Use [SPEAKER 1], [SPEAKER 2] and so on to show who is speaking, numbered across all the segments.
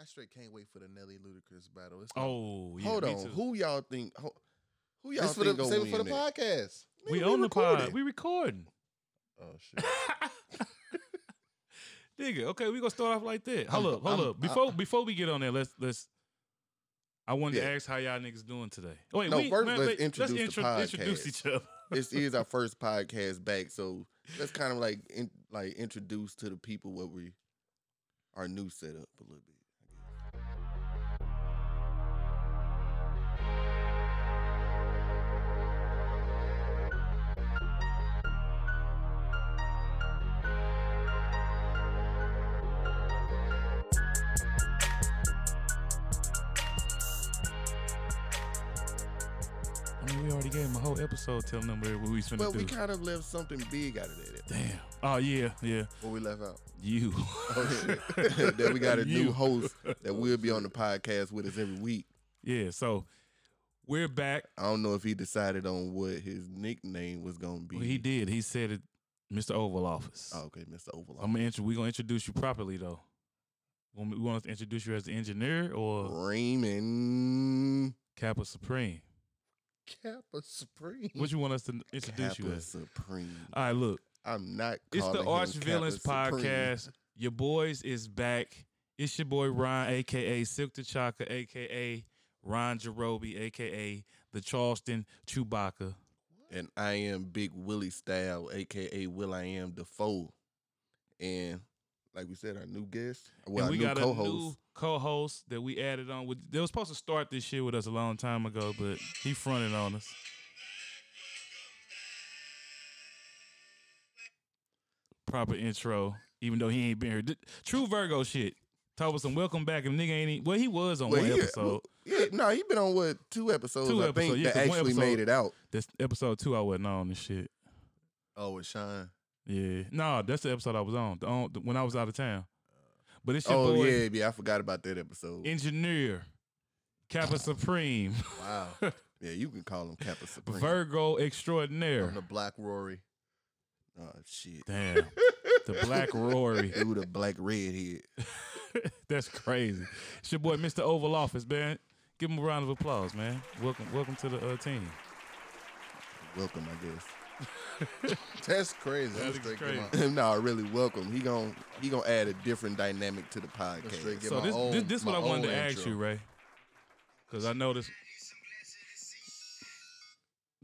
[SPEAKER 1] I straight can't wait for the Nelly Ludacris battle. It's like,
[SPEAKER 2] Oh, yeah,
[SPEAKER 1] hold
[SPEAKER 2] me
[SPEAKER 1] on,
[SPEAKER 2] too.
[SPEAKER 1] who y'all think? Who, who y'all
[SPEAKER 3] This for
[SPEAKER 1] think
[SPEAKER 3] the-
[SPEAKER 1] gonna
[SPEAKER 3] save
[SPEAKER 1] win
[SPEAKER 3] it for the
[SPEAKER 1] that?
[SPEAKER 3] podcast.
[SPEAKER 1] Nigga,
[SPEAKER 2] we own the pod.
[SPEAKER 1] recorded.
[SPEAKER 2] We recording.
[SPEAKER 1] oh shit!
[SPEAKER 2] Nigga, okay, we gonna start off like that. Hold
[SPEAKER 1] I'm-
[SPEAKER 2] up, hold
[SPEAKER 1] I'm-
[SPEAKER 2] up. Before before we get on there, let's let's. I wanted
[SPEAKER 1] Yeah.
[SPEAKER 2] to ask how y'all niggas doing today. Oh, wait,
[SPEAKER 1] No,
[SPEAKER 2] we,
[SPEAKER 1] first
[SPEAKER 2] man,
[SPEAKER 1] let's
[SPEAKER 2] wait,
[SPEAKER 1] introduce the podcast.
[SPEAKER 2] introduce each other.
[SPEAKER 1] this is our first podcast back, so let's kind of like in, like introduce to the people what we our new setup a little bit.
[SPEAKER 2] I mean, we already gave him a whole episode telling them what we was finna
[SPEAKER 1] But
[SPEAKER 2] do.
[SPEAKER 1] we kind of left something big out of that.
[SPEAKER 2] Damn. Oh yeah, yeah.
[SPEAKER 1] What we left out?
[SPEAKER 2] You.
[SPEAKER 1] Oh, yeah. that we got a new
[SPEAKER 2] You.
[SPEAKER 1] host that will be on the podcast with us every week.
[SPEAKER 2] Yeah. So we're back.
[SPEAKER 1] I don't know if he decided on what his nickname was gonna be.
[SPEAKER 2] Well, he did. He said it, Mr. Oval Office.
[SPEAKER 1] Oh, okay, Mr. Overlock.
[SPEAKER 2] I'm gonna intro- we gonna introduce you properly though. Want me- We want us to introduce you as the engineer or
[SPEAKER 1] Raymond
[SPEAKER 2] Kappa Supreme.
[SPEAKER 1] Kappa Supreme.
[SPEAKER 2] What you want us to introduce
[SPEAKER 1] Kappa
[SPEAKER 2] you as?
[SPEAKER 1] Supreme.
[SPEAKER 2] All right, look.
[SPEAKER 1] I'm not.
[SPEAKER 2] It's the
[SPEAKER 1] calling him
[SPEAKER 2] Arch
[SPEAKER 1] Kappa
[SPEAKER 2] Villains
[SPEAKER 1] Supreme.
[SPEAKER 2] podcast. Your boys is back. It's your boy Ron, aka Silk the Chaka, aka Ron Jerobi, aka the Charleston Chewbacca.
[SPEAKER 1] and I am Big Willie Style, aka Will I Am Defoe. And like we said, our new guest, well,
[SPEAKER 2] and
[SPEAKER 1] our
[SPEAKER 2] we
[SPEAKER 1] new
[SPEAKER 2] got
[SPEAKER 1] co-host.
[SPEAKER 2] a new co-host that we added on with. They were supposed to start this shit with us a long time ago, but he fronted on us. Proper intro, even though he ain't been here. Th- True Virgo shit. Told us some welcome back, and nigga ain't. e- Well, he was on
[SPEAKER 1] Well,
[SPEAKER 2] one
[SPEAKER 1] he-
[SPEAKER 2] episode.
[SPEAKER 1] yeah, no, he been on what two episodes?
[SPEAKER 2] Two
[SPEAKER 1] I think
[SPEAKER 2] episodes, yeah,
[SPEAKER 1] that
[SPEAKER 2] 'cause one
[SPEAKER 1] actually made
[SPEAKER 2] episode-
[SPEAKER 1] it out.
[SPEAKER 2] That's episode two. I wasn't on and shit.
[SPEAKER 1] Oh, with Sean.
[SPEAKER 2] Yeah, no, that's the episode I was on. The, on the, when I was out of town. But it's your
[SPEAKER 1] Oh
[SPEAKER 2] boy,
[SPEAKER 1] yeah, yeah, I forgot about that episode.
[SPEAKER 2] engineer, Kappa Supreme,
[SPEAKER 1] wow. Yeah, you can call him Kappa Supreme.
[SPEAKER 2] Virgo
[SPEAKER 1] I'm
[SPEAKER 2] extraordinaire.
[SPEAKER 1] the Black Rory. Oh shit.
[SPEAKER 2] Damn, the Black Rory.
[SPEAKER 1] Who the Black Redhead?
[SPEAKER 2] that's crazy. It's your boy, Mr. Oval Office, man. Give him a round of applause, man. Welcome, welcome to the uh, team.
[SPEAKER 1] Welcome, I guess. That's crazy.
[SPEAKER 2] That
[SPEAKER 1] I'm
[SPEAKER 2] is
[SPEAKER 1] straight
[SPEAKER 2] crazy.
[SPEAKER 1] giving my- no, really welcome. He gon' he gonna add a different dynamic to the podcast.
[SPEAKER 2] So this, this, this what I wanted to ask you, Ray, because I noticed.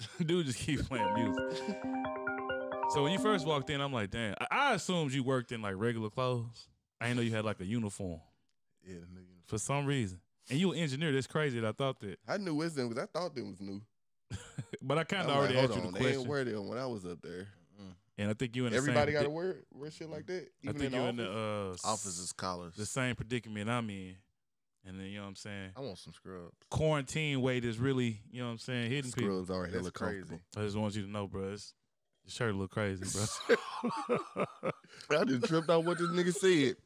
[SPEAKER 2] Dude, just keep playing music. So when you first walked in, I'm like, damn. I, I assumed you worked in like regular clothes. I didn't know you had like a uniform
[SPEAKER 1] Yeah, the new uniform.
[SPEAKER 2] for some reason. And you an engineer. That's crazy. That I thought that,
[SPEAKER 1] I knew it because I thought them was new.
[SPEAKER 2] but I kind
[SPEAKER 1] I'm
[SPEAKER 2] of
[SPEAKER 1] like,
[SPEAKER 2] already
[SPEAKER 1] hold
[SPEAKER 2] asked you
[SPEAKER 1] on,
[SPEAKER 2] the
[SPEAKER 1] They didn't
[SPEAKER 2] question.
[SPEAKER 1] wear them when I was up there.
[SPEAKER 2] And I think you in the
[SPEAKER 1] Everybody
[SPEAKER 2] same.
[SPEAKER 1] got to
[SPEAKER 2] predi-
[SPEAKER 1] wear wear shit like that.
[SPEAKER 2] I
[SPEAKER 1] Even
[SPEAKER 2] think
[SPEAKER 1] in
[SPEAKER 2] you
[SPEAKER 1] the
[SPEAKER 2] in the
[SPEAKER 1] office?
[SPEAKER 2] uh, s-
[SPEAKER 3] Offices collars.
[SPEAKER 2] the same predicament I'm in. And then you know what I'm saying.
[SPEAKER 3] I want some scrubs.
[SPEAKER 2] Quarantine weight is really you know what I'm saying hitting people.
[SPEAKER 1] scrubs are hella
[SPEAKER 3] That's
[SPEAKER 1] crazy.
[SPEAKER 3] crazy.
[SPEAKER 2] I just want you to know, bro. It's, your shirt look crazy, bro.
[SPEAKER 1] I just tripped out what this nigga said.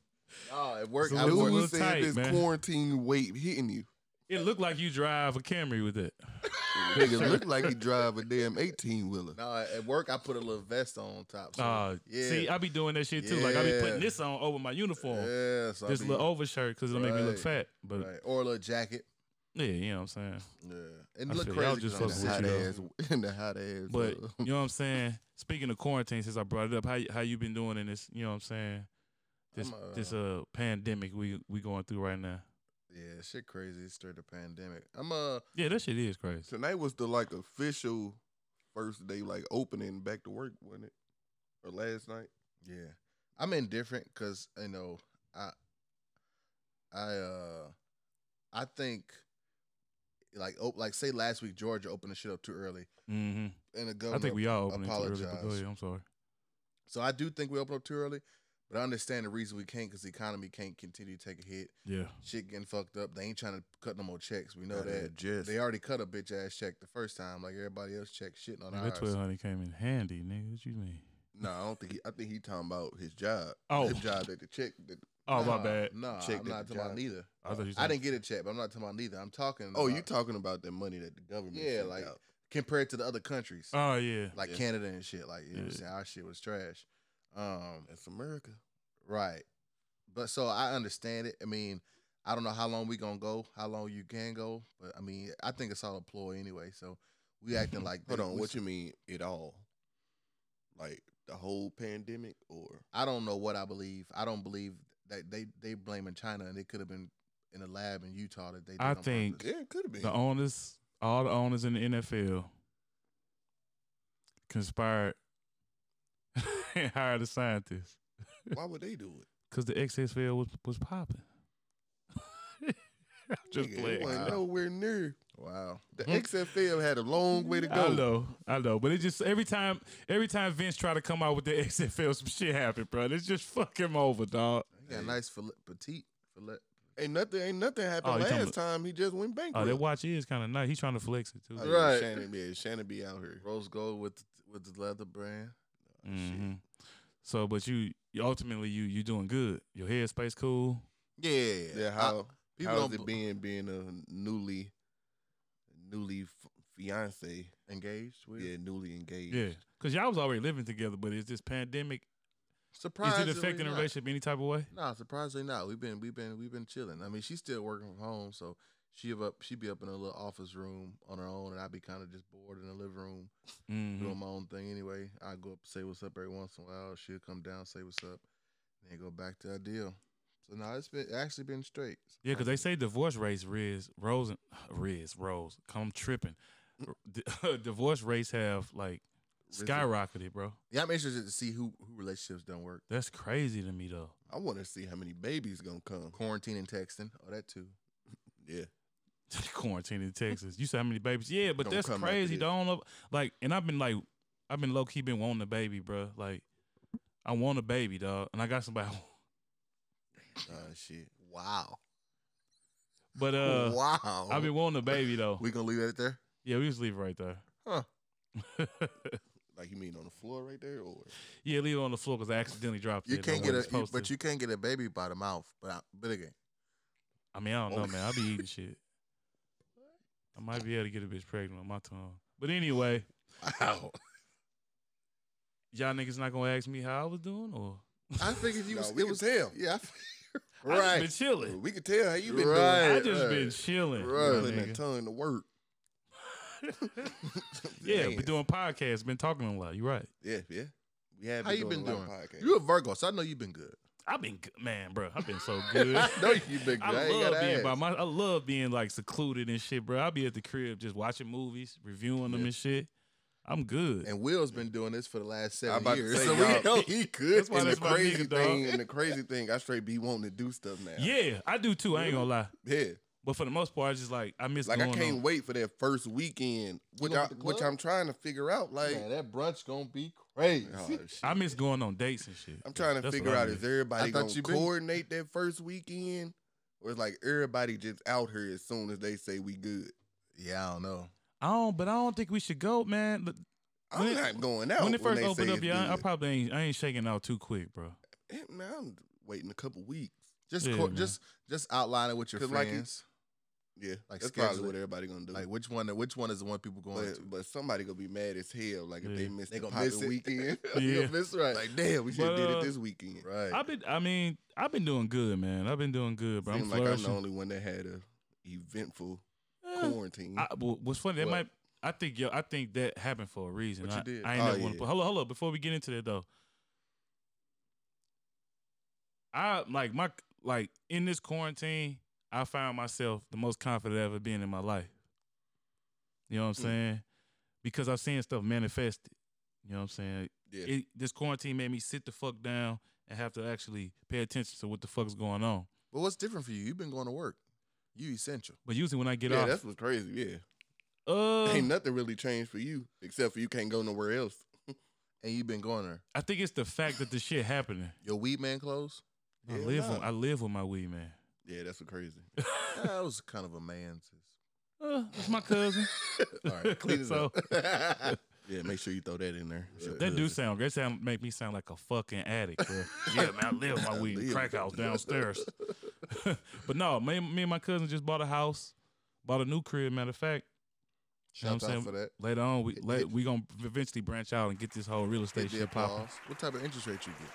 [SPEAKER 3] Oh, it worked.
[SPEAKER 2] It's a
[SPEAKER 3] I
[SPEAKER 2] little-
[SPEAKER 3] worked.
[SPEAKER 1] Dude
[SPEAKER 2] little
[SPEAKER 1] said
[SPEAKER 2] tight,
[SPEAKER 1] this
[SPEAKER 2] man.
[SPEAKER 1] quarantine weight hitting you.
[SPEAKER 2] it looked like you drive a Camry with it.
[SPEAKER 1] Nigga look like he drive a damn eighteen wheeler.
[SPEAKER 3] No, at work I put a little vest on top. So,
[SPEAKER 2] Uh,
[SPEAKER 3] yeah,
[SPEAKER 2] See, I be doing that shit too. Like I be
[SPEAKER 3] Yeah.
[SPEAKER 2] putting this on over my uniform,
[SPEAKER 3] yeah, so I
[SPEAKER 2] this
[SPEAKER 3] be-
[SPEAKER 2] little overshirt, because it'll make me look
[SPEAKER 3] Right,
[SPEAKER 2] fat. But
[SPEAKER 3] right. or a little jacket.
[SPEAKER 2] yeah, you know what I'm saying.
[SPEAKER 3] Yeah, and
[SPEAKER 2] I
[SPEAKER 3] look
[SPEAKER 2] feel you. I was
[SPEAKER 3] crazy.
[SPEAKER 2] just
[SPEAKER 3] 'cause I'm
[SPEAKER 2] fucking
[SPEAKER 3] not
[SPEAKER 2] with
[SPEAKER 1] Hot
[SPEAKER 2] you,
[SPEAKER 3] hot
[SPEAKER 2] though.
[SPEAKER 1] ass, in the hot ass.
[SPEAKER 2] But
[SPEAKER 1] uh,
[SPEAKER 2] you know what I'm saying. Speaking of quarantine, since I brought it up, how you- how you been doing in this? You know what I'm saying. This
[SPEAKER 3] I'm, uh,
[SPEAKER 2] this uh pandemic we we going through right now.
[SPEAKER 3] Yeah, shit crazy. It's straight the pandemic. I'm uh
[SPEAKER 2] Yeah, that shit is crazy.
[SPEAKER 1] Tonight was the like official first day, like opening back to work, wasn't it? Or last night?
[SPEAKER 3] yeah, I'm indifferent because you know I I uh I think like oh like say last week Georgia opened the shit up too early
[SPEAKER 2] hmm
[SPEAKER 3] and the
[SPEAKER 2] I
[SPEAKER 3] governor
[SPEAKER 2] think we all opened it too early. But go
[SPEAKER 3] apologize.
[SPEAKER 2] ahead, I'm sorry.
[SPEAKER 3] So I do think we opened up too early, but I understand the reason we can't because the economy can't continue to take a hit.
[SPEAKER 2] Yeah,
[SPEAKER 3] Shit getting fucked up. They ain't trying to cut no more checks. We know
[SPEAKER 1] Gotta
[SPEAKER 3] that.
[SPEAKER 1] adjust.
[SPEAKER 3] They already cut a bitch ass check the first time, like everybody else checked shitting on
[SPEAKER 2] Nigga, that twelve
[SPEAKER 3] ours.
[SPEAKER 2] hundred came in handy, nigga. What you mean?
[SPEAKER 1] No, I don't think he. I think he talking about his job.
[SPEAKER 2] Oh.
[SPEAKER 1] his job that the check. That,
[SPEAKER 2] Oh my
[SPEAKER 3] Nah,
[SPEAKER 2] bad.
[SPEAKER 3] Nah,
[SPEAKER 1] Check
[SPEAKER 3] I'm
[SPEAKER 1] that
[SPEAKER 3] not
[SPEAKER 1] the
[SPEAKER 3] talking about
[SPEAKER 1] job-
[SPEAKER 3] neither.
[SPEAKER 2] I thought you
[SPEAKER 3] I
[SPEAKER 2] said-
[SPEAKER 3] didn't get a check, but I'm not talking about neither. I'm talking.
[SPEAKER 1] oh, you
[SPEAKER 3] about
[SPEAKER 1] talking about that money that the government?
[SPEAKER 3] Yeah,
[SPEAKER 1] sent
[SPEAKER 3] like-
[SPEAKER 1] out.
[SPEAKER 3] compared to the other countries,
[SPEAKER 2] Oh yeah.
[SPEAKER 3] like
[SPEAKER 1] yeah.
[SPEAKER 3] Canada and shit. Like you know, what I'm
[SPEAKER 2] Yeah.
[SPEAKER 3] saying our shit was trash. Um,
[SPEAKER 1] that's America.
[SPEAKER 3] Right. But so I understand it. I mean, I don't know how long we gonna go, how long you can go, but I mean, I think it's all a ploy anyway. So we acting like
[SPEAKER 1] Hold
[SPEAKER 3] they-
[SPEAKER 1] on,
[SPEAKER 3] we
[SPEAKER 1] what you mean it all? Like the whole pandemic or
[SPEAKER 3] I don't know what I believe. I don't believe that they they blaming China and it could have been in a lab in Utah that they. Did
[SPEAKER 2] I
[SPEAKER 3] on purpose.
[SPEAKER 2] think-
[SPEAKER 1] yeah, it could have been.
[SPEAKER 2] The owners, all the owners in the NFL, conspired and hired a scientist
[SPEAKER 1] Why would they do it?
[SPEAKER 2] because the XFL was was popping. I'm just
[SPEAKER 1] Nigga,
[SPEAKER 2] playing.
[SPEAKER 1] It wasn't
[SPEAKER 3] Wow.
[SPEAKER 1] nowhere near.
[SPEAKER 3] Wow. Hmm?
[SPEAKER 1] The XFL had a long way to go.
[SPEAKER 2] I know, I know, but it just every time, every time Vince try to come out with the XFL, some shit happened, bro. It's just fuck him over, dog.
[SPEAKER 3] He got a
[SPEAKER 1] Hey.
[SPEAKER 3] nice fillet, petite fillet.
[SPEAKER 1] Ain't nothing. Ain't nothing happened
[SPEAKER 2] Oh, you talking
[SPEAKER 1] last time. He just went
[SPEAKER 2] Oh, that
[SPEAKER 1] bankrupt.
[SPEAKER 2] watch is kind of nice. He's trying to flex it too.
[SPEAKER 1] Oh, yeah,
[SPEAKER 3] Right.
[SPEAKER 1] Shannon, yeah, Shannon be out here.
[SPEAKER 3] Rose gold with with the leather brand. Oh,
[SPEAKER 2] Mhm. So, but you, you ultimately you you doing good. Your headspace cool.
[SPEAKER 3] Yeah.
[SPEAKER 1] Yeah,
[SPEAKER 3] I-
[SPEAKER 1] how
[SPEAKER 3] people
[SPEAKER 1] how's
[SPEAKER 3] don't
[SPEAKER 1] it
[SPEAKER 3] b-
[SPEAKER 1] being being a newly newly f- fiance?
[SPEAKER 3] engaged with?
[SPEAKER 1] Yeah, newly engaged.
[SPEAKER 2] Yeah, because y'all was already living together, but is this pandemic is it
[SPEAKER 3] Surprisingly
[SPEAKER 2] affecting the
[SPEAKER 3] not.
[SPEAKER 2] relationship any type of way?
[SPEAKER 3] Nah, surprisingly not. We've been we've been we've been chilling. I mean, she's still working from home, so she up she be up in a little office room on her own, and I'd be kind of just bored in the living room
[SPEAKER 2] Mhm.
[SPEAKER 3] doing my own thing anyway. I go up say what's up every once in a while. She'll come down say what's up, then go back to our deal. So no, it's been actually been straight.
[SPEAKER 2] Yeah, because they say divorce rates riz rose and riz rose. Come tripping. D- divorce rates have like
[SPEAKER 3] Risen.
[SPEAKER 2] skyrocketed, bro.
[SPEAKER 3] Yeah, I'm interested to see who who relationships don't work.
[SPEAKER 2] That's crazy to me though.
[SPEAKER 1] I want to see how many babies gonna come.
[SPEAKER 3] Quarantine and texting, oh that too.
[SPEAKER 1] Yeah,
[SPEAKER 2] Quarantine in Texas. You see how many babies? Yeah, but
[SPEAKER 1] Don't
[SPEAKER 2] that's
[SPEAKER 1] come after
[SPEAKER 2] crazy.
[SPEAKER 1] this.
[SPEAKER 2] Don't know- like, and I've been like, I've been low key been wanting a baby, bro. Like, I want a baby, dog, and I got somebody.
[SPEAKER 1] ah shit.
[SPEAKER 3] Wow,
[SPEAKER 2] But uh,
[SPEAKER 3] wow.
[SPEAKER 2] I've been wanting a baby though.
[SPEAKER 3] we gonna leave that there.
[SPEAKER 2] Yeah, we just leave it right there.
[SPEAKER 3] Huh.
[SPEAKER 1] Like you mean on the floor right there, or
[SPEAKER 2] yeah, leave it on the floor because I accidentally dropped it.
[SPEAKER 3] You
[SPEAKER 2] on
[SPEAKER 3] can't
[SPEAKER 2] where
[SPEAKER 3] get a
[SPEAKER 2] it's
[SPEAKER 3] you-
[SPEAKER 2] supposed
[SPEAKER 3] but
[SPEAKER 2] to.
[SPEAKER 3] you can't get a baby by the mouth. But I, but again,
[SPEAKER 2] I mean, I don't
[SPEAKER 1] Oh.
[SPEAKER 2] know, man. I be eating shit. I might be able to get a bitch pregnant on my tongue. But anyway,
[SPEAKER 3] wow.
[SPEAKER 2] y'all niggas not gonna ask me how I was doing or
[SPEAKER 3] I figured you
[SPEAKER 1] No,
[SPEAKER 3] was.
[SPEAKER 1] we
[SPEAKER 3] it
[SPEAKER 1] can
[SPEAKER 3] was
[SPEAKER 1] tell.
[SPEAKER 3] Yeah. I
[SPEAKER 2] I
[SPEAKER 3] figured- right.
[SPEAKER 2] just been chilling.
[SPEAKER 1] we could tell how you been
[SPEAKER 3] Right.
[SPEAKER 2] I just been chilling.
[SPEAKER 1] doing.
[SPEAKER 3] Right.
[SPEAKER 1] putting
[SPEAKER 2] nigga.
[SPEAKER 1] that tongue to work.
[SPEAKER 2] yeah,
[SPEAKER 1] Man.
[SPEAKER 2] been doing podcasts, been talking a lot. You right.
[SPEAKER 1] yeah, yeah. We have.
[SPEAKER 3] How you been
[SPEAKER 1] a lot of
[SPEAKER 3] doing?
[SPEAKER 1] podcasts.
[SPEAKER 3] You a Virgo, so I know you've been good.
[SPEAKER 2] I've been good, man, bro. I've been so good.
[SPEAKER 3] I know you've been good. I,
[SPEAKER 2] I
[SPEAKER 3] ain't
[SPEAKER 2] love
[SPEAKER 3] gotta
[SPEAKER 2] being
[SPEAKER 3] ask.
[SPEAKER 2] by my. I love being like secluded and shit, bro. I'll be at the crib just watching movies, reviewing them
[SPEAKER 1] Yeah.
[SPEAKER 2] and shit. I'm good.
[SPEAKER 3] And Will's been doing this for the last
[SPEAKER 1] I'm
[SPEAKER 3] seven
[SPEAKER 1] about to
[SPEAKER 3] years,
[SPEAKER 1] say,
[SPEAKER 3] so we
[SPEAKER 1] y'all-
[SPEAKER 3] know he good.
[SPEAKER 2] That's why
[SPEAKER 1] and the
[SPEAKER 2] that's my
[SPEAKER 1] crazy
[SPEAKER 2] nigga, dog.
[SPEAKER 1] thing, and the crazy thing, I straight be wanting to do stuff now.
[SPEAKER 2] yeah, I do too. I ain't gonna lie.
[SPEAKER 1] yeah.
[SPEAKER 2] But for the most part, I just like I miss
[SPEAKER 1] Like I
[SPEAKER 2] going
[SPEAKER 1] can't
[SPEAKER 2] on.
[SPEAKER 1] wait for that first weekend, which
[SPEAKER 3] gonna
[SPEAKER 1] I,
[SPEAKER 3] hit the
[SPEAKER 1] which
[SPEAKER 3] club?
[SPEAKER 1] I'm trying to figure out. Like,
[SPEAKER 3] Man, that brunch gonna be crazy.
[SPEAKER 1] oh, shit.
[SPEAKER 2] I miss going on dates and shit.
[SPEAKER 1] I'm trying to
[SPEAKER 2] That's what
[SPEAKER 1] figure
[SPEAKER 2] I
[SPEAKER 1] out
[SPEAKER 2] miss.
[SPEAKER 1] is everybody
[SPEAKER 3] I thought
[SPEAKER 1] gonna
[SPEAKER 3] you been-
[SPEAKER 1] coordinate that first weekend, or is like everybody just out here as soon as they say we good.
[SPEAKER 3] Yeah, I don't know.
[SPEAKER 2] I don't, but I don't think we should go, man. Look,
[SPEAKER 1] I'm
[SPEAKER 2] When it-
[SPEAKER 1] not going out
[SPEAKER 2] when it first
[SPEAKER 1] they
[SPEAKER 2] opened
[SPEAKER 1] say
[SPEAKER 2] up,
[SPEAKER 1] it's
[SPEAKER 2] yeah, I, I
[SPEAKER 1] good.
[SPEAKER 2] probably ain't, I ain't shaking out too quick, bro.
[SPEAKER 1] Eh, man, I'm waiting a couple weeks.
[SPEAKER 3] Just
[SPEAKER 2] Yeah,
[SPEAKER 3] co-
[SPEAKER 2] man.
[SPEAKER 3] just just outline it with your
[SPEAKER 1] 'Cause like you-
[SPEAKER 3] friends.
[SPEAKER 1] Yeah,
[SPEAKER 3] Like,
[SPEAKER 1] that's probably
[SPEAKER 3] schedule
[SPEAKER 1] what
[SPEAKER 3] it.
[SPEAKER 1] everybody gonna do.
[SPEAKER 3] Like, which one? Which one is the one people going to?
[SPEAKER 1] but, but somebody gonna be mad as hell. Like if
[SPEAKER 2] Yeah.
[SPEAKER 1] they miss
[SPEAKER 3] They
[SPEAKER 1] the
[SPEAKER 3] gonna miss
[SPEAKER 1] poppin'
[SPEAKER 3] it.
[SPEAKER 1] weekend.
[SPEAKER 2] Yeah.
[SPEAKER 3] that's right.
[SPEAKER 1] Like damn, we should
[SPEAKER 2] But,
[SPEAKER 1] have did
[SPEAKER 2] uh,
[SPEAKER 1] it this weekend.
[SPEAKER 3] right.
[SPEAKER 2] I've been, I mean, I've been doing good, man. I've been doing good, bro. I'm
[SPEAKER 1] Seems like I'm the
[SPEAKER 2] flourishing.
[SPEAKER 1] only one that had a eventful
[SPEAKER 2] Eh,
[SPEAKER 1] quarantine.
[SPEAKER 2] I, well, what's funny? That
[SPEAKER 3] What?
[SPEAKER 2] might. I think yo. I think that happened for a reason.
[SPEAKER 3] What you
[SPEAKER 2] I,
[SPEAKER 3] did?
[SPEAKER 2] I ain't
[SPEAKER 1] Oh,
[SPEAKER 2] never want
[SPEAKER 1] yeah.
[SPEAKER 2] to. Hold on, hold on. Before we get into that though, I like my like in this quarantine, I found myself the most confident I've ever been in my life. You know what I'm
[SPEAKER 1] Mm.
[SPEAKER 2] saying? Because I've seen stuff manifested. You know what I'm saying?
[SPEAKER 1] yeah,
[SPEAKER 2] It, this quarantine made me sit the fuck down and have to actually pay attention to what the fuck's going on.
[SPEAKER 3] but what's different for you? You've been going to work. You essential.
[SPEAKER 2] But usually when I get
[SPEAKER 1] yeah,
[SPEAKER 2] off,
[SPEAKER 1] that's what's crazy. Yeah,
[SPEAKER 2] uh,
[SPEAKER 1] ain't nothing really changed for you except for you can't go nowhere else.
[SPEAKER 3] and you've been going there.
[SPEAKER 2] I think it's the fact that the shit happening.
[SPEAKER 3] Your weed man clothes?
[SPEAKER 2] I
[SPEAKER 1] Hell
[SPEAKER 2] live, with,
[SPEAKER 1] nah.
[SPEAKER 2] I live with my weed man.
[SPEAKER 1] Yeah, that's what crazy.
[SPEAKER 3] Ah, that was kind of a man's.
[SPEAKER 2] Uh, it's my cousin.
[SPEAKER 3] All right, clean it
[SPEAKER 2] So-
[SPEAKER 3] up.
[SPEAKER 1] Yeah, make sure you throw that in there. It's your
[SPEAKER 2] That do
[SPEAKER 1] cousin.
[SPEAKER 2] sound. That sound make me sound like a fucking addict. Bro. yeah, man, I live my weed and
[SPEAKER 1] Live.
[SPEAKER 2] crack house downstairs. but no, me, me and my cousin just bought a house, bought a new crib. Matter of fact,
[SPEAKER 3] Shout
[SPEAKER 2] know what I'm
[SPEAKER 3] out
[SPEAKER 2] saying?
[SPEAKER 3] for that.
[SPEAKER 2] later on we
[SPEAKER 3] Hit-
[SPEAKER 2] later,
[SPEAKER 3] hit.
[SPEAKER 2] we gonna eventually branch out and get this whole real estate
[SPEAKER 3] Hit the
[SPEAKER 2] shit popping.
[SPEAKER 3] applause. What type of interest rate you get?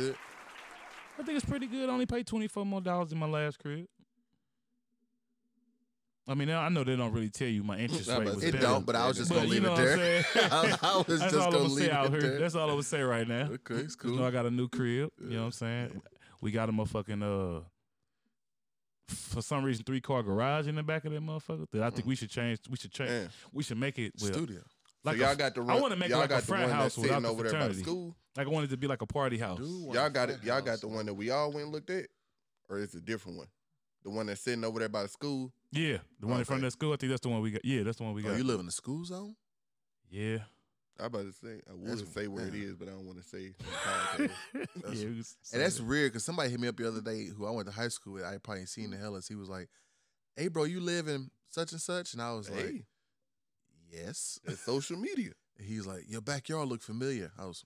[SPEAKER 3] Good.
[SPEAKER 2] I think it's pretty good. I only paid twenty four more dollars in my last crib. I mean, I know they don't really tell you my interest
[SPEAKER 1] Nah,
[SPEAKER 2] rate
[SPEAKER 1] but
[SPEAKER 2] was
[SPEAKER 3] it
[SPEAKER 2] better.
[SPEAKER 3] don't, but I was just
[SPEAKER 2] But
[SPEAKER 3] gonna
[SPEAKER 2] you
[SPEAKER 3] leave
[SPEAKER 2] know
[SPEAKER 3] it
[SPEAKER 2] what I'm
[SPEAKER 3] there.
[SPEAKER 2] saying?
[SPEAKER 3] I, was- I was
[SPEAKER 2] That's
[SPEAKER 3] just
[SPEAKER 2] all
[SPEAKER 3] gonna
[SPEAKER 2] I'm gonna
[SPEAKER 3] leave
[SPEAKER 2] say
[SPEAKER 3] it
[SPEAKER 2] out here.
[SPEAKER 3] there.
[SPEAKER 2] That's all I'm gonna say right now.
[SPEAKER 3] okay, it's
[SPEAKER 2] You know,
[SPEAKER 3] cool.
[SPEAKER 2] I got a new crib. You know what I'm saying? We got a motherfucking uh for some reason three car garage in the back of that motherfucker. That I think we should change we should change
[SPEAKER 1] Man,
[SPEAKER 2] we should make it well,
[SPEAKER 3] Mm. Studio.
[SPEAKER 2] like
[SPEAKER 1] so y'all
[SPEAKER 2] a,
[SPEAKER 1] got the run,
[SPEAKER 2] wanna make it
[SPEAKER 1] y'all
[SPEAKER 2] like a
[SPEAKER 1] got the
[SPEAKER 2] frat
[SPEAKER 1] one
[SPEAKER 2] house
[SPEAKER 1] that's
[SPEAKER 2] without
[SPEAKER 1] sitting
[SPEAKER 2] the
[SPEAKER 1] over there by the
[SPEAKER 2] fraternity.
[SPEAKER 1] school.
[SPEAKER 2] like I wanted to be like a party house.
[SPEAKER 3] Dude, wanna
[SPEAKER 1] Y'all got it.
[SPEAKER 3] frat
[SPEAKER 1] Y'all
[SPEAKER 3] house,
[SPEAKER 1] got the one that we all went and looked at, or it's a different one. The one that's sitting over there by the school.
[SPEAKER 2] Yeah. The one in front
[SPEAKER 1] Okay.
[SPEAKER 2] of that school, I think that's the one we got. Yeah, that's the one we
[SPEAKER 3] Oh,
[SPEAKER 2] got.
[SPEAKER 3] you live in the school zone?
[SPEAKER 2] yeah.
[SPEAKER 1] I about to say I would
[SPEAKER 3] That's-
[SPEAKER 1] say where it
[SPEAKER 3] yeah.
[SPEAKER 1] is, but I don't want to say.
[SPEAKER 2] yeah,
[SPEAKER 1] podcast.
[SPEAKER 2] we was-
[SPEAKER 3] And that's weird because somebody hit me up the other day who I went to high school with. I probably ain't seen the hellas. He was like, "Hey, bro, you live in such and such," and I was like,
[SPEAKER 1] hey,
[SPEAKER 3] "Yes."
[SPEAKER 1] it's social media.
[SPEAKER 3] He's like, "Your backyard look familiar." I was,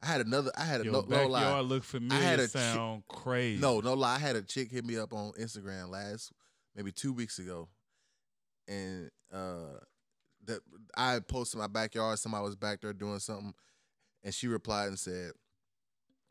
[SPEAKER 3] I had another. I had a
[SPEAKER 2] Your
[SPEAKER 3] no, no
[SPEAKER 2] backyard
[SPEAKER 3] lie.
[SPEAKER 2] look familiar.
[SPEAKER 3] had a chi-
[SPEAKER 2] sound crazy.
[SPEAKER 3] No, no lie. I had a chick hit me up on Instagram last maybe two weeks ago, and uh, that I had posted my backyard. Somebody was back there doing something, and she replied and said,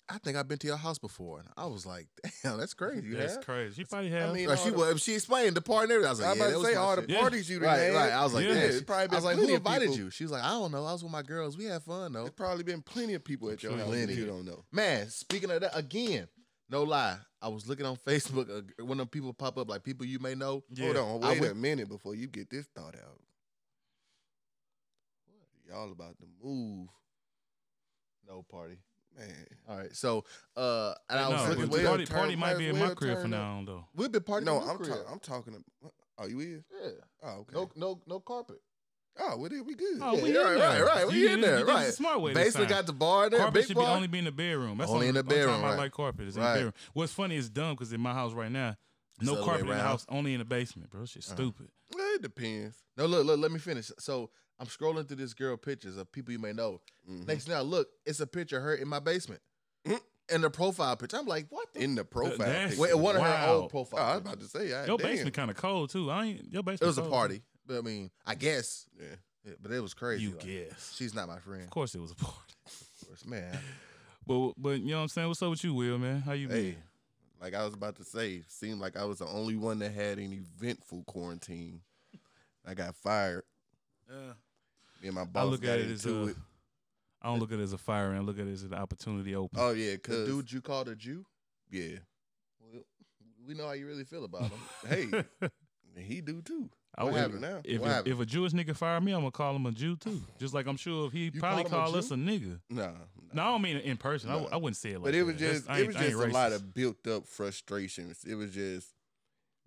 [SPEAKER 3] "I think I've been to your house before." And I was like, "Damn, that's crazy." You
[SPEAKER 2] that's
[SPEAKER 3] have?
[SPEAKER 2] crazy. She probably had.
[SPEAKER 1] I mean,
[SPEAKER 3] Or she
[SPEAKER 1] all the-
[SPEAKER 3] was. She explained the part and everything. I was
[SPEAKER 1] I
[SPEAKER 3] like,
[SPEAKER 1] was
[SPEAKER 3] "Yeah,
[SPEAKER 1] about
[SPEAKER 3] that
[SPEAKER 1] to
[SPEAKER 3] was
[SPEAKER 1] say
[SPEAKER 3] my
[SPEAKER 1] all
[SPEAKER 3] shit."
[SPEAKER 1] the
[SPEAKER 2] Yeah.
[SPEAKER 1] parties you done
[SPEAKER 3] Right,
[SPEAKER 1] had.
[SPEAKER 3] right. I was like,
[SPEAKER 2] Yeah.
[SPEAKER 3] "Damn."
[SPEAKER 1] It's probably
[SPEAKER 3] I
[SPEAKER 1] been
[SPEAKER 3] was like, "Who
[SPEAKER 1] plenty of
[SPEAKER 3] invited
[SPEAKER 1] people-
[SPEAKER 3] you?" She was like, "I don't know. I was with my girls. We had fun though."
[SPEAKER 1] There's probably been plenty of people at your
[SPEAKER 2] Sure.
[SPEAKER 1] house that
[SPEAKER 3] Plenty.
[SPEAKER 1] you don't know.
[SPEAKER 3] Man, speaking of that again, no lie, I was looking on Facebook. Uh, one of them people pop up like people you may know.
[SPEAKER 2] yeah.
[SPEAKER 1] Hold on,
[SPEAKER 3] I
[SPEAKER 1] wait a
[SPEAKER 3] went-
[SPEAKER 1] minute before you get this thought out. Y'all about to move,
[SPEAKER 3] No party.
[SPEAKER 1] man.
[SPEAKER 3] All right, so uh, and I
[SPEAKER 2] no,
[SPEAKER 3] was
[SPEAKER 1] might
[SPEAKER 3] looking.
[SPEAKER 2] but
[SPEAKER 1] well
[SPEAKER 3] we
[SPEAKER 2] party,
[SPEAKER 1] turn-
[SPEAKER 2] party might
[SPEAKER 1] might
[SPEAKER 2] be
[SPEAKER 1] as
[SPEAKER 2] in my
[SPEAKER 1] well
[SPEAKER 2] crib for
[SPEAKER 1] turn
[SPEAKER 2] now on though.
[SPEAKER 3] we've been partying.
[SPEAKER 1] no,
[SPEAKER 3] in your
[SPEAKER 1] I'm
[SPEAKER 3] crib.
[SPEAKER 1] talking. I'm talking. About, oh, you is?
[SPEAKER 3] Yeah.
[SPEAKER 1] Oh, okay.
[SPEAKER 3] No, no, no carpet.
[SPEAKER 1] Oh, well, then we good.
[SPEAKER 2] Oh,
[SPEAKER 3] yeah,
[SPEAKER 2] we in
[SPEAKER 3] right,
[SPEAKER 2] there.
[SPEAKER 3] right, right, we
[SPEAKER 2] You
[SPEAKER 3] in
[SPEAKER 2] did it-
[SPEAKER 3] there,
[SPEAKER 2] you did it
[SPEAKER 3] right.
[SPEAKER 2] The smart way this
[SPEAKER 3] Basically
[SPEAKER 2] time.
[SPEAKER 3] got the bar there.
[SPEAKER 2] Carpet
[SPEAKER 3] big
[SPEAKER 2] should
[SPEAKER 3] bar.
[SPEAKER 2] be only be in the bedroom. That's
[SPEAKER 3] Only
[SPEAKER 2] only
[SPEAKER 3] in the bedroom,
[SPEAKER 2] I
[SPEAKER 3] right.
[SPEAKER 2] like carpet. It's in
[SPEAKER 3] Right.
[SPEAKER 2] the bedroom. What's funny is dumb because in my house right now, no
[SPEAKER 3] the other way
[SPEAKER 2] carpet in the
[SPEAKER 3] around.
[SPEAKER 2] house, only in the basement, bro. It's just
[SPEAKER 3] Uh-huh.
[SPEAKER 2] stupid.
[SPEAKER 1] Well, it depends.
[SPEAKER 3] No, look, look. Let me finish. So I'm scrolling through this girl pictures of people you may know.
[SPEAKER 1] Mhm.
[SPEAKER 3] Next now, look, it's a picture of her in my basement,
[SPEAKER 1] Mm.
[SPEAKER 3] and the profile picture. I'm like, what? The
[SPEAKER 1] In the profile.
[SPEAKER 2] that's-
[SPEAKER 1] picture.
[SPEAKER 3] Wait, one of her
[SPEAKER 2] Wow.
[SPEAKER 3] old
[SPEAKER 1] Oh,
[SPEAKER 3] profile.
[SPEAKER 1] I was
[SPEAKER 3] pictures.
[SPEAKER 1] about to say, ah, I,
[SPEAKER 2] Your
[SPEAKER 1] damn.
[SPEAKER 2] basement kind of cold too. I ain't your basement.
[SPEAKER 3] It was a
[SPEAKER 2] cold, too.
[SPEAKER 3] party. But I mean, I guess,
[SPEAKER 1] Yeah.
[SPEAKER 3] Oh. yeah, but it was crazy.
[SPEAKER 2] You
[SPEAKER 3] like,
[SPEAKER 2] guess.
[SPEAKER 3] she's not my friend.
[SPEAKER 2] Of course, it was a party.
[SPEAKER 3] Of course, man.
[SPEAKER 2] But but you know what I'm saying. What's up with you, Will? Man, how you
[SPEAKER 1] Hey,
[SPEAKER 2] been?
[SPEAKER 1] like I was about to say, seemed like I was the only one that had an eventful quarantine. I got fired. Me and my
[SPEAKER 2] I
[SPEAKER 1] boss
[SPEAKER 2] look
[SPEAKER 1] got
[SPEAKER 2] at it as
[SPEAKER 1] into
[SPEAKER 2] a.
[SPEAKER 1] it.
[SPEAKER 2] I don't look at it as a fire, and I look at it as an opportunity open.
[SPEAKER 1] Oh yeah,
[SPEAKER 3] The
[SPEAKER 1] cause
[SPEAKER 3] dude you called a Jew.
[SPEAKER 1] yeah,
[SPEAKER 3] Well, we know how you really feel about him.
[SPEAKER 1] hey, he do too.
[SPEAKER 2] I
[SPEAKER 1] What
[SPEAKER 2] would-
[SPEAKER 1] happened now?
[SPEAKER 2] If,
[SPEAKER 3] What
[SPEAKER 2] if,
[SPEAKER 3] happened?
[SPEAKER 2] if a Jewish nigga fire me, I'm gonna call him a Jew too. Just like I'm sure if he
[SPEAKER 3] You
[SPEAKER 2] probably
[SPEAKER 3] call him a
[SPEAKER 2] call us a nigga.
[SPEAKER 1] Nah,
[SPEAKER 2] No, I don't mean in person. I w-
[SPEAKER 1] Nah.
[SPEAKER 2] I wouldn't say it like
[SPEAKER 1] but it was
[SPEAKER 2] that. That's-
[SPEAKER 1] just
[SPEAKER 2] I
[SPEAKER 1] it
[SPEAKER 2] ain't-
[SPEAKER 1] was
[SPEAKER 2] I ain't
[SPEAKER 1] just a lot
[SPEAKER 2] racist.
[SPEAKER 1] of built up frustrations. It was just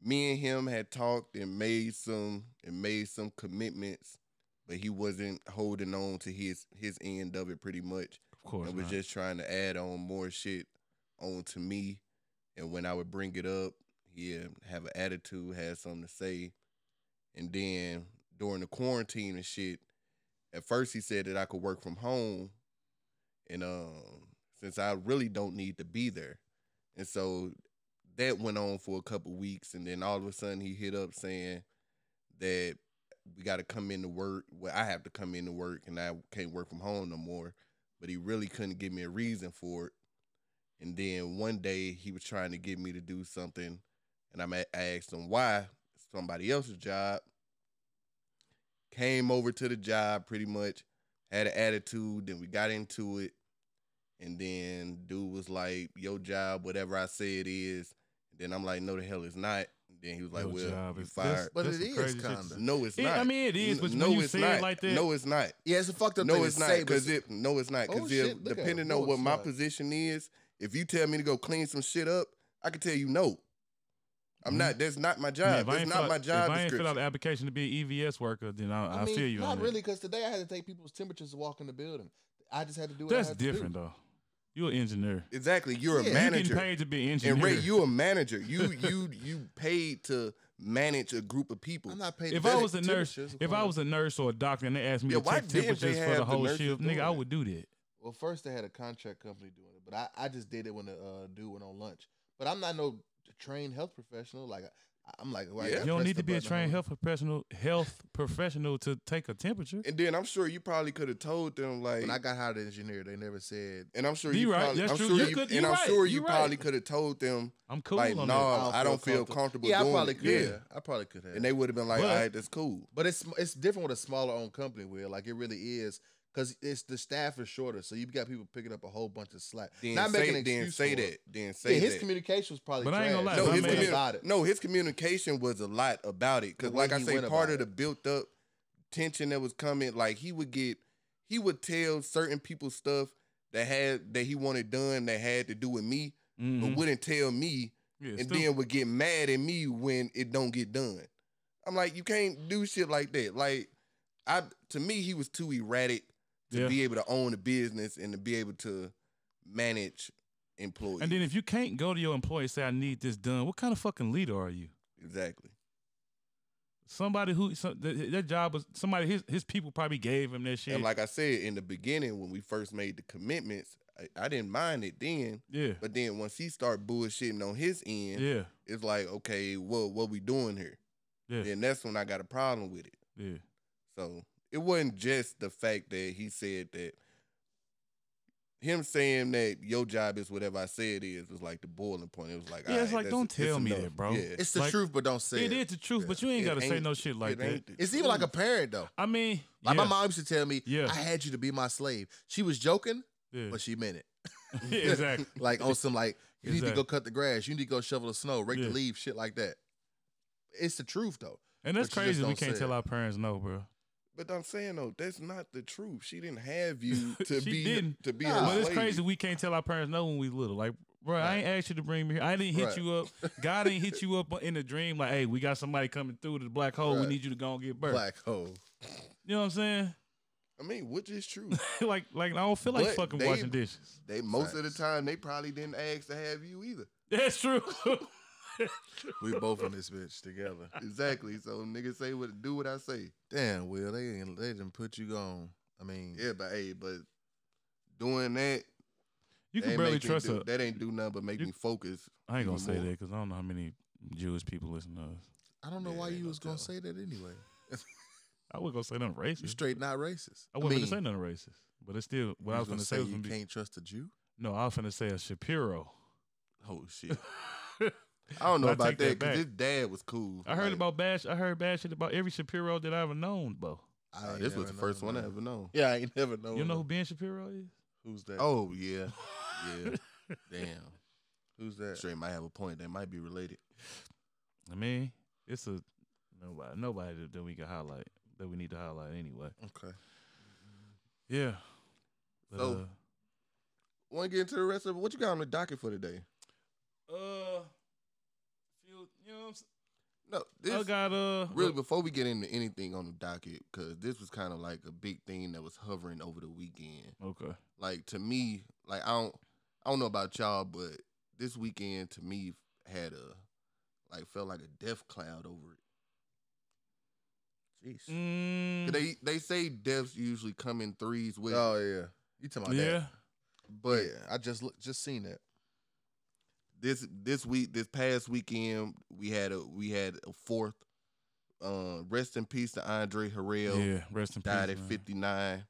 [SPEAKER 1] me and him had talked and made some and made some commitments, but he wasn't holding on to his his end of it pretty much.
[SPEAKER 2] Of course.
[SPEAKER 1] and was
[SPEAKER 2] not.
[SPEAKER 1] just trying to add on more shit onto me. And when I would bring it up, yeah, have an attitude, had something to say. And then during the quarantine and shit, at first he said that I could work from home, and um, since I really don't need to be there, and so that went on for a couple weeks, and then all of a sudden he hit up saying that we got to come into work. Well, I have to come into work, and I can't work from home no more but he really couldn't give me a reason for it. And then one day he was trying to get me to do something, and I'm a- I asked him why somebody else's job. Came over to the job pretty much, had an attitude. Then we got into it, and then dude was like, "Your job, whatever I say it is." Then I'm like, "No, the hell it's not." Then he was like,
[SPEAKER 2] Your
[SPEAKER 1] "Well,
[SPEAKER 2] job
[SPEAKER 1] you
[SPEAKER 2] is- that's-
[SPEAKER 1] fired."
[SPEAKER 3] But
[SPEAKER 2] that's
[SPEAKER 3] it
[SPEAKER 2] some
[SPEAKER 3] is
[SPEAKER 2] crazy shit to
[SPEAKER 3] kinda.
[SPEAKER 2] say.
[SPEAKER 1] No, it's
[SPEAKER 2] It-
[SPEAKER 1] not.
[SPEAKER 2] I mean, it is,
[SPEAKER 1] N-
[SPEAKER 2] but
[SPEAKER 1] no,
[SPEAKER 2] when you
[SPEAKER 1] it's
[SPEAKER 2] say it
[SPEAKER 1] not.
[SPEAKER 2] like that-
[SPEAKER 1] no, it's not.
[SPEAKER 3] Yeah, it's a fucked up
[SPEAKER 1] No,
[SPEAKER 3] thing
[SPEAKER 1] it's
[SPEAKER 3] to
[SPEAKER 1] not
[SPEAKER 3] say.
[SPEAKER 1] because it. No, it's not
[SPEAKER 3] Oh,
[SPEAKER 1] because
[SPEAKER 3] shit,
[SPEAKER 1] if
[SPEAKER 3] look at
[SPEAKER 1] depending
[SPEAKER 3] it.
[SPEAKER 1] on
[SPEAKER 3] No,
[SPEAKER 1] what
[SPEAKER 3] it's
[SPEAKER 1] my
[SPEAKER 3] not.
[SPEAKER 1] position is, if you tell me to go clean some shit up, I can tell you no. I'm
[SPEAKER 2] Mhm.
[SPEAKER 1] not. That's not my
[SPEAKER 2] I mean,
[SPEAKER 1] job.
[SPEAKER 2] if I
[SPEAKER 1] that's
[SPEAKER 2] ain't
[SPEAKER 1] not
[SPEAKER 2] fill
[SPEAKER 1] my
[SPEAKER 2] out- If
[SPEAKER 1] job
[SPEAKER 2] I ain't fill out
[SPEAKER 1] description.
[SPEAKER 2] the application to be an EVS worker, then I, I,
[SPEAKER 3] I mean,
[SPEAKER 2] feel you. on
[SPEAKER 3] not
[SPEAKER 2] that.
[SPEAKER 3] really, because today I had to take people's temperatures to walk in the building. I just had to do what I
[SPEAKER 2] That's
[SPEAKER 3] had to do.
[SPEAKER 2] different though. You're an engineer.
[SPEAKER 1] Exactly.
[SPEAKER 3] Yeah.
[SPEAKER 1] You're a
[SPEAKER 3] You
[SPEAKER 2] You getting
[SPEAKER 1] manager.
[SPEAKER 2] paid to be an engineer.
[SPEAKER 1] And Ray, you a manager. You you you paid to manage a group of people.
[SPEAKER 3] I'm not paid.
[SPEAKER 2] if
[SPEAKER 3] to
[SPEAKER 2] I
[SPEAKER 3] take
[SPEAKER 2] was a nurse,
[SPEAKER 3] temperatures
[SPEAKER 2] if I
[SPEAKER 3] from-
[SPEAKER 2] was a nurse or a doctor, and they asked me
[SPEAKER 1] Yeah,
[SPEAKER 2] to
[SPEAKER 1] why
[SPEAKER 2] take
[SPEAKER 1] didn't they
[SPEAKER 2] temperatures for
[SPEAKER 1] have
[SPEAKER 2] the
[SPEAKER 1] the
[SPEAKER 2] whole
[SPEAKER 1] nurses
[SPEAKER 2] shift,
[SPEAKER 1] doing
[SPEAKER 2] nigga, I
[SPEAKER 1] that?
[SPEAKER 2] would do that.
[SPEAKER 3] Well, first they had a contract company doing it, but I, I just did it when the uh, dude went on lunch. But I'm not no trained health professional. Like I, I'm like, well, I
[SPEAKER 1] Yeah.
[SPEAKER 3] gotta
[SPEAKER 2] You don't
[SPEAKER 3] press
[SPEAKER 2] need
[SPEAKER 3] the
[SPEAKER 2] to be a
[SPEAKER 3] button,
[SPEAKER 2] trained
[SPEAKER 3] hold
[SPEAKER 2] health professional health professional to take a temperature.
[SPEAKER 1] And then I'm sure you probably could have told them
[SPEAKER 3] on.
[SPEAKER 1] like,
[SPEAKER 3] When I got hired as engineer, they never said
[SPEAKER 1] and I'm sure
[SPEAKER 2] You
[SPEAKER 1] you
[SPEAKER 2] right,
[SPEAKER 1] probably,
[SPEAKER 2] that's
[SPEAKER 1] I'm
[SPEAKER 2] true.
[SPEAKER 1] sure
[SPEAKER 2] You
[SPEAKER 1] you,
[SPEAKER 2] could- you
[SPEAKER 1] and I'm
[SPEAKER 2] right,
[SPEAKER 1] sure
[SPEAKER 2] you
[SPEAKER 1] you,
[SPEAKER 2] right.
[SPEAKER 1] probably could have told them
[SPEAKER 2] I'm cool
[SPEAKER 1] like,
[SPEAKER 2] on
[SPEAKER 1] no,
[SPEAKER 2] that.
[SPEAKER 1] I don't feel comfortable.
[SPEAKER 3] Yeah, I
[SPEAKER 1] doing
[SPEAKER 3] probably
[SPEAKER 1] it.
[SPEAKER 3] could.
[SPEAKER 1] Yeah.
[SPEAKER 3] have. I probably could have.
[SPEAKER 1] and they would have been like,
[SPEAKER 2] But-
[SPEAKER 1] all right, that's cool.
[SPEAKER 3] But it's it's different with a smaller owned company, Will. Like it really is, because it's the staff is shorter, so you've got people picking up a whole bunch of slack.
[SPEAKER 1] Then
[SPEAKER 3] Not
[SPEAKER 1] say,
[SPEAKER 3] making an
[SPEAKER 1] then
[SPEAKER 3] excuse
[SPEAKER 1] say
[SPEAKER 3] for
[SPEAKER 1] that.
[SPEAKER 3] it.
[SPEAKER 1] Then say
[SPEAKER 3] yeah, his
[SPEAKER 1] that.
[SPEAKER 3] communication was probably.
[SPEAKER 2] But I ain't gonna
[SPEAKER 3] trash.
[SPEAKER 2] lie,
[SPEAKER 1] no,
[SPEAKER 2] my
[SPEAKER 1] his
[SPEAKER 2] man-
[SPEAKER 1] commu-
[SPEAKER 3] about it.
[SPEAKER 1] no, his communication was a lot about it. Cause
[SPEAKER 3] The way
[SPEAKER 1] like I
[SPEAKER 3] he
[SPEAKER 1] say,
[SPEAKER 3] went
[SPEAKER 1] part
[SPEAKER 3] about
[SPEAKER 1] of the
[SPEAKER 3] it.
[SPEAKER 1] built up tension that was coming, like he would get, he would tell certain people stuff that had that he wanted done that had to do with me,
[SPEAKER 2] Mhm.
[SPEAKER 3] Mm-hmm.
[SPEAKER 1] but wouldn't tell me,
[SPEAKER 2] Yeah,
[SPEAKER 1] and
[SPEAKER 2] stupid.
[SPEAKER 1] then would get mad at me when it don't get done. I'm like, you can't do shit like that. Like, I to me, he was too erratic to
[SPEAKER 2] Yeah.
[SPEAKER 1] be able to own a business and to be able to manage employees.
[SPEAKER 2] and then if you can't go to your employer and say I need this done, what kind of fucking leader are you?
[SPEAKER 1] exactly.
[SPEAKER 2] Somebody who some, th- their job was somebody his his people probably gave him that shit.
[SPEAKER 1] And like I said in the beginning, when we first made the commitments, I, I didn't mind it then.
[SPEAKER 2] yeah,
[SPEAKER 1] But then once he started bullshitting on his end,
[SPEAKER 2] yeah,
[SPEAKER 1] it's like, okay, well, what we doing here?
[SPEAKER 2] Yeah.
[SPEAKER 1] Then that's when I got a problem with it.
[SPEAKER 2] yeah.
[SPEAKER 1] So it wasn't just the fact that he said that. Him saying that your job is whatever I say it is was like the boiling point. It was like,
[SPEAKER 2] Yeah,
[SPEAKER 1] all
[SPEAKER 2] it's like,
[SPEAKER 1] that's-
[SPEAKER 2] don't
[SPEAKER 1] it's
[SPEAKER 2] tell me
[SPEAKER 1] enough.
[SPEAKER 2] that, bro.
[SPEAKER 1] Yeah.
[SPEAKER 3] It's the
[SPEAKER 2] Like,
[SPEAKER 3] truth, but don't say
[SPEAKER 2] It
[SPEAKER 3] it.
[SPEAKER 2] is the truth,
[SPEAKER 1] Yeah.
[SPEAKER 2] but you ain't
[SPEAKER 1] It
[SPEAKER 2] gotta say
[SPEAKER 1] ain't-
[SPEAKER 2] no shit like
[SPEAKER 1] it
[SPEAKER 2] that.
[SPEAKER 1] ain't the
[SPEAKER 3] It's even like a
[SPEAKER 1] truth.
[SPEAKER 3] parent though.
[SPEAKER 2] I mean,
[SPEAKER 3] Like
[SPEAKER 2] yeah,
[SPEAKER 3] my mom used to tell me,
[SPEAKER 2] Yeah.
[SPEAKER 3] "I had you to be my slave." She was joking,
[SPEAKER 2] yeah.
[SPEAKER 3] but she meant it.
[SPEAKER 2] Yeah, exactly.
[SPEAKER 3] Like on some like you need
[SPEAKER 2] Exactly.
[SPEAKER 3] to go cut the grass, you need to go shovel the snow, rake
[SPEAKER 2] Yeah.
[SPEAKER 3] the leaves, shit like that. It's the truth though.
[SPEAKER 2] And that's
[SPEAKER 3] But you just
[SPEAKER 2] crazy. We
[SPEAKER 3] don't
[SPEAKER 2] can't
[SPEAKER 3] say
[SPEAKER 2] tell
[SPEAKER 3] it.
[SPEAKER 2] our parents no, bro.
[SPEAKER 1] But I'm saying though, that's not the truth. She didn't have you to
[SPEAKER 2] She
[SPEAKER 1] be
[SPEAKER 2] didn't.
[SPEAKER 1] to be
[SPEAKER 3] Nah.
[SPEAKER 1] her
[SPEAKER 2] But it's
[SPEAKER 1] slave.
[SPEAKER 2] crazy. We can't tell our parents no when we little. Like, bro, I
[SPEAKER 3] Right.
[SPEAKER 2] ain't asked you to bring me here. I didn't hit
[SPEAKER 3] Right.
[SPEAKER 2] you up. God ain't hit you up in a dream. Like, hey, we got somebody coming through to the black hole. We
[SPEAKER 3] Right.
[SPEAKER 2] need you to go and get birth.
[SPEAKER 3] Black hole.
[SPEAKER 2] You know what I'm saying?
[SPEAKER 1] I mean, which is true.
[SPEAKER 2] like, like I don't feel like
[SPEAKER 1] But
[SPEAKER 2] fucking
[SPEAKER 1] they-
[SPEAKER 2] washing dishes.
[SPEAKER 1] They most of the
[SPEAKER 3] Facts.
[SPEAKER 1] time they probably didn't ask to have you either.
[SPEAKER 2] That's true.
[SPEAKER 3] We both in this bitch together.
[SPEAKER 1] Exactly. So niggas say what do what I say.
[SPEAKER 3] Damn, Will, they didn't, they didn't put you on. I mean,
[SPEAKER 1] Yeah, but hey, but doing that
[SPEAKER 2] you
[SPEAKER 1] that
[SPEAKER 2] can
[SPEAKER 1] ain't
[SPEAKER 2] barely
[SPEAKER 1] make me
[SPEAKER 2] trust
[SPEAKER 1] do-
[SPEAKER 2] a.
[SPEAKER 1] that ain't do nothing but make
[SPEAKER 2] You-
[SPEAKER 1] me focus.
[SPEAKER 2] I ain't gonna
[SPEAKER 1] even
[SPEAKER 2] say
[SPEAKER 1] more.
[SPEAKER 2] that because I don't know how many Jewish people listen to us.
[SPEAKER 3] I don't know
[SPEAKER 1] Yeah,
[SPEAKER 3] why
[SPEAKER 1] ain't
[SPEAKER 3] you
[SPEAKER 1] no
[SPEAKER 3] was gonna
[SPEAKER 1] telling.
[SPEAKER 3] say that anyway.
[SPEAKER 2] I wasn't gonna say nothing racist.
[SPEAKER 3] You straight not racist.
[SPEAKER 2] I wasn't
[SPEAKER 3] mean,
[SPEAKER 2] gonna say nothing racist. But it's still what
[SPEAKER 3] you
[SPEAKER 2] I was gonna, say. Was
[SPEAKER 3] you
[SPEAKER 2] gonna be,
[SPEAKER 3] can't trust a Jew.
[SPEAKER 2] no, I was gonna say a Shapiro.
[SPEAKER 1] Oh shit. I don't know
[SPEAKER 2] I
[SPEAKER 1] about
[SPEAKER 2] take that
[SPEAKER 1] that
[SPEAKER 2] back.
[SPEAKER 1] because his dad was cool.
[SPEAKER 2] I heard
[SPEAKER 1] Like,
[SPEAKER 2] about bash. I heard bad shit about every Shapiro that I ever known, bro.
[SPEAKER 3] I
[SPEAKER 1] uh,
[SPEAKER 3] ain't
[SPEAKER 1] this was
[SPEAKER 3] never
[SPEAKER 1] the first
[SPEAKER 3] known
[SPEAKER 1] one I
[SPEAKER 3] that.
[SPEAKER 1] ever known.
[SPEAKER 3] Oh, Yeah, I ain't never known.
[SPEAKER 2] You know who
[SPEAKER 3] that.
[SPEAKER 2] Ben Shapiro is?
[SPEAKER 3] who's that?
[SPEAKER 1] Oh yeah. Yeah. Damn.
[SPEAKER 3] who's that?
[SPEAKER 1] Straight might have a point. They might be related.
[SPEAKER 2] I mean, it's a nobody, nobody that, that we can highlight that we need to highlight anyway.
[SPEAKER 3] Okay.
[SPEAKER 2] Yeah. But,
[SPEAKER 1] So- Wanna get into the rest of it? What you got on the docket for today?
[SPEAKER 2] uh, uh, few, you know, what I'm s-
[SPEAKER 1] No, this
[SPEAKER 2] I got uh,
[SPEAKER 1] really
[SPEAKER 2] the-
[SPEAKER 1] before we get into anything on the docket, because this was kind of like a big thing that was hovering over the weekend.
[SPEAKER 2] okay.
[SPEAKER 1] Like to me, like I don't, I don't know about y'all, but this weekend to me had a, like felt like a death cloud over it.
[SPEAKER 3] Jeez.
[SPEAKER 1] 'Cause
[SPEAKER 2] Mm,
[SPEAKER 1] They they say deaths usually come in threes with,
[SPEAKER 3] Oh yeah. You talking about
[SPEAKER 2] yeah,
[SPEAKER 3] that?
[SPEAKER 1] but
[SPEAKER 3] yeah, I just look, just seen that.
[SPEAKER 1] this this week this past weekend we had a we had a fourth. Uh, rest in peace to Andre Harrell.
[SPEAKER 2] yeah. Rest in peace.
[SPEAKER 1] uh, died at
[SPEAKER 2] man.
[SPEAKER 1] 59.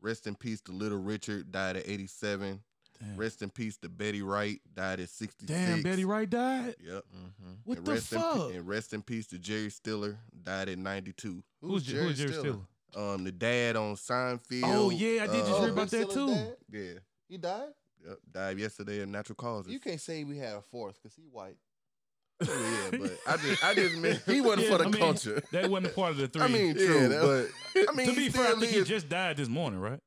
[SPEAKER 1] Rest in peace to Little Richard, died at 87.
[SPEAKER 2] Damn.
[SPEAKER 1] Rest in peace to Betty Wright, died at 66.
[SPEAKER 2] Damn, Betty Wright died.
[SPEAKER 1] Yep.
[SPEAKER 3] Mm-hmm.
[SPEAKER 2] What
[SPEAKER 1] and
[SPEAKER 2] the
[SPEAKER 1] rest
[SPEAKER 2] fuck?
[SPEAKER 1] In, pe- and rest in peace to Jerry Stiller, died at 92.
[SPEAKER 2] who's, Jer- who's Jerry Stiller?
[SPEAKER 1] Um, the dad on Seinfeld.
[SPEAKER 2] Oh, yeah, I did just
[SPEAKER 1] uh,
[SPEAKER 2] hear about that too.
[SPEAKER 1] Yeah.
[SPEAKER 3] He died.
[SPEAKER 1] Yep, died yesterday of natural causes.
[SPEAKER 3] You can't say we had a fourth because he white.
[SPEAKER 1] yeah, but I just, I just meant
[SPEAKER 3] He wasn't
[SPEAKER 2] Yeah,
[SPEAKER 3] for the
[SPEAKER 2] I mean,
[SPEAKER 3] culture.
[SPEAKER 2] That wasn't a part of the three.
[SPEAKER 1] I mean,
[SPEAKER 3] Yeah,
[SPEAKER 1] true,
[SPEAKER 3] that-
[SPEAKER 1] but I mean,
[SPEAKER 2] to be
[SPEAKER 1] he
[SPEAKER 2] fair, I
[SPEAKER 1] still
[SPEAKER 2] think he
[SPEAKER 1] is-
[SPEAKER 2] just died this morning, right?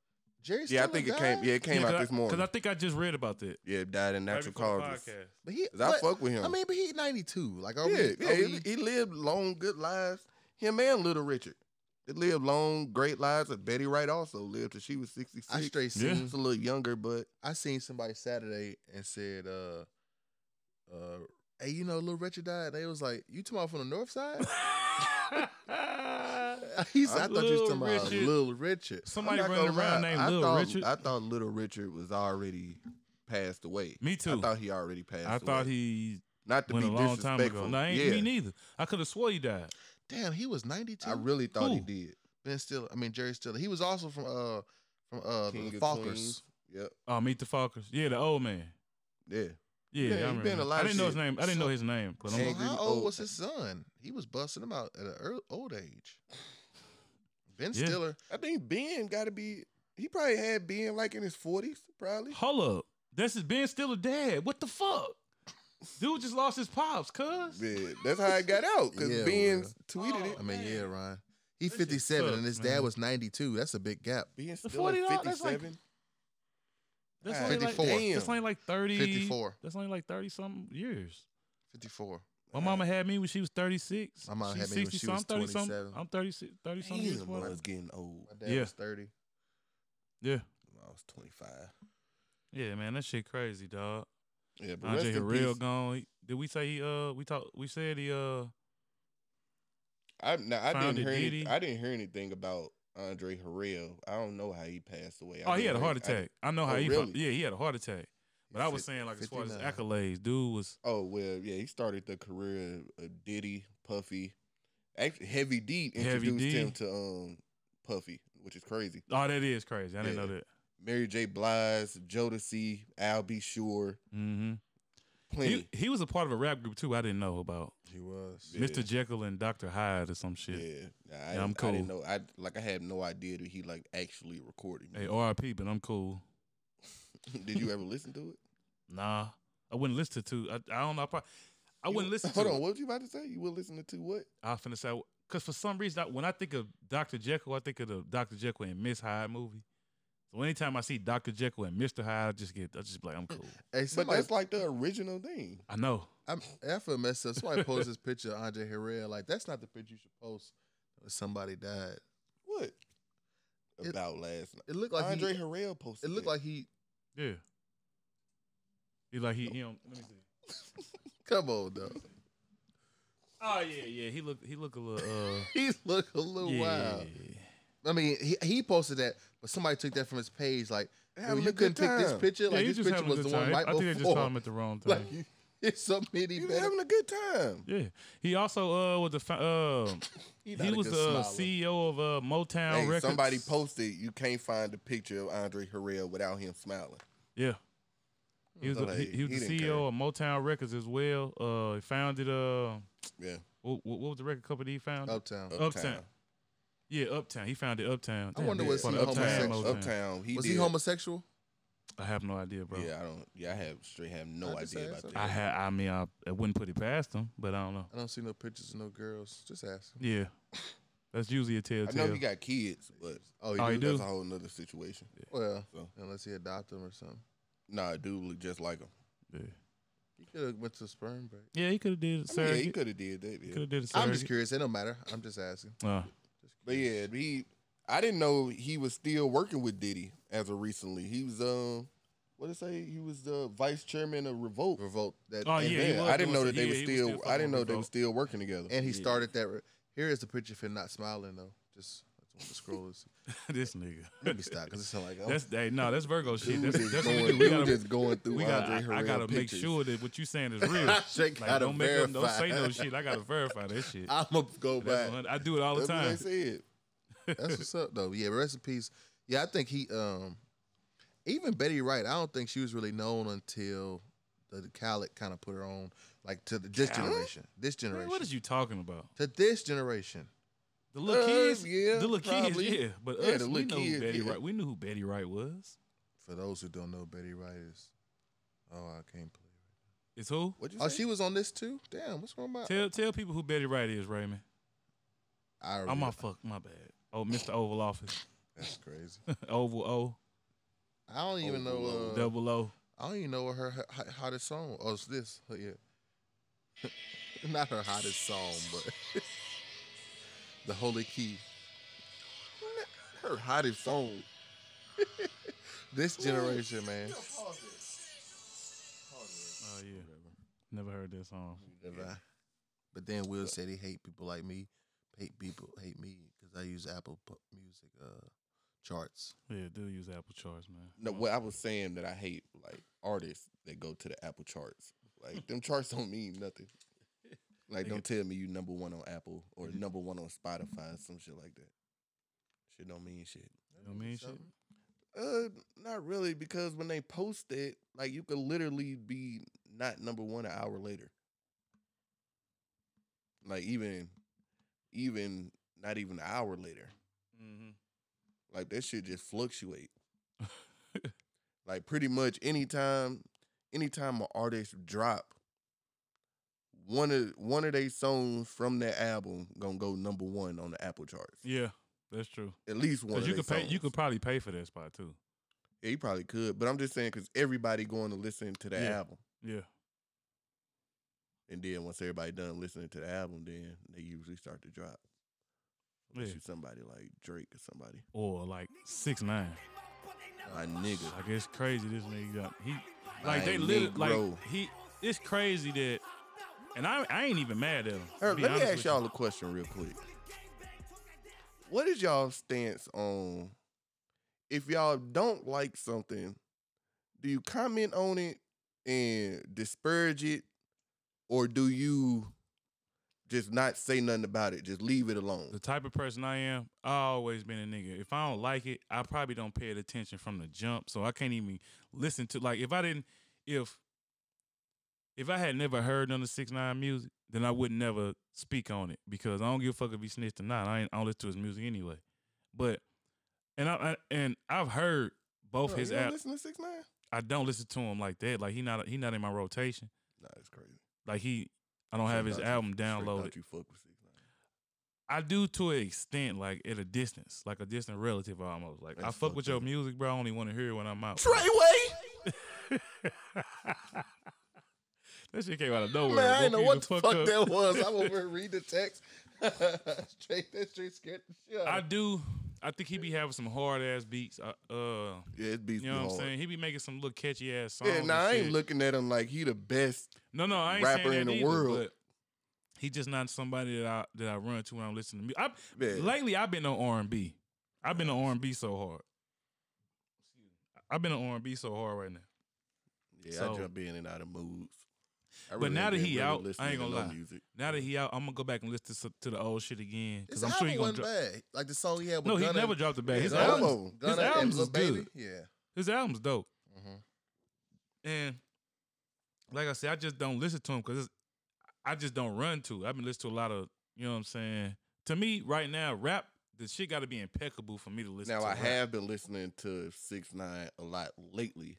[SPEAKER 3] Jerry
[SPEAKER 1] yeah,
[SPEAKER 3] Stiller
[SPEAKER 1] I think it
[SPEAKER 3] died?
[SPEAKER 1] came. Yeah, it came out this morning.
[SPEAKER 2] Because I think I just read about that.
[SPEAKER 1] yeah, died in natural causes.
[SPEAKER 3] But he.
[SPEAKER 1] 'Cause I
[SPEAKER 3] but-
[SPEAKER 1] fuck with him.
[SPEAKER 3] I
[SPEAKER 1] Oh,
[SPEAKER 3] mean, but he ninety two. Like, are
[SPEAKER 1] yeah,
[SPEAKER 3] we?
[SPEAKER 1] yeah.
[SPEAKER 3] are
[SPEAKER 1] he-
[SPEAKER 3] we-
[SPEAKER 1] he, lived long, good lives. Him and Little Richard, they lived long, great lives. And Betty Wright also lived till she was sixty
[SPEAKER 3] I
[SPEAKER 1] six.
[SPEAKER 3] straight
[SPEAKER 2] Yeah.
[SPEAKER 3] seen.
[SPEAKER 1] She's a little younger, but
[SPEAKER 3] I seen somebody Saturday and said, uh, uh, hey, you know, little Richard died. They was like, you talking about from the north side? he said, I thought you was talking
[SPEAKER 2] Little
[SPEAKER 3] about
[SPEAKER 2] Richard.
[SPEAKER 3] little Richard.
[SPEAKER 2] Somebody
[SPEAKER 1] I'm not
[SPEAKER 2] running
[SPEAKER 1] gonna
[SPEAKER 2] around
[SPEAKER 1] lie,
[SPEAKER 2] named
[SPEAKER 1] I
[SPEAKER 2] Little
[SPEAKER 1] thought,
[SPEAKER 2] Richard.
[SPEAKER 1] I thought Little Richard was already passed away.
[SPEAKER 2] Me too.
[SPEAKER 1] I thought he already passed.
[SPEAKER 2] I thought
[SPEAKER 1] away.
[SPEAKER 2] he
[SPEAKER 1] Not to
[SPEAKER 2] Went
[SPEAKER 1] be
[SPEAKER 2] a long time
[SPEAKER 1] disrespectful.
[SPEAKER 2] ago. No, I ain't
[SPEAKER 1] yeah,
[SPEAKER 2] me neither. I could have swore he died.
[SPEAKER 4] Damn, he was 92.
[SPEAKER 1] I really thought he
[SPEAKER 2] Who?
[SPEAKER 1] did.
[SPEAKER 4] ben Stiller. I mean Jerry Stiller. He was also from uh from uh
[SPEAKER 1] King
[SPEAKER 4] the
[SPEAKER 1] of
[SPEAKER 4] Falkers.
[SPEAKER 1] Queens. Yep.
[SPEAKER 2] Oh, meet the Falkers. Yeah, the old man.
[SPEAKER 1] Yeah.
[SPEAKER 2] Yeah,
[SPEAKER 1] Yeah,
[SPEAKER 2] I
[SPEAKER 1] he been
[SPEAKER 2] remember.
[SPEAKER 1] a lot
[SPEAKER 2] I
[SPEAKER 1] of
[SPEAKER 2] didn't know his
[SPEAKER 1] shit.
[SPEAKER 2] name. I didn't know his name, but I'm
[SPEAKER 4] So
[SPEAKER 1] Angry
[SPEAKER 4] how
[SPEAKER 1] old-
[SPEAKER 4] old was his son? He was busting him out at an early, old age. Ben
[SPEAKER 2] Yeah.
[SPEAKER 4] Stiller.
[SPEAKER 1] I think Ben got to be. He probably had Ben like in his forties, probably.
[SPEAKER 2] Hold up. This is Ben Stiller dad. What the fuck? Dude just lost his pops, cuz.
[SPEAKER 1] Yeah, that's how it got out because
[SPEAKER 3] Yeah,
[SPEAKER 1] Ben
[SPEAKER 3] well.
[SPEAKER 1] tweeted
[SPEAKER 2] Oh.
[SPEAKER 1] it.
[SPEAKER 3] I mean, yeah, Ryan. He
[SPEAKER 2] shit
[SPEAKER 3] 57 and his
[SPEAKER 2] sucks,
[SPEAKER 3] dad
[SPEAKER 2] man.
[SPEAKER 3] was 92. That's a big gap.
[SPEAKER 1] Ben still
[SPEAKER 2] $40,
[SPEAKER 1] at
[SPEAKER 2] that's like-
[SPEAKER 1] fifty-seven.
[SPEAKER 2] That's
[SPEAKER 1] Ah,
[SPEAKER 2] only
[SPEAKER 4] 54.
[SPEAKER 2] like
[SPEAKER 1] Damn.
[SPEAKER 2] that's only like 30
[SPEAKER 4] 54.
[SPEAKER 2] That's only like 30 something years.
[SPEAKER 4] 54.
[SPEAKER 2] My mama had me when she was 36.
[SPEAKER 3] My mama
[SPEAKER 2] She's
[SPEAKER 3] had me when
[SPEAKER 2] 60
[SPEAKER 3] she was
[SPEAKER 2] something, 30 something.
[SPEAKER 3] 27.
[SPEAKER 2] I'm 36 30 something years
[SPEAKER 1] Damn,
[SPEAKER 2] old.
[SPEAKER 1] I was getting old.
[SPEAKER 4] My dad
[SPEAKER 2] Yeah.
[SPEAKER 4] was 30.
[SPEAKER 2] Yeah.
[SPEAKER 1] When I was twenty-five.
[SPEAKER 2] Yeah, man, that shit crazy, dog.
[SPEAKER 1] Yeah, but rest
[SPEAKER 2] Andre
[SPEAKER 1] in
[SPEAKER 2] Harrell
[SPEAKER 1] peace.
[SPEAKER 2] gone. He- Did we say he uh we talked we said he uh
[SPEAKER 1] I, now, I didn't
[SPEAKER 2] founded
[SPEAKER 1] hear. Any,
[SPEAKER 2] Diddy.
[SPEAKER 1] I didn't hear anything about Andre Harrell. I don't know how he passed away. I
[SPEAKER 2] oh he had
[SPEAKER 1] didn't
[SPEAKER 2] a
[SPEAKER 1] hear-
[SPEAKER 2] heart
[SPEAKER 1] I didn't-
[SPEAKER 2] attack. I, know how
[SPEAKER 1] Oh,
[SPEAKER 2] he fu-
[SPEAKER 1] really?
[SPEAKER 2] yeah, he had a heart attack. But I was
[SPEAKER 3] Fif-
[SPEAKER 2] saying like as far as
[SPEAKER 3] 59.
[SPEAKER 2] accolades, dude was
[SPEAKER 1] Oh well, yeah, he started the career of Diddy, Puffy. Actually, Heavy D
[SPEAKER 2] Heavy
[SPEAKER 1] introduced
[SPEAKER 2] D.
[SPEAKER 1] him to um Puffy, which is crazy.
[SPEAKER 2] Oh, that is crazy. I didn't know that.
[SPEAKER 1] Mary J. Blige, Jodeci, Al B. Sure,
[SPEAKER 2] Mm-hmm.
[SPEAKER 1] plenty.
[SPEAKER 2] He, he was a part of a rap group too. I didn't know about
[SPEAKER 3] He was.
[SPEAKER 1] Yeah.
[SPEAKER 2] Mr. Jekyll and Dr. Hyde or some shit.
[SPEAKER 1] Yeah, nah, I,
[SPEAKER 2] Yeah, I'm
[SPEAKER 1] didn't- I didn't
[SPEAKER 2] cool.
[SPEAKER 1] know. I like I had no idea that he like actually recorded.
[SPEAKER 2] Hey, oh.
[SPEAKER 1] music.
[SPEAKER 2] R.I.P. But I'm cool.
[SPEAKER 1] Did you ever listen to it?
[SPEAKER 2] Nah, I wouldn't listen to. I, I don't know. I, probably, I
[SPEAKER 1] You-
[SPEAKER 2] wouldn't listen.
[SPEAKER 1] Hold
[SPEAKER 2] to
[SPEAKER 1] on,
[SPEAKER 2] It.
[SPEAKER 1] what was you about to say? You were listening to what?
[SPEAKER 2] I finna say because for some reason I, when I think of Dr. Jekyll, I think of the Dr. Jekyll and Miss Hyde movie. So anytime I see Dr. Jekyll and Mr. Hyde, I just get I just be like I'm cool.
[SPEAKER 3] Hey,
[SPEAKER 1] But
[SPEAKER 3] somebody,
[SPEAKER 1] that's like the original thing.
[SPEAKER 2] I know.
[SPEAKER 3] I'm, I feel messed up. Somebody posted this picture of Andre Herrera. Like, that's not the picture you should post. when Somebody died.
[SPEAKER 1] What
[SPEAKER 3] It-
[SPEAKER 1] about last night?
[SPEAKER 3] It looked like
[SPEAKER 1] Andre
[SPEAKER 3] he,
[SPEAKER 1] Harrell posted.
[SPEAKER 3] It looked
[SPEAKER 1] that.
[SPEAKER 3] like he.
[SPEAKER 2] Yeah. He like he you know. Let me see.
[SPEAKER 3] Come on, though.
[SPEAKER 2] Oh yeah, yeah. He look he look a little uh.
[SPEAKER 3] He looked a little
[SPEAKER 2] yeah.
[SPEAKER 3] wild. I mean, he, he posted that, but somebody took that from his page. Like, yo,
[SPEAKER 1] Having a
[SPEAKER 3] you couldn't
[SPEAKER 1] good
[SPEAKER 3] pick this
[SPEAKER 1] time.
[SPEAKER 3] picture.
[SPEAKER 2] yeah,
[SPEAKER 3] Like,
[SPEAKER 2] he
[SPEAKER 3] this
[SPEAKER 2] just
[SPEAKER 3] picture
[SPEAKER 2] having a
[SPEAKER 3] was
[SPEAKER 2] good
[SPEAKER 3] the one
[SPEAKER 2] time.
[SPEAKER 3] right
[SPEAKER 2] I think
[SPEAKER 3] before.
[SPEAKER 2] they just caught him at the wrong time.
[SPEAKER 3] like, it's so many
[SPEAKER 1] he was
[SPEAKER 3] better.
[SPEAKER 1] having a good time.
[SPEAKER 2] yeah, he also uh was the fo- uh
[SPEAKER 3] He,
[SPEAKER 2] he was the uh, CEO of uh Motown
[SPEAKER 1] Hey,
[SPEAKER 2] Records.
[SPEAKER 1] somebody posted you can't find a picture of Andre Harrell without him smiling.
[SPEAKER 2] Yeah, he was
[SPEAKER 1] So,
[SPEAKER 2] the,
[SPEAKER 1] like,
[SPEAKER 2] he, he was
[SPEAKER 1] he
[SPEAKER 2] the
[SPEAKER 1] didn't
[SPEAKER 2] CEO
[SPEAKER 1] care.
[SPEAKER 2] of Motown Records as well. Uh, he founded uh
[SPEAKER 1] Yeah,
[SPEAKER 2] what, what was the record company he founded?
[SPEAKER 3] Uptown.
[SPEAKER 2] Uptown. yeah, Uptown. He founded Uptown.
[SPEAKER 3] I wonder
[SPEAKER 2] man,
[SPEAKER 3] was
[SPEAKER 2] it's
[SPEAKER 1] yeah,
[SPEAKER 3] he
[SPEAKER 2] called Uptown,
[SPEAKER 3] homosexual?
[SPEAKER 2] Motown.
[SPEAKER 1] Uptown. He
[SPEAKER 3] was
[SPEAKER 1] did,
[SPEAKER 3] he homosexual?
[SPEAKER 2] I have no idea, bro.
[SPEAKER 1] Yeah, I don't. Yeah, I have straight have no
[SPEAKER 3] I just
[SPEAKER 1] idea
[SPEAKER 3] asked
[SPEAKER 1] about
[SPEAKER 3] him.
[SPEAKER 1] that.
[SPEAKER 2] I had. I mean, I, I wouldn't put it past him, but I don't know.
[SPEAKER 3] I don't see no pictures of no girls. Just ask him.
[SPEAKER 2] Yeah, that's usually a
[SPEAKER 1] I
[SPEAKER 2] telltale.
[SPEAKER 1] know he got kids, but
[SPEAKER 3] Oh, he
[SPEAKER 2] Oh, he
[SPEAKER 3] do?
[SPEAKER 2] do?
[SPEAKER 1] that's a whole nother situation.
[SPEAKER 3] Well,
[SPEAKER 1] So.
[SPEAKER 3] unless he adopted him or something.
[SPEAKER 1] Nah, dude look just like him.
[SPEAKER 2] yeah.
[SPEAKER 3] He could have went to sperm break.
[SPEAKER 2] yeah, he could have did.
[SPEAKER 1] I mean, yeah,
[SPEAKER 2] surrogate.
[SPEAKER 1] he could have did that.
[SPEAKER 2] He
[SPEAKER 1] yeah.
[SPEAKER 2] could have did a
[SPEAKER 3] I'm just
[SPEAKER 2] surrogate.
[SPEAKER 3] curious. It don't matter. I'm just asking.
[SPEAKER 2] Uh,
[SPEAKER 1] But yeah, he. I didn't know he was still working with Diddy as of recently. He was um, what did it say? He was the vice chairman of Revolt.
[SPEAKER 3] Revolt. That,
[SPEAKER 2] Oh,
[SPEAKER 1] And
[SPEAKER 2] yeah, he
[SPEAKER 1] then
[SPEAKER 2] was
[SPEAKER 1] I
[SPEAKER 2] doing
[SPEAKER 1] didn't know
[SPEAKER 2] some-
[SPEAKER 1] that they
[SPEAKER 2] yeah,
[SPEAKER 1] were
[SPEAKER 2] he was
[SPEAKER 1] still.
[SPEAKER 2] still
[SPEAKER 1] I
[SPEAKER 2] fucking
[SPEAKER 1] didn't know
[SPEAKER 2] with
[SPEAKER 1] they were
[SPEAKER 2] Revolt.
[SPEAKER 1] still working together.
[SPEAKER 3] And he
[SPEAKER 2] Yeah.
[SPEAKER 3] started that. Re- Here is the picture of him not smiling, though. Just I just want to scroll this.
[SPEAKER 2] this nigga.
[SPEAKER 3] Let me stop because it sound like oh,
[SPEAKER 2] That's hey, no, that's Virgo shit. That's,
[SPEAKER 1] Dude
[SPEAKER 2] that's what
[SPEAKER 1] going-
[SPEAKER 2] we do. We
[SPEAKER 1] dude
[SPEAKER 2] gotta,
[SPEAKER 1] just going through
[SPEAKER 2] we gotta,
[SPEAKER 1] Andre
[SPEAKER 2] I, I
[SPEAKER 1] Harrell
[SPEAKER 2] gotta make
[SPEAKER 1] pictures.
[SPEAKER 2] sure that what you saying is real.
[SPEAKER 3] I just
[SPEAKER 2] like,
[SPEAKER 3] gotta
[SPEAKER 2] don't make up, don't say no
[SPEAKER 3] verify.
[SPEAKER 2] shit. I gotta verify that shit.
[SPEAKER 3] I'm gonna go
[SPEAKER 2] That's
[SPEAKER 3] back.
[SPEAKER 2] what- I do it all the
[SPEAKER 1] That's what
[SPEAKER 2] time.
[SPEAKER 1] they said.
[SPEAKER 3] That's what's up though. Yeah, rest in peace. Yeah, I think he um even Betty Wright, I don't think she was really known until the Khaled kind of put her on, like to the, this
[SPEAKER 2] Khaled?
[SPEAKER 3] generation. This
[SPEAKER 2] Man,
[SPEAKER 3] generation.
[SPEAKER 2] what is you talking about?
[SPEAKER 3] to this generation.
[SPEAKER 2] The little
[SPEAKER 1] Us,
[SPEAKER 2] kids,
[SPEAKER 1] Uh, yeah,
[SPEAKER 2] the little kids,
[SPEAKER 1] probably.
[SPEAKER 2] yeah. But
[SPEAKER 1] Yeah,
[SPEAKER 2] us,
[SPEAKER 1] the
[SPEAKER 2] we
[SPEAKER 1] little
[SPEAKER 2] know who
[SPEAKER 1] kids,
[SPEAKER 2] Betty
[SPEAKER 1] yeah.
[SPEAKER 2] Wright. We knew who Betty Wright was.
[SPEAKER 3] For those who don't know, Betty Wright is oh I can't believe.
[SPEAKER 2] It's who?
[SPEAKER 1] What you
[SPEAKER 3] It. Oh,
[SPEAKER 1] say?
[SPEAKER 3] she was on this too. Damn, what's wrong about?
[SPEAKER 2] Tell tell people who Betty Wright is, Raymond.
[SPEAKER 3] I already,
[SPEAKER 2] I'm my fuck, my bad. Oh, Mr. Oval Office,
[SPEAKER 3] That's crazy.
[SPEAKER 2] Oval O,
[SPEAKER 3] I don't even know. Uh,
[SPEAKER 2] Double O.
[SPEAKER 3] I don't even know what her ho- ho- hottest song. Was. Oh, it's this. Oh, yeah. Not her hottest song, but the Holy Key.
[SPEAKER 1] her hottest song?
[SPEAKER 3] This generation, man.
[SPEAKER 2] Oh yeah, never heard that song.
[SPEAKER 3] But then Will said he hate people like me. Hate people hate me because I use Apple P- Music uh, charts.
[SPEAKER 2] Yeah, do use Apple Charts, man.
[SPEAKER 1] No, well, I was saying that I hate like artists that go to the Apple charts. Like them charts don't mean nothing. Like don't tell me you number one on Apple or number one on Spotify, some shit like that. Shit don't mean shit.
[SPEAKER 2] You know what I mean? Shit.
[SPEAKER 1] Uh, not really, because when they post it, like you could literally be not number one an hour later. Like even, even not even an hour later.
[SPEAKER 2] Mm-hmm.
[SPEAKER 1] Like that shit just fluctuate. like pretty much anytime, anytime an artist drop one of one of their songs from their album gonna go number one on the Apple charts.
[SPEAKER 2] Yeah, that's true.
[SPEAKER 1] At least one.
[SPEAKER 2] Because
[SPEAKER 1] Of
[SPEAKER 2] you
[SPEAKER 1] they
[SPEAKER 2] could pay, you
[SPEAKER 1] songs.
[SPEAKER 2] could probably pay for that spot too.
[SPEAKER 1] Yeah, you probably could, but I'm just saying because everybody going to listen to the
[SPEAKER 2] Yeah.
[SPEAKER 1] album,
[SPEAKER 2] Yeah,
[SPEAKER 1] and then once everybody done listening to the album, then they usually start to drop.
[SPEAKER 2] yeah.
[SPEAKER 1] Unless you somebody like Drake or somebody,
[SPEAKER 2] Or like six nine.
[SPEAKER 1] my nigga.
[SPEAKER 2] Like it's crazy. This nigga got he like they
[SPEAKER 1] Like
[SPEAKER 2] literally
[SPEAKER 1] Negro.
[SPEAKER 2] like he. It's crazy that, and I I ain't even mad at him. to
[SPEAKER 1] Alright,
[SPEAKER 2] be
[SPEAKER 1] let me
[SPEAKER 2] honest
[SPEAKER 1] ask
[SPEAKER 2] with you.
[SPEAKER 1] y'all a question real quick. What is y'all stance on if y'all don't like something, do you comment on it and disparage it, or do you just not say nothing about it, just leave it alone?
[SPEAKER 2] the type of person I am, I always been a nigga. If I don't like it, I probably don't pay it attention from the jump. So I can't even listen to like if I didn't if if I had never heard none of six nine music, then I would never speak on it because I don't give a fuck if he snitched or not. I ain't I don't listen to his music anyway. But and I, I and I've heard both
[SPEAKER 1] Bro,
[SPEAKER 2] his
[SPEAKER 1] you don't
[SPEAKER 2] app.
[SPEAKER 1] listen to Six Nine?
[SPEAKER 2] I don't listen to him like that. Like he not he not in my rotation.
[SPEAKER 1] Nah, it's crazy.
[SPEAKER 2] Like he I don't have his
[SPEAKER 1] Straight
[SPEAKER 2] album
[SPEAKER 1] thought you- straight thought
[SPEAKER 2] downloaded.
[SPEAKER 1] You fuck with Six Nine.
[SPEAKER 2] I do to an extent, like at a distance, like a distant relative almost. Like I
[SPEAKER 1] That's
[SPEAKER 2] fuck with
[SPEAKER 1] fucked
[SPEAKER 2] your
[SPEAKER 1] up.
[SPEAKER 2] music, bro. I only want to hear it when I'm out.
[SPEAKER 1] Treyway,
[SPEAKER 2] that shit came out of nowhere.
[SPEAKER 1] man, I
[SPEAKER 2] Woke
[SPEAKER 1] ain't know
[SPEAKER 2] you
[SPEAKER 1] what the fuck,
[SPEAKER 2] up.
[SPEAKER 1] that was.
[SPEAKER 3] I'm over here read the text. straight that straight scared the shit. out
[SPEAKER 2] I
[SPEAKER 3] of me.
[SPEAKER 2] do. I think he be having some hard ass beats. Uh, uh
[SPEAKER 1] yeah, it beats
[SPEAKER 2] you know what
[SPEAKER 1] me
[SPEAKER 2] I'm
[SPEAKER 1] hard.
[SPEAKER 2] saying? He be making some little catchy ass songs.
[SPEAKER 1] Yeah, nah, I
[SPEAKER 2] and
[SPEAKER 1] ain't
[SPEAKER 2] shit.
[SPEAKER 1] looking at him like he the best.
[SPEAKER 2] No, no, I ain't
[SPEAKER 1] rapper
[SPEAKER 2] saying
[SPEAKER 1] in
[SPEAKER 2] that
[SPEAKER 1] the
[SPEAKER 2] either,
[SPEAKER 1] world.
[SPEAKER 2] But he just not somebody that I that I run to when I'm listening to music. I,
[SPEAKER 1] Yeah.
[SPEAKER 2] Lately, I've been on R and B. I've been on R and B so hard. I've been on R and B so hard right now.
[SPEAKER 1] Yeah,
[SPEAKER 2] So-
[SPEAKER 1] I jump in and out of moods. I
[SPEAKER 2] But now
[SPEAKER 1] ain't
[SPEAKER 2] that
[SPEAKER 1] been
[SPEAKER 2] he out, I ain't
[SPEAKER 1] listening to
[SPEAKER 2] gonna
[SPEAKER 1] no
[SPEAKER 2] lie.
[SPEAKER 1] music.
[SPEAKER 2] Now that he out, I'm gonna go back and listen to, some- to the old shit again
[SPEAKER 5] His
[SPEAKER 2] because I'm sure he
[SPEAKER 5] album
[SPEAKER 2] gonna.
[SPEAKER 5] wasn't
[SPEAKER 2] Dro-
[SPEAKER 5] bad. Like the song he had with
[SPEAKER 2] no, he
[SPEAKER 5] Gunna,
[SPEAKER 2] never dropped it back.
[SPEAKER 5] Yeah,
[SPEAKER 2] His,
[SPEAKER 5] Gunna-
[SPEAKER 1] album-
[SPEAKER 2] albums,
[SPEAKER 1] His
[SPEAKER 5] Gunna and
[SPEAKER 2] albums
[SPEAKER 5] Lil
[SPEAKER 2] is
[SPEAKER 5] Baby.
[SPEAKER 2] good.
[SPEAKER 5] Yeah. Mm-hmm,
[SPEAKER 2] his albums dope,
[SPEAKER 3] Mhm.
[SPEAKER 2] and like I said, I just don't listen to him because I just don't run to. it. I've been listening to a lot of, you know what I'm saying. To me, right now, rap the shit got to be impeccable for me to listen.
[SPEAKER 1] Now
[SPEAKER 2] to
[SPEAKER 1] I
[SPEAKER 2] rap.
[SPEAKER 1] have been listening to Six Nine a lot lately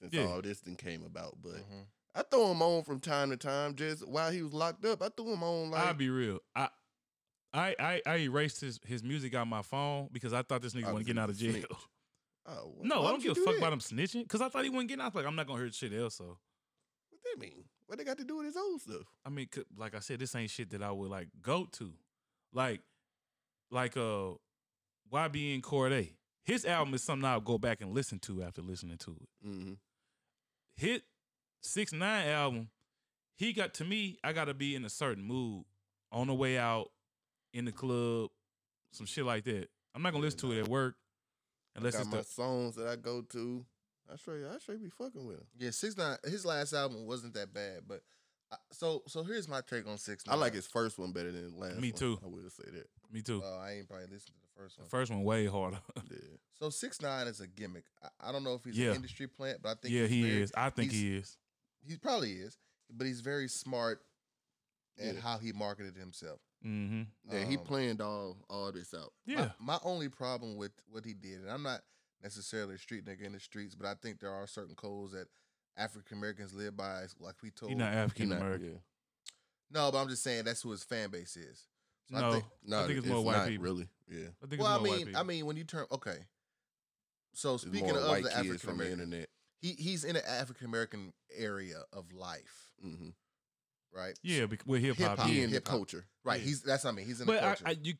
[SPEAKER 1] since
[SPEAKER 2] Yeah. Mm-hmm.
[SPEAKER 1] all this thing came about. But
[SPEAKER 5] mm-hmm.
[SPEAKER 3] Mhm.
[SPEAKER 1] I throw him on from time to time, just while he was locked up. I threw him on like
[SPEAKER 2] I'll be real. I. I, I, I erased his, his music out my phone because I thought this nigga wasn't
[SPEAKER 1] Obviously
[SPEAKER 2] getting out of jail.
[SPEAKER 1] snitch. oh, wh-
[SPEAKER 2] No,
[SPEAKER 1] why
[SPEAKER 2] I
[SPEAKER 1] would
[SPEAKER 2] don't
[SPEAKER 1] you
[SPEAKER 2] give a fuck
[SPEAKER 1] that?
[SPEAKER 2] about him snitching because I thought he wasn't getting out. Like I'm not gonna hear shit else. So
[SPEAKER 1] What that mean? What they got to do with his old stuff?
[SPEAKER 2] I mean, c- like I said, this ain't shit that I would like go to. Like, like uh, YBN Corday. His album is something I'll go back and listen to after listening to it.
[SPEAKER 1] Mm-hmm.
[SPEAKER 2] Hit six nine album. He got to me. I gotta be in a certain mood on the way out in the club, some shit like that. I'm not gonna
[SPEAKER 1] Yeah,
[SPEAKER 2] listen to
[SPEAKER 1] nah.
[SPEAKER 2] it at work unless
[SPEAKER 1] Got
[SPEAKER 2] it's
[SPEAKER 1] my
[SPEAKER 2] the
[SPEAKER 1] songs that I go to. I straight, I straight be fucking with him.
[SPEAKER 5] Yeah, Six Nine. His last album wasn't that bad, but I, so so here's my take on Six
[SPEAKER 1] I
[SPEAKER 5] Nine.
[SPEAKER 1] like his first one better than his last.
[SPEAKER 2] Me
[SPEAKER 1] one.
[SPEAKER 2] too.
[SPEAKER 1] I will say that.
[SPEAKER 2] me
[SPEAKER 3] uh,
[SPEAKER 2] too.
[SPEAKER 5] Well, I ain't probably listened to the first
[SPEAKER 2] The
[SPEAKER 5] one.
[SPEAKER 2] first one way harder.
[SPEAKER 1] Yeah.
[SPEAKER 5] So Six Nine is a gimmick. I, I don't know if he's
[SPEAKER 2] Yeah.
[SPEAKER 5] an industry plant, but I think
[SPEAKER 2] yeah,
[SPEAKER 5] he's
[SPEAKER 2] he
[SPEAKER 5] very-
[SPEAKER 2] is. I think
[SPEAKER 5] he's-
[SPEAKER 2] he is.
[SPEAKER 5] He probably is, but he's very smart in
[SPEAKER 1] Yeah.
[SPEAKER 5] how he marketed himself.
[SPEAKER 2] Mm-hmm.
[SPEAKER 1] Yeah, he
[SPEAKER 5] Um,
[SPEAKER 1] planned all all this out.
[SPEAKER 2] Yeah.
[SPEAKER 5] My, my only problem with what he did, and I'm not necessarily a street nigga in the streets, but I think there are certain codes that African Americans live by, like we told.
[SPEAKER 2] He's not
[SPEAKER 1] He
[SPEAKER 2] African
[SPEAKER 1] not-
[SPEAKER 2] American.
[SPEAKER 1] yeah.
[SPEAKER 5] no, but I'm just saying that's who his fan base is. So
[SPEAKER 2] No,
[SPEAKER 5] I think,
[SPEAKER 1] No,
[SPEAKER 2] think it's more white people.
[SPEAKER 1] Really? Yeah.
[SPEAKER 2] I think
[SPEAKER 5] well, I
[SPEAKER 2] it's more white
[SPEAKER 5] mean,
[SPEAKER 2] people.
[SPEAKER 5] I mean, when you turn okay. So
[SPEAKER 1] It's
[SPEAKER 5] speaking
[SPEAKER 1] more
[SPEAKER 5] of
[SPEAKER 1] white
[SPEAKER 5] the
[SPEAKER 1] kids
[SPEAKER 5] African
[SPEAKER 1] from the
[SPEAKER 5] American,
[SPEAKER 1] internet.
[SPEAKER 5] he he's in an African American area of life,
[SPEAKER 1] Mm-hmm.
[SPEAKER 5] right?
[SPEAKER 2] Yeah, bec- with hip hop.
[SPEAKER 5] Hip-hop.
[SPEAKER 1] He
[SPEAKER 2] Yeah.
[SPEAKER 1] in the
[SPEAKER 5] hip-hop.
[SPEAKER 1] culture.
[SPEAKER 5] right.
[SPEAKER 2] yeah.
[SPEAKER 5] He's that's what I mean. He's in the
[SPEAKER 2] But I,
[SPEAKER 5] culture.
[SPEAKER 2] I, you,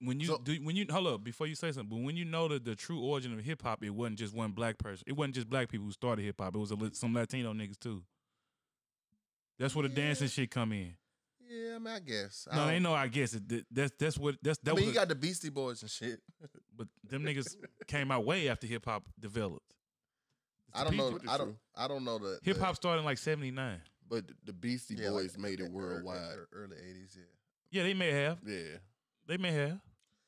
[SPEAKER 2] when you
[SPEAKER 5] So-
[SPEAKER 2] do, when you hold up before you say something, but when you know that the true origin of hip hop, it wasn't just one black person. It wasn't just black people who started hip hop. It was a, lit- some Latino niggas too. That's where the dancing
[SPEAKER 5] Yeah.
[SPEAKER 2] shit come in.
[SPEAKER 5] yeah, I mean, I guess. I
[SPEAKER 2] No,
[SPEAKER 5] don't-
[SPEAKER 2] they know. I guess it, that- that's that's what that's that
[SPEAKER 5] I mean,
[SPEAKER 2] was.
[SPEAKER 5] you got the Beastie Boys and shit.
[SPEAKER 2] but them niggas came out way after hip hop developed.
[SPEAKER 5] I don't know.
[SPEAKER 1] people.
[SPEAKER 5] I don't. I don't know the
[SPEAKER 2] Hip
[SPEAKER 5] the-
[SPEAKER 2] hop started in like '79.
[SPEAKER 1] But th- the Beastie
[SPEAKER 3] Yeah, like
[SPEAKER 1] Boys made
[SPEAKER 3] e-
[SPEAKER 1] it
[SPEAKER 3] ear-
[SPEAKER 1] worldwide.
[SPEAKER 3] ear- Early eighties, yeah.
[SPEAKER 2] Yeah, they may have.
[SPEAKER 1] Yeah,
[SPEAKER 2] They may have.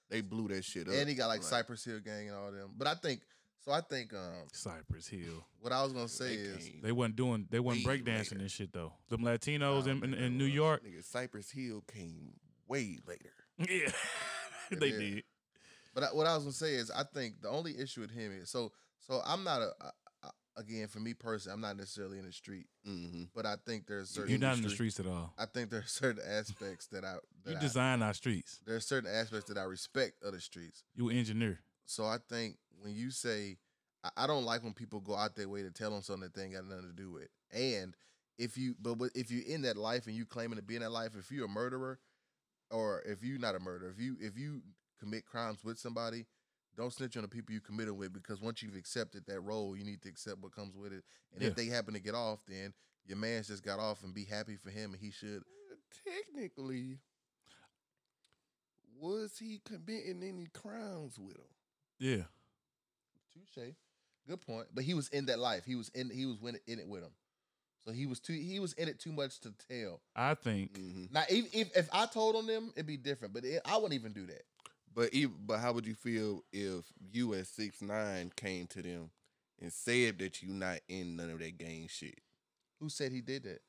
[SPEAKER 1] they blew that shit up.
[SPEAKER 3] And he got like
[SPEAKER 1] Right.
[SPEAKER 3] Cypress Hill Gang and all them. But I think so. I think um,
[SPEAKER 2] Cypress Hill.
[SPEAKER 3] what I was gonna say
[SPEAKER 1] They
[SPEAKER 3] is
[SPEAKER 1] came
[SPEAKER 2] They wasn't doing. They wasn't
[SPEAKER 1] Way
[SPEAKER 2] breakdancing
[SPEAKER 1] later.
[SPEAKER 2] and shit though. Them Latinos in,
[SPEAKER 1] Nah,
[SPEAKER 2] in,
[SPEAKER 1] man,
[SPEAKER 2] in
[SPEAKER 1] that
[SPEAKER 2] New
[SPEAKER 1] was-
[SPEAKER 2] York.
[SPEAKER 1] Nigga, Cypress Hill came way later.
[SPEAKER 2] Yeah, they
[SPEAKER 3] Yeah.
[SPEAKER 2] did.
[SPEAKER 3] But I, what I was gonna say is, I think the only issue with him is so. So I'm not a, I, I, again for me personally, I'm not necessarily in the street,
[SPEAKER 1] Mm-hmm.
[SPEAKER 3] but I think there's certain.
[SPEAKER 2] You're not in the streets at all.
[SPEAKER 3] I think there are certain aspects that I. That
[SPEAKER 2] You
[SPEAKER 3] I-
[SPEAKER 2] design our streets.
[SPEAKER 3] there are certain aspects that I respect of the streets.
[SPEAKER 2] You engineer.
[SPEAKER 3] So I think when you say, I, I don't like when people go out their way to tell them something that they ain't got nothing to do with. And if you, but what- if you're in that life and you claiming to be in that life, if you're a murderer, or if you not a murderer, if you if you commit crimes with somebody, don't snitch on the people you committed with because once you've accepted that role, you need to accept what comes with it. And
[SPEAKER 2] Yeah.
[SPEAKER 3] if they happen to get off, then your man's just got off and be happy for him, and he should.
[SPEAKER 1] Technically, was he committing any crimes with him?
[SPEAKER 2] Yeah,
[SPEAKER 3] Touche. Good point. But he was in that life. He was in. He was win- in it with him. So he was too. He was in it too much to tell.
[SPEAKER 2] I think.
[SPEAKER 1] Mm-hmm.
[SPEAKER 3] Now, if if, if I told on them, it'd be different. But it, I wouldn't even do that.
[SPEAKER 1] But even, but how would you feel if you at six nine came to them and said that you not in none of that gang shit?
[SPEAKER 3] Who said he did that?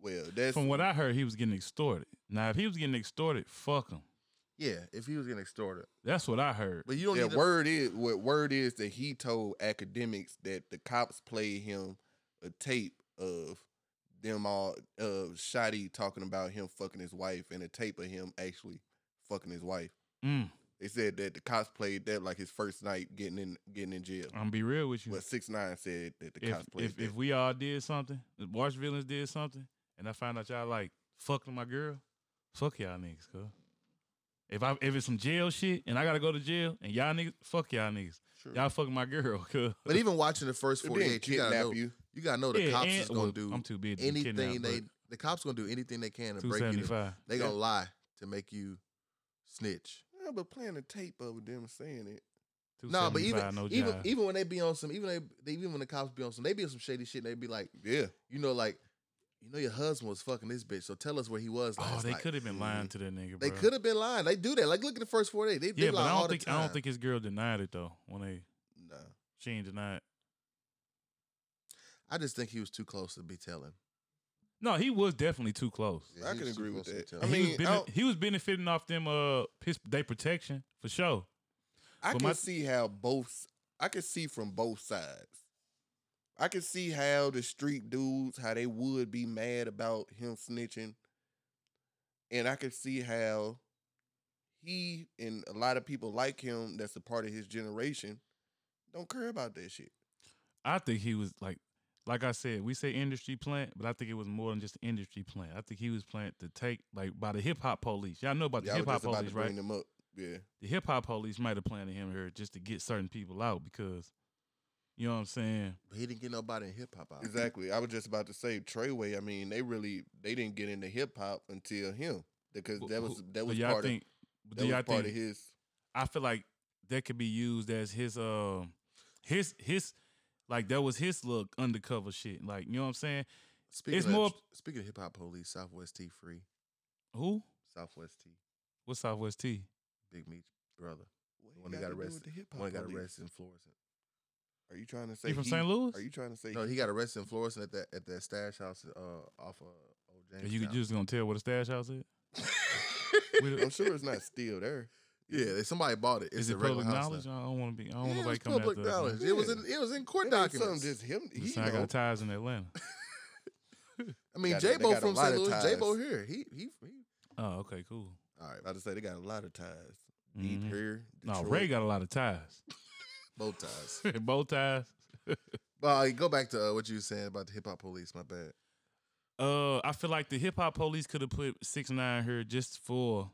[SPEAKER 1] Well, that's
[SPEAKER 2] From what I heard, he was getting extorted. Now, if he was getting extorted, fuck him.
[SPEAKER 3] Yeah, if he was getting extorted.
[SPEAKER 2] That's what I heard.
[SPEAKER 3] But you don't
[SPEAKER 1] that
[SPEAKER 3] need to-
[SPEAKER 1] word is what word is that he told academics that the cops played him a tape of them all of Shotty talking about him fucking his wife and a tape of him actually fucking his wife.
[SPEAKER 2] Mm,
[SPEAKER 1] They said that the cops played that like his first night getting in getting in jail.
[SPEAKER 2] I'm be real with you.
[SPEAKER 1] But six nine said that the
[SPEAKER 2] Oh, if
[SPEAKER 1] cops played
[SPEAKER 2] if,
[SPEAKER 1] that.
[SPEAKER 2] if we all did something, if Marsh Villains did something, and I found out y'all like fucking my girl, fuck y'all niggas, cuz. If I if it's some jail shit and I gotta go to jail and y'all niggas, fuck y'all niggas.
[SPEAKER 1] True.
[SPEAKER 2] Y'all fucking my girl, cuz.
[SPEAKER 3] But even watching the first
[SPEAKER 1] They didn't
[SPEAKER 3] forty-eight, you gotta
[SPEAKER 1] kidnap
[SPEAKER 3] know. You.
[SPEAKER 1] you.
[SPEAKER 3] gotta know the
[SPEAKER 2] Yeah,
[SPEAKER 3] cops
[SPEAKER 2] and-
[SPEAKER 3] is gonna
[SPEAKER 2] well,
[SPEAKER 3] do
[SPEAKER 2] I'm too big.
[SPEAKER 3] anything they. The cops gonna do anything they can to
[SPEAKER 2] two
[SPEAKER 3] break
[SPEAKER 2] seventy
[SPEAKER 3] you. to-
[SPEAKER 2] five.
[SPEAKER 3] They gonna lie to make you snitch.
[SPEAKER 1] Yeah, but playing the tape of them saying it.
[SPEAKER 3] No, but even
[SPEAKER 2] no
[SPEAKER 3] even
[SPEAKER 2] jive.
[SPEAKER 3] even when they be on some, even they, they even when the cops be on some, they be on some shady shit. and They be like,
[SPEAKER 1] Yeah.
[SPEAKER 3] you know, like, you know, your husband was fucking this bitch, so tell us where he was.
[SPEAKER 2] oh,
[SPEAKER 3] last
[SPEAKER 2] they
[SPEAKER 3] night."
[SPEAKER 2] could have been lying to that nigga.
[SPEAKER 3] mm, They
[SPEAKER 2] bruh.
[SPEAKER 3] could have been lying. They do that. Like, look at the first four days. They, they
[SPEAKER 2] Yeah, but
[SPEAKER 3] lie
[SPEAKER 2] I
[SPEAKER 3] all
[SPEAKER 2] don't
[SPEAKER 3] the
[SPEAKER 2] think I
[SPEAKER 3] time.
[SPEAKER 2] don't think his girl denied it though. When they
[SPEAKER 1] Nah.
[SPEAKER 2] she ain't denied.
[SPEAKER 3] I just think he was too close to be telling.
[SPEAKER 2] No, he was definitely too close.
[SPEAKER 1] I
[SPEAKER 3] he
[SPEAKER 1] can
[SPEAKER 3] was too
[SPEAKER 1] agree with
[SPEAKER 3] close to
[SPEAKER 1] that.
[SPEAKER 3] be telling.
[SPEAKER 1] I
[SPEAKER 2] he
[SPEAKER 1] mean,
[SPEAKER 2] was,
[SPEAKER 1] I
[SPEAKER 2] bene-
[SPEAKER 1] don't-
[SPEAKER 2] he was benefiting off them uh his day protection for sure.
[SPEAKER 1] I
[SPEAKER 2] But
[SPEAKER 1] can
[SPEAKER 2] my-
[SPEAKER 1] see how both. I can see from both sides. I can see how the street dudes how they would be mad about him snitching, and I can see how he and a lot of people like him that's a part of his generation don't care about that shit.
[SPEAKER 2] I think he was like, like I said, we say industry plant, but I think it was more than just industry plant. I think he was plant to take like by the hip hop police. Y'all know about the
[SPEAKER 1] Y'all
[SPEAKER 2] hip
[SPEAKER 1] were
[SPEAKER 2] hop
[SPEAKER 1] just about
[SPEAKER 2] police,
[SPEAKER 1] to bring
[SPEAKER 2] right? Uh,
[SPEAKER 1] them up. Yeah,
[SPEAKER 2] The hip hop police might have planted him here just to get certain people out because, you know what I'm saying?
[SPEAKER 3] But he didn't get nobody in hip hop out.
[SPEAKER 1] exactly. I was just about to say Treyway. I mean, they really they didn't get into hip hop until him because
[SPEAKER 2] Wh-
[SPEAKER 1] that
[SPEAKER 2] who-
[SPEAKER 1] was that
[SPEAKER 2] but
[SPEAKER 1] was
[SPEAKER 2] y'all
[SPEAKER 1] part
[SPEAKER 2] think,
[SPEAKER 1] of
[SPEAKER 2] do
[SPEAKER 1] that was
[SPEAKER 2] y'all
[SPEAKER 1] part
[SPEAKER 2] think?
[SPEAKER 1] of his.
[SPEAKER 2] I feel like that could be used as his um his his like that was his look undercover shit. Like you know what I'm saying?
[SPEAKER 3] Speaking
[SPEAKER 2] It's
[SPEAKER 3] of,
[SPEAKER 2] more-
[SPEAKER 3] speaking of hip hop police, Southwest T free,
[SPEAKER 2] Who?
[SPEAKER 3] Southwest T,
[SPEAKER 2] What's Southwest T?
[SPEAKER 3] Big Meat's brother,
[SPEAKER 1] What
[SPEAKER 3] The one that got
[SPEAKER 1] to do with
[SPEAKER 3] arrested.
[SPEAKER 1] the hip
[SPEAKER 3] one
[SPEAKER 1] hop
[SPEAKER 3] that got
[SPEAKER 1] police?
[SPEAKER 3] arrested in Florissant.
[SPEAKER 1] Are you trying to say
[SPEAKER 2] He from
[SPEAKER 1] he-
[SPEAKER 2] St. Louis?
[SPEAKER 1] Are you trying to say
[SPEAKER 3] No, he got arrested in Florissant at that at that stash house uh, off of Old
[SPEAKER 2] Are
[SPEAKER 3] James.
[SPEAKER 2] you just gonna tell what a stash house is? We don't-
[SPEAKER 1] I'm sure it's not still there.
[SPEAKER 3] Yeah, they- somebody bought it. It's
[SPEAKER 2] Is
[SPEAKER 3] a
[SPEAKER 2] it
[SPEAKER 3] regular
[SPEAKER 2] public
[SPEAKER 3] house now.
[SPEAKER 2] knowledge? I don't want to be. I don't
[SPEAKER 3] Yeah,
[SPEAKER 2] want
[SPEAKER 3] it was
[SPEAKER 2] nobody coming
[SPEAKER 3] public
[SPEAKER 2] after us.
[SPEAKER 3] knowledge.
[SPEAKER 2] man.
[SPEAKER 3] It was
[SPEAKER 1] Yeah.
[SPEAKER 3] in it was in court
[SPEAKER 1] It ain't
[SPEAKER 3] documents.
[SPEAKER 1] Something just him. He
[SPEAKER 2] Listen, I
[SPEAKER 1] know.
[SPEAKER 2] got ties in Atlanta.
[SPEAKER 3] I mean,
[SPEAKER 1] Got- they
[SPEAKER 3] J Bo
[SPEAKER 1] got a
[SPEAKER 3] from
[SPEAKER 1] lot
[SPEAKER 3] St.
[SPEAKER 1] of
[SPEAKER 3] Louis.
[SPEAKER 1] ties.
[SPEAKER 3] J Bo here. He he. he
[SPEAKER 2] Oh, okay, cool.
[SPEAKER 3] all right,
[SPEAKER 1] about to say they got a lot of ties. Deep
[SPEAKER 2] Mhm.
[SPEAKER 1] here.
[SPEAKER 2] No,
[SPEAKER 1] Detroit.
[SPEAKER 2] Ray got a lot of ties.
[SPEAKER 3] both ties.
[SPEAKER 2] Bow ties.
[SPEAKER 3] But uh, go back to uh, what you were saying about the hip hop police. My bad.
[SPEAKER 2] Uh, I feel like the hip hop police could have put six nine here just for,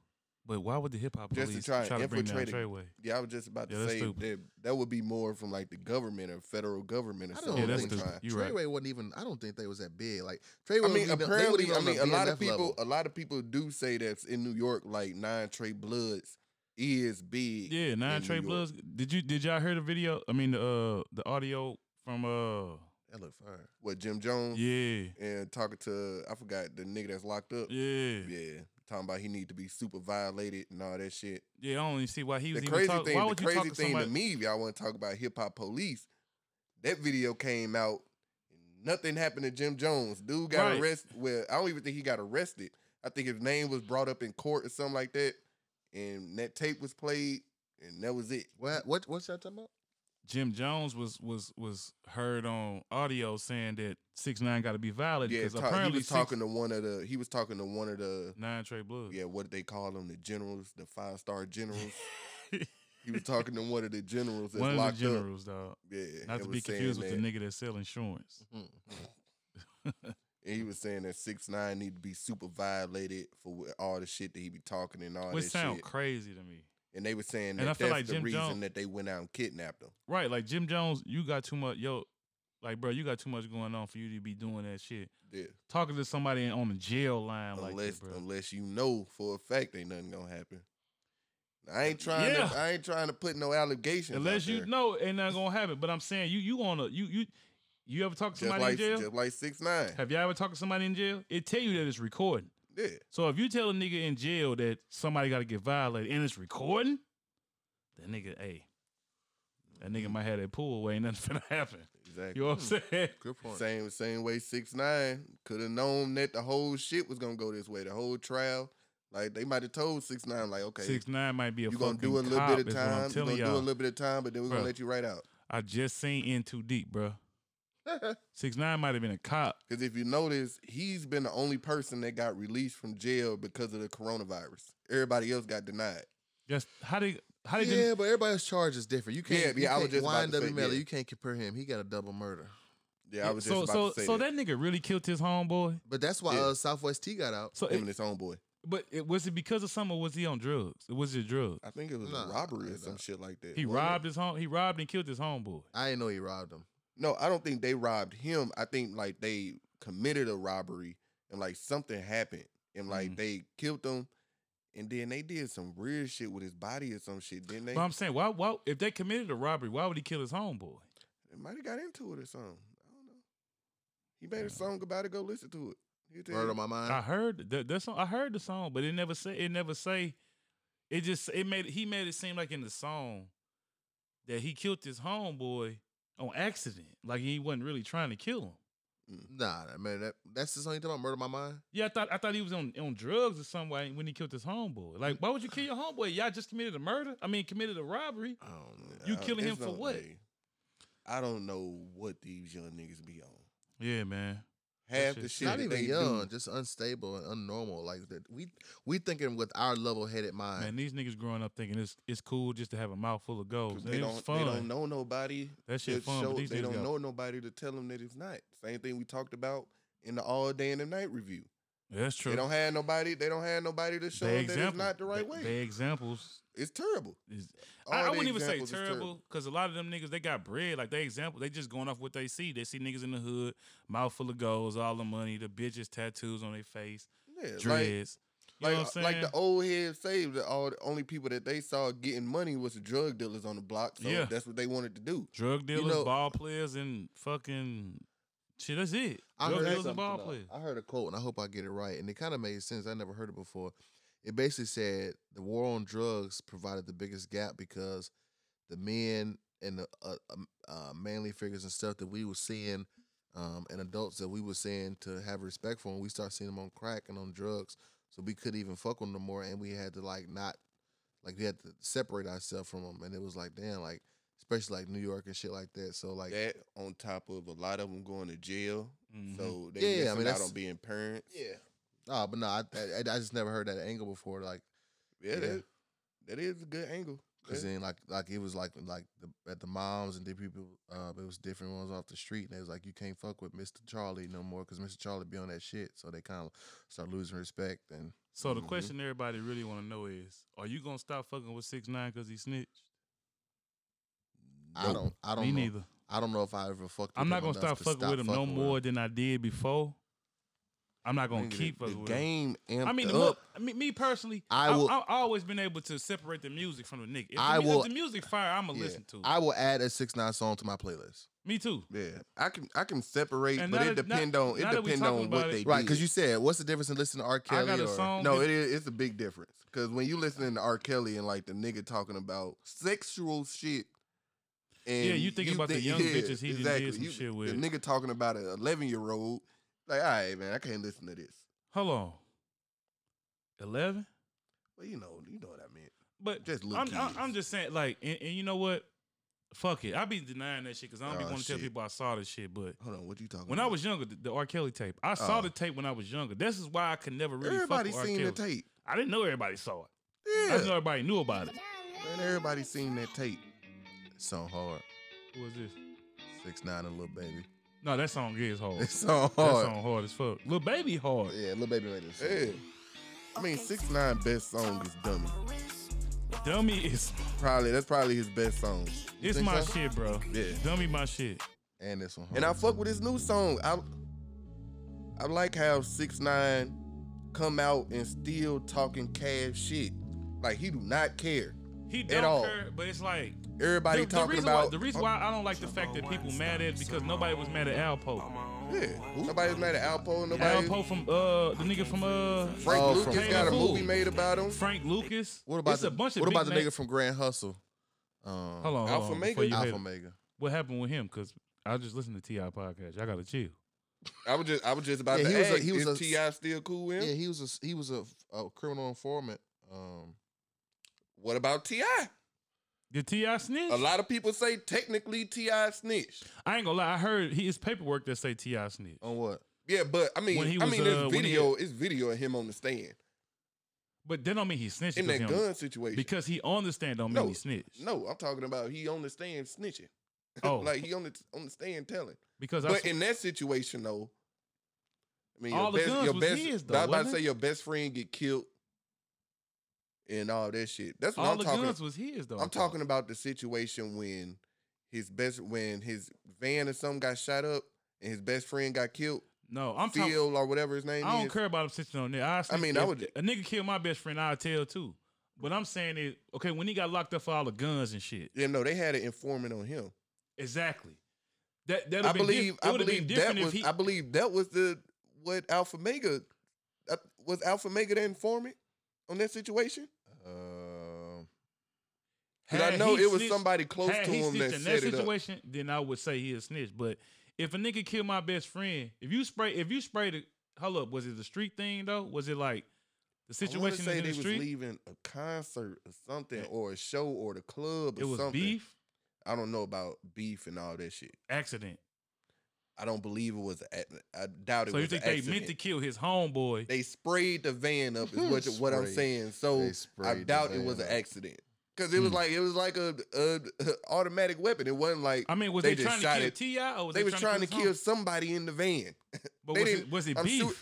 [SPEAKER 2] but why would the hip hop
[SPEAKER 1] Just to
[SPEAKER 2] police
[SPEAKER 1] try
[SPEAKER 2] try,
[SPEAKER 1] and
[SPEAKER 2] to bring down
[SPEAKER 1] infiltrate it.
[SPEAKER 2] Treyway?
[SPEAKER 1] Yeah, I was just about
[SPEAKER 2] Yeah,
[SPEAKER 1] to
[SPEAKER 2] that's
[SPEAKER 1] say
[SPEAKER 2] stupid.
[SPEAKER 1] that that would be more from like the government or federal government or
[SPEAKER 3] I
[SPEAKER 1] something.
[SPEAKER 3] don't
[SPEAKER 2] Yeah, that's
[SPEAKER 1] they
[SPEAKER 3] think
[SPEAKER 1] trying.
[SPEAKER 2] the. You
[SPEAKER 3] Treyway
[SPEAKER 2] right.
[SPEAKER 3] wasn't even. I don't think they was that big. Like Treyway.
[SPEAKER 1] I mean,
[SPEAKER 3] wasn't even- they wasn't
[SPEAKER 1] apparently,
[SPEAKER 3] even
[SPEAKER 1] I
[SPEAKER 3] on the
[SPEAKER 1] mean, a lot
[SPEAKER 3] BMF
[SPEAKER 1] of people, uh,
[SPEAKER 3] level.
[SPEAKER 1] a lot of people do say that's in New York, like nine Trey Bloods is big.
[SPEAKER 2] Yeah, nine
[SPEAKER 1] New
[SPEAKER 2] Trey
[SPEAKER 1] York.
[SPEAKER 2] Bloods. Did you did y'all hear the video? I mean the uh the audio from uh
[SPEAKER 3] That look fire.
[SPEAKER 1] What Jim Jones
[SPEAKER 2] Yeah.
[SPEAKER 1] and talking to I forgot the nigga that's locked up.
[SPEAKER 2] Yeah.
[SPEAKER 1] Yeah, talking about he need to be super violated and all that shit.
[SPEAKER 2] Yeah, I don't even see why he was
[SPEAKER 1] the
[SPEAKER 2] even
[SPEAKER 1] crazy
[SPEAKER 2] talk-
[SPEAKER 1] thing,
[SPEAKER 2] Why
[SPEAKER 1] the
[SPEAKER 2] would you
[SPEAKER 1] crazy
[SPEAKER 2] talk to
[SPEAKER 1] thing
[SPEAKER 2] somebody?
[SPEAKER 1] to me, if y'all want to talk about hip hop police, that video came out. and Nothing happened to Jim Jones. Dude got
[SPEAKER 2] Right.
[SPEAKER 1] arrested. Well, I don't even think he got arrested. I think his name was brought up in court or something like that, and that tape was played, and that was it.
[SPEAKER 3] What what what's that talking about?
[SPEAKER 2] Jim Jones was was was heard on audio saying that six nine got to be valid
[SPEAKER 1] Yeah,
[SPEAKER 2] because
[SPEAKER 1] ta- he
[SPEAKER 2] apparently
[SPEAKER 1] was talking to one of the. He was talking to one of the.
[SPEAKER 2] nine Trey Blood.
[SPEAKER 1] Yeah, what did they call them? The generals, the five star generals. he was talking to one of the generals that's
[SPEAKER 2] one of the
[SPEAKER 1] locked up.
[SPEAKER 2] generals, dog.
[SPEAKER 1] Yeah,
[SPEAKER 2] Not
[SPEAKER 1] and
[SPEAKER 2] to
[SPEAKER 1] was
[SPEAKER 2] be confused
[SPEAKER 1] saying
[SPEAKER 2] with
[SPEAKER 1] that-
[SPEAKER 2] the nigga that sell insurance.
[SPEAKER 1] And he was saying that six nine need to be super violated for wh- all the shit that he be talking and all
[SPEAKER 2] Which
[SPEAKER 1] that
[SPEAKER 2] sound
[SPEAKER 1] shit.
[SPEAKER 2] crazy to me.
[SPEAKER 1] And they were saying
[SPEAKER 2] And
[SPEAKER 1] that
[SPEAKER 2] I
[SPEAKER 1] that's
[SPEAKER 2] feel like
[SPEAKER 1] the
[SPEAKER 2] Jim
[SPEAKER 1] reason
[SPEAKER 2] Jones-
[SPEAKER 1] that they went out and kidnapped him.
[SPEAKER 2] Right, like Jim Jones, you got too much. Yo, like bro, you got too much going on for you to be doing that shit.
[SPEAKER 1] Yeah,
[SPEAKER 2] Talking to somebody on the jail line like
[SPEAKER 1] unless
[SPEAKER 2] that, bro.
[SPEAKER 1] unless you know for a fact ain't nothing gonna happen. I ain't trying.
[SPEAKER 2] Uh, Yeah.
[SPEAKER 1] To, I ain't trying to put no allegations. out
[SPEAKER 2] Unless you
[SPEAKER 1] there.
[SPEAKER 2] know, it ain't not gonna happen. But I'm saying you you on a you you you ever talk to
[SPEAKER 1] just
[SPEAKER 2] somebody
[SPEAKER 1] like
[SPEAKER 2] in jail?
[SPEAKER 1] just like six nine.
[SPEAKER 2] Have y'all ever talked to somebody in jail? It tell you that it's recording.
[SPEAKER 1] Yeah,
[SPEAKER 2] So if you tell a nigga in jail that somebody got to get violated and it's recording, that nigga, hey, that
[SPEAKER 1] Mm-hmm.
[SPEAKER 2] nigga might have that pool away. Ain't nothing finna happen.
[SPEAKER 1] exactly.
[SPEAKER 2] You know what I'm saying?
[SPEAKER 3] Good point.
[SPEAKER 1] Same same way six nine could have known that the whole shit was gonna go this way. The whole trial, like they might have told six nine, like okay,
[SPEAKER 2] Six nine might be a
[SPEAKER 1] you gonna
[SPEAKER 2] fucking
[SPEAKER 1] do a little
[SPEAKER 2] cop.
[SPEAKER 1] bit of
[SPEAKER 2] is what I'm
[SPEAKER 1] time. You
[SPEAKER 2] telling
[SPEAKER 1] gonna do
[SPEAKER 2] y'all.
[SPEAKER 1] a little bit of time, but then we're
[SPEAKER 2] Bruh.
[SPEAKER 1] gonna let you right out.
[SPEAKER 2] I just seen in too deep, bro. Six nine might have been a cop.
[SPEAKER 1] Because if you notice, he's been the only person that got released from jail because of the coronavirus. Everybody else got denied.
[SPEAKER 2] Just how did how did
[SPEAKER 3] Yeah, but everybody's charge is different. You can't.
[SPEAKER 1] Yeah,
[SPEAKER 3] you
[SPEAKER 1] yeah, I was
[SPEAKER 3] can't-
[SPEAKER 1] just about
[SPEAKER 3] Wine
[SPEAKER 1] to say,
[SPEAKER 3] W. Miller,
[SPEAKER 1] yeah.
[SPEAKER 3] You can't compare him. He got a double murder.
[SPEAKER 1] Yeah, I was just
[SPEAKER 2] so
[SPEAKER 1] about
[SPEAKER 2] so
[SPEAKER 1] to say
[SPEAKER 2] so
[SPEAKER 1] that.
[SPEAKER 2] that nigga really killed his homeboy.
[SPEAKER 3] But that's why
[SPEAKER 1] Yeah.
[SPEAKER 3] uh, Southwest T got out.
[SPEAKER 2] So
[SPEAKER 1] Him
[SPEAKER 2] it-
[SPEAKER 1] and his homeboy.
[SPEAKER 2] but it, was it because of something? Or was he on drugs? It was it drugs.
[SPEAKER 1] I think it was
[SPEAKER 3] Nah,
[SPEAKER 1] a robbery or
[SPEAKER 3] it's
[SPEAKER 1] some
[SPEAKER 3] not.
[SPEAKER 1] shit like that.
[SPEAKER 2] He
[SPEAKER 1] wasn't it?
[SPEAKER 2] robbed his home. He robbed and killed his homeboy.
[SPEAKER 3] I didn't know he robbed him.
[SPEAKER 1] No, I don't think they robbed him. I think like they committed a robbery and like something happened and like
[SPEAKER 2] Mm.
[SPEAKER 1] they killed him. And then they did some weird shit with his body or some shit, didn't they?
[SPEAKER 2] But I'm saying, why, why? If they committed a robbery, why would he kill his homeboy?
[SPEAKER 1] They might have got into it or something. I don't know. He made a song about it. Go listen to it. He'll tell
[SPEAKER 3] Murder
[SPEAKER 1] you.
[SPEAKER 3] on my mind.
[SPEAKER 2] I heard that that song. I heard the song, but it never say. It never say. It just it made he made it seem like in the song that he killed his homeboy on accident, like he wasn't really trying to kill him.
[SPEAKER 3] Nah, nah, man, that, that's the song you talking about. Murder on my mind.
[SPEAKER 2] Yeah, I thought I thought he was on, on drugs or some way when he killed his homeboy. Like, why would you kill your homeboy? Y'all just committed a murder. I mean, committed a robbery.
[SPEAKER 3] I don't know.
[SPEAKER 2] You
[SPEAKER 1] Uh,
[SPEAKER 2] killing him
[SPEAKER 1] it's
[SPEAKER 2] for
[SPEAKER 1] no-
[SPEAKER 2] what?
[SPEAKER 1] hey, I don't know what these young niggas be on.
[SPEAKER 2] Yeah, man.
[SPEAKER 1] Half
[SPEAKER 2] shit-
[SPEAKER 1] the shit
[SPEAKER 3] Not
[SPEAKER 1] that
[SPEAKER 3] even
[SPEAKER 1] they
[SPEAKER 3] young,
[SPEAKER 1] do.
[SPEAKER 3] just unstable and unnormal. Like that, we we thinking with our level headed mind.
[SPEAKER 2] Man, these niggas growing up thinking it's it's cool just to have a mouthful of
[SPEAKER 1] 'cause
[SPEAKER 2] gold.
[SPEAKER 1] They
[SPEAKER 2] It's
[SPEAKER 1] don't, they
[SPEAKER 2] fun.
[SPEAKER 1] don't know nobody.
[SPEAKER 2] That
[SPEAKER 1] to
[SPEAKER 2] shit fun.
[SPEAKER 1] show-
[SPEAKER 2] but these
[SPEAKER 1] they
[SPEAKER 2] niggas
[SPEAKER 1] don't
[SPEAKER 2] got
[SPEAKER 1] know nobody to tell them that it's not. Same thing we talked about in the all day and the night review.
[SPEAKER 2] That's true.
[SPEAKER 1] They don't have nobody. They don't have nobody to show
[SPEAKER 2] Bad
[SPEAKER 1] them that it's
[SPEAKER 2] example.
[SPEAKER 1] not the right
[SPEAKER 2] Ba-
[SPEAKER 1] way.
[SPEAKER 2] bad examples.
[SPEAKER 1] it's terrible.
[SPEAKER 2] Is,
[SPEAKER 1] All
[SPEAKER 2] I, I
[SPEAKER 1] the
[SPEAKER 2] wouldn't even say
[SPEAKER 1] examples is
[SPEAKER 2] terrible because a lot of them niggas they got bread. Like they example, they just going off what they see. They see niggas in the hood, mouth full of golds, all the money, the bitches tattoos on their face,
[SPEAKER 1] Yeah, like,
[SPEAKER 2] dreads. you know
[SPEAKER 1] like, uh,
[SPEAKER 2] what I'm saying?
[SPEAKER 1] like the old head saved that all the only people that they saw getting money was the drug dealers on the block. So
[SPEAKER 2] Yeah.
[SPEAKER 1] that's what they wanted to do.
[SPEAKER 2] Drug dealers,
[SPEAKER 3] know-
[SPEAKER 2] ball players, and fucking shit. That's it.
[SPEAKER 3] I
[SPEAKER 2] Drug
[SPEAKER 3] heard
[SPEAKER 2] dealers and
[SPEAKER 3] something,
[SPEAKER 2] ball
[SPEAKER 3] though.
[SPEAKER 2] players.
[SPEAKER 3] I heard a quote, and I hope I get it right. And it kind of made sense. I never heard it before. It basically said the war on drugs provided the biggest gap because the men and the uh, um, uh, manly figures and stuff that we were seeing, um, and adults that we were seeing to have respect for, and we start seeing them on crack and on drugs, so we couldn't even fuck with them no more, and we had to like not, like we had to separate ourselves from them, and it was like damn, like especially like New York and shit like that. So like
[SPEAKER 1] that on top of a lot of them going to jail,
[SPEAKER 2] Mhm.
[SPEAKER 1] so they
[SPEAKER 3] Yeah, I
[SPEAKER 1] missing
[SPEAKER 3] mean,
[SPEAKER 1] out
[SPEAKER 3] that's-
[SPEAKER 1] on being parents.
[SPEAKER 3] Yeah. Oh, but no, I, I, I just never heard that angle before. Like,
[SPEAKER 1] Yeah,
[SPEAKER 3] Yeah.
[SPEAKER 1] That, that is a good angle.
[SPEAKER 3] cause
[SPEAKER 1] Yeah.
[SPEAKER 3] then like like it was like like the, at the moms and the people, uh, it was different ones off the street, and it was like you can't fuck with Mister Charlie no more, cause Mister Charlie be on that shit, so they kind of start losing respect. And
[SPEAKER 2] So the
[SPEAKER 1] Mhm.
[SPEAKER 2] question everybody really want to know is: Are you gonna stop fucking with six nine because he snitched?
[SPEAKER 3] I don't, I don't,
[SPEAKER 2] Me
[SPEAKER 3] know,
[SPEAKER 2] neither.
[SPEAKER 3] I don't know if I ever fucked. With
[SPEAKER 2] I'm not
[SPEAKER 3] him
[SPEAKER 2] gonna
[SPEAKER 3] enough
[SPEAKER 2] stop
[SPEAKER 3] to
[SPEAKER 2] fucking with him no
[SPEAKER 3] fucking
[SPEAKER 2] more than I did before. I'm not gonna
[SPEAKER 1] Nigga, the-
[SPEAKER 2] keep
[SPEAKER 1] the,
[SPEAKER 2] fucking with 'em.
[SPEAKER 1] game. Amped
[SPEAKER 2] I mean, the,
[SPEAKER 1] up.
[SPEAKER 2] look, I mean, me personally,
[SPEAKER 5] I
[SPEAKER 2] I
[SPEAKER 5] will-
[SPEAKER 2] I, have always been able to separate the music from the nigga. If the,
[SPEAKER 5] I
[SPEAKER 2] mu- if
[SPEAKER 5] will-
[SPEAKER 2] the music fire, I'ma
[SPEAKER 5] Yeah.
[SPEAKER 2] listen to. it.
[SPEAKER 5] I will add a six nine song to my playlist.
[SPEAKER 2] me too.
[SPEAKER 1] yeah, I can I can separate,
[SPEAKER 2] And
[SPEAKER 1] but
[SPEAKER 2] now
[SPEAKER 1] it
[SPEAKER 2] that- now-
[SPEAKER 1] depend on it
[SPEAKER 2] now that we
[SPEAKER 1] depend
[SPEAKER 2] talking
[SPEAKER 1] on
[SPEAKER 2] about
[SPEAKER 1] what
[SPEAKER 2] it-
[SPEAKER 1] they
[SPEAKER 5] Right, because
[SPEAKER 1] did.
[SPEAKER 5] you said, what's the difference in listening to R. Kelly?
[SPEAKER 2] got a
[SPEAKER 5] or,
[SPEAKER 2] song.
[SPEAKER 1] No, it is. It's a big difference because when you listening to R. Kelly and like the nigga talking about sexual shit. And
[SPEAKER 2] Yeah, you thinking about the
[SPEAKER 1] thi-
[SPEAKER 2] young bitches he done did some
[SPEAKER 1] You-
[SPEAKER 2] shit with.
[SPEAKER 1] The nigga talking about an eleven year old. Like, all right, man, I can't listen to this.
[SPEAKER 2] Hold on. Eleven.
[SPEAKER 1] Well, you know, you know what I meant.
[SPEAKER 2] But
[SPEAKER 1] Just little
[SPEAKER 2] I'm, I'm
[SPEAKER 1] kids.
[SPEAKER 2] I'm just saying, like, and, and you know what? Fuck it. I be denying that shit because I don't be
[SPEAKER 1] Oh,
[SPEAKER 2] want to tell
[SPEAKER 1] shit.
[SPEAKER 2] people I saw this shit. But
[SPEAKER 1] Hold on, what you talking?
[SPEAKER 2] when I
[SPEAKER 1] about?
[SPEAKER 2] was younger, the, the R. Kelly tape, I saw
[SPEAKER 1] Oh.
[SPEAKER 2] the tape when I was younger. This is why I could never really
[SPEAKER 1] everybody
[SPEAKER 2] fuck with
[SPEAKER 1] seen
[SPEAKER 2] R.
[SPEAKER 1] the
[SPEAKER 2] Kelly.
[SPEAKER 1] tape.
[SPEAKER 2] I didn't know everybody saw it. I
[SPEAKER 1] Yeah,
[SPEAKER 2] didn't know everybody knew about it.
[SPEAKER 1] man, everybody seen that tape.
[SPEAKER 5] So hard.
[SPEAKER 2] What was this?
[SPEAKER 5] Six nine and little baby.
[SPEAKER 2] No, that song is hard.
[SPEAKER 5] It's so
[SPEAKER 2] That
[SPEAKER 5] hard.
[SPEAKER 2] song hard as fuck. Little baby hard.
[SPEAKER 5] Yeah, little baby made this.
[SPEAKER 1] Yeah. I mean, six nine best song is dummy.
[SPEAKER 2] Dummy is
[SPEAKER 1] Probably that's probably his best song.
[SPEAKER 2] it's
[SPEAKER 5] think
[SPEAKER 2] my
[SPEAKER 5] so?
[SPEAKER 2] shit, bro.
[SPEAKER 1] Yeah.
[SPEAKER 2] Dummy my shit.
[SPEAKER 5] And this one.
[SPEAKER 1] And I fuck with his new song. I I like how six nine come out and still talking cash shit. Like he do not care.
[SPEAKER 2] He don't
[SPEAKER 1] all.
[SPEAKER 2] care, but it's like
[SPEAKER 1] Everybody
[SPEAKER 2] the, the
[SPEAKER 1] talking
[SPEAKER 2] reason
[SPEAKER 1] about
[SPEAKER 2] why the reason why I don't like the fact that people mad at it because nobody was mad at Alpo.
[SPEAKER 1] yeah. Nobody's mad at Alpo. Nobody.
[SPEAKER 2] Alpo from uh the nigga from uh
[SPEAKER 1] Frank
[SPEAKER 5] Oh,
[SPEAKER 1] Lucas
[SPEAKER 5] from-
[SPEAKER 1] got a
[SPEAKER 2] Hey,
[SPEAKER 1] movie
[SPEAKER 2] fool.
[SPEAKER 1] made about him.
[SPEAKER 2] Frank Lucas.
[SPEAKER 5] What about
[SPEAKER 2] it's
[SPEAKER 5] the,
[SPEAKER 2] a bunch of
[SPEAKER 5] What
[SPEAKER 2] big
[SPEAKER 5] about the
[SPEAKER 2] names-
[SPEAKER 5] nigga from Grand Hustle? Um,
[SPEAKER 2] Hold on, hold
[SPEAKER 1] Alpha
[SPEAKER 2] on,
[SPEAKER 1] Mega?
[SPEAKER 2] before you hate
[SPEAKER 5] Alpha
[SPEAKER 2] it.
[SPEAKER 5] Mega.
[SPEAKER 2] What happened with him? Because I just listened to Ti podcast. Y'all gotta chill.
[SPEAKER 1] I was just I was just about
[SPEAKER 5] Yeah,
[SPEAKER 1] to
[SPEAKER 5] he was a-
[SPEAKER 1] ask.
[SPEAKER 5] he was
[SPEAKER 1] is
[SPEAKER 5] a-
[SPEAKER 1] Ti still cool with
[SPEAKER 5] Yeah,
[SPEAKER 1] him?
[SPEAKER 5] he was a he was a, a criminal informant. Um,
[SPEAKER 1] What about Ti?
[SPEAKER 2] Did Ti snitch?
[SPEAKER 1] A lot of people say technically Ti snitched.
[SPEAKER 2] I ain't gonna lie. I heard he, his paperwork that say Ti snitch.
[SPEAKER 5] on what?
[SPEAKER 1] Yeah, but I mean,
[SPEAKER 2] When he
[SPEAKER 1] I
[SPEAKER 2] was, uh,
[SPEAKER 1] mean, it's
[SPEAKER 2] when he
[SPEAKER 1] video. It's video of him on the stand
[SPEAKER 2] But that don't mean he snitched.
[SPEAKER 1] in
[SPEAKER 2] because
[SPEAKER 1] that
[SPEAKER 2] he on-
[SPEAKER 1] gun situation.
[SPEAKER 2] because he on the stand don't mean
[SPEAKER 1] No,
[SPEAKER 2] he snitched.
[SPEAKER 1] No, I'm talking about he on the stand snitching.
[SPEAKER 2] Oh,
[SPEAKER 1] like he on the on the stand telling.
[SPEAKER 2] because I,
[SPEAKER 1] But in that situation though, I mean,
[SPEAKER 2] All the
[SPEAKER 1] your best,
[SPEAKER 2] guns
[SPEAKER 1] your
[SPEAKER 2] was
[SPEAKER 1] best,
[SPEAKER 2] his, though,
[SPEAKER 1] I was about to
[SPEAKER 2] wasn't
[SPEAKER 1] say
[SPEAKER 2] it?
[SPEAKER 1] your best friend get killed and all that shit. That's what
[SPEAKER 2] all
[SPEAKER 1] I'm
[SPEAKER 2] the
[SPEAKER 1] talking.
[SPEAKER 2] guns was his though. I
[SPEAKER 1] I'm
[SPEAKER 2] thought.
[SPEAKER 1] talking about the situation when his best when his van or something got shot up and his best friend got killed,
[SPEAKER 2] No, I'm talking.
[SPEAKER 1] Phil or whatever his name
[SPEAKER 2] I don't
[SPEAKER 1] is.
[SPEAKER 2] care about him snitching on there. I, snitch-
[SPEAKER 1] mean, I
[SPEAKER 2] if
[SPEAKER 1] would-
[SPEAKER 2] a nigga killed my best friend. I'll tell too. But I'm saying is okay when he got locked up for all the guns and shit.
[SPEAKER 1] Yeah, no, they had an informant on him.
[SPEAKER 2] Exactly. That that
[SPEAKER 1] I believe I believe that
[SPEAKER 2] different
[SPEAKER 1] was
[SPEAKER 2] if he.
[SPEAKER 1] I believe that was the what Alpha Mega uh, was Alpha Mega the informant on that situation.
[SPEAKER 5] Um,
[SPEAKER 1] Because I
[SPEAKER 2] had
[SPEAKER 1] know
[SPEAKER 2] he
[SPEAKER 1] it was
[SPEAKER 2] snitched-
[SPEAKER 1] somebody close
[SPEAKER 2] had
[SPEAKER 1] to
[SPEAKER 2] he
[SPEAKER 1] him
[SPEAKER 2] snitched
[SPEAKER 1] that
[SPEAKER 2] in
[SPEAKER 1] set
[SPEAKER 2] that
[SPEAKER 1] it up.
[SPEAKER 2] situation, then I would say he a snitch. But if a nigga killed my best friend, if you spray, if you spray the, hold up, was it the street thing though? Was it like the
[SPEAKER 1] I wanna
[SPEAKER 2] situation
[SPEAKER 1] say
[SPEAKER 2] in
[SPEAKER 1] they
[SPEAKER 2] the
[SPEAKER 1] was
[SPEAKER 2] street?
[SPEAKER 1] leaving a concert or something,
[SPEAKER 2] Yeah.
[SPEAKER 1] or a show, or the club, or
[SPEAKER 2] It was
[SPEAKER 1] something.
[SPEAKER 2] beef
[SPEAKER 1] I don't know about beef and all that shit.
[SPEAKER 2] accident.
[SPEAKER 1] I don't believe it was. A, I doubt it.
[SPEAKER 2] So
[SPEAKER 1] was
[SPEAKER 2] you think
[SPEAKER 1] an
[SPEAKER 2] they
[SPEAKER 1] accident.
[SPEAKER 2] meant to kill his homeboy?
[SPEAKER 1] They sprayed the van up. Is what, what I'm
[SPEAKER 5] Sprayed.
[SPEAKER 1] saying. So
[SPEAKER 5] They
[SPEAKER 1] I
[SPEAKER 5] sprayed the
[SPEAKER 1] doubt it
[SPEAKER 5] van
[SPEAKER 1] was an
[SPEAKER 5] up.
[SPEAKER 1] accident. Cause it was
[SPEAKER 2] Hmm.
[SPEAKER 1] like it was like a, a, automatic weapon. It wasn't like
[SPEAKER 2] I mean, was
[SPEAKER 1] They
[SPEAKER 2] they, trying
[SPEAKER 1] just
[SPEAKER 2] to
[SPEAKER 1] shot
[SPEAKER 2] kill
[SPEAKER 1] it.
[SPEAKER 2] Ti or was
[SPEAKER 1] they was trying to
[SPEAKER 2] his
[SPEAKER 1] kill
[SPEAKER 2] homie?
[SPEAKER 1] somebody in the van.
[SPEAKER 2] But
[SPEAKER 1] they
[SPEAKER 2] was it,
[SPEAKER 1] didn't-
[SPEAKER 2] was it
[SPEAKER 1] I'm
[SPEAKER 2] beef?
[SPEAKER 1] sure-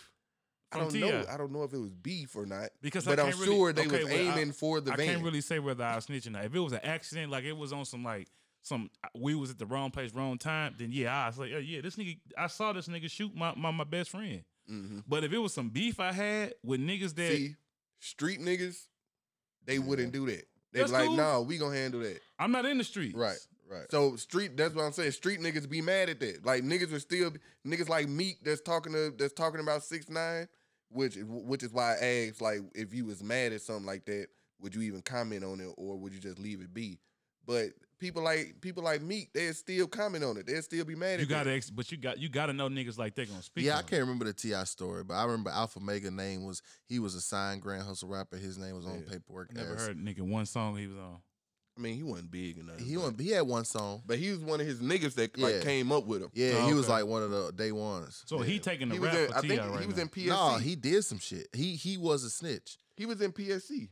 [SPEAKER 1] I
[SPEAKER 2] from
[SPEAKER 1] don't
[SPEAKER 2] Ti?
[SPEAKER 1] know. I don't know if it was beef or not.
[SPEAKER 2] Because I
[SPEAKER 1] but I'm
[SPEAKER 2] can't really-
[SPEAKER 1] sure they
[SPEAKER 2] okay,
[SPEAKER 1] was
[SPEAKER 2] well, I-
[SPEAKER 1] aiming for the
[SPEAKER 2] I
[SPEAKER 1] van.
[SPEAKER 2] can't really say whether I was snitching or not. If it was an accident, like it was on some like some we was at the wrong place, wrong time, then yeah, I was like, oh, yeah, this nigga I saw this nigga shoot my, my, my best friend.
[SPEAKER 1] Mhm.
[SPEAKER 2] But if it was some beef I had with niggas that
[SPEAKER 1] See, street niggas, they wouldn't do that. They
[SPEAKER 2] That's
[SPEAKER 1] be like,
[SPEAKER 2] cool.
[SPEAKER 1] nah, we gonna handle that.
[SPEAKER 2] I'm not in the streets.
[SPEAKER 5] right, right.
[SPEAKER 1] So street, that's what I'm saying. Street niggas be mad at that. Like niggas would still be- niggas like Meek that's talking to that's talking about six nine, which which is why I asked like if you was mad at something like that, would you even comment on it or would you just leave it be? But people like people like Meek, they still comment on it. They'll still be mad at
[SPEAKER 2] You
[SPEAKER 1] that.
[SPEAKER 2] gotta ex- but you got you gotta know niggas like they gonna speak.
[SPEAKER 5] yeah,
[SPEAKER 2] on
[SPEAKER 5] I
[SPEAKER 2] it.
[SPEAKER 5] can't remember the Ti story, but I remember Alpha Mega name was he was a signed Grand Hustle rapper. His name was on
[SPEAKER 1] Yeah.
[SPEAKER 5] paperwork.
[SPEAKER 2] I never
[SPEAKER 5] as-
[SPEAKER 2] heard nigga one song he was on.
[SPEAKER 1] I mean, he wasn't big enough.
[SPEAKER 5] He
[SPEAKER 1] but-
[SPEAKER 5] went, he had one song.
[SPEAKER 1] but he was one of his niggas that like
[SPEAKER 5] Yeah.
[SPEAKER 1] came up with him.
[SPEAKER 5] Yeah,
[SPEAKER 2] Oh,
[SPEAKER 5] he was
[SPEAKER 2] okay.
[SPEAKER 5] like one of the day ones.
[SPEAKER 2] So he taking the
[SPEAKER 1] He was
[SPEAKER 2] rap
[SPEAKER 1] in,
[SPEAKER 2] for
[SPEAKER 1] I
[SPEAKER 2] Ti
[SPEAKER 1] think
[SPEAKER 2] right
[SPEAKER 1] he was
[SPEAKER 2] now.
[SPEAKER 1] in PSC.
[SPEAKER 5] No, he did some shit. He he was a snitch.
[SPEAKER 1] he was in PSC.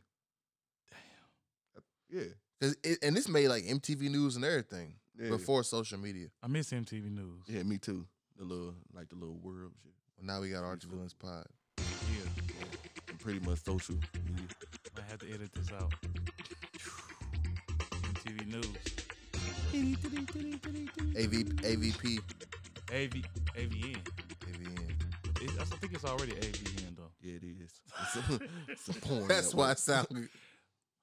[SPEAKER 1] Damn. Yeah.
[SPEAKER 5] 'Cause it- and this made like MTV News and everything
[SPEAKER 1] Yeah.
[SPEAKER 5] before social media.
[SPEAKER 2] I miss MTV News.
[SPEAKER 1] Yeah, me too. The little like the little world shit.
[SPEAKER 5] Well, now we got Arch Villains Pod.
[SPEAKER 1] I'm pretty much social. media.
[SPEAKER 2] I have to edit this out. MTV News.
[SPEAKER 5] AV, AVP.
[SPEAKER 2] AV, AVN.
[SPEAKER 5] AVN.
[SPEAKER 2] it, I think it's already AVN though.
[SPEAKER 1] Yeah, it is. It's a, it's a porn.
[SPEAKER 5] That's why
[SPEAKER 1] network.
[SPEAKER 5] it sound good.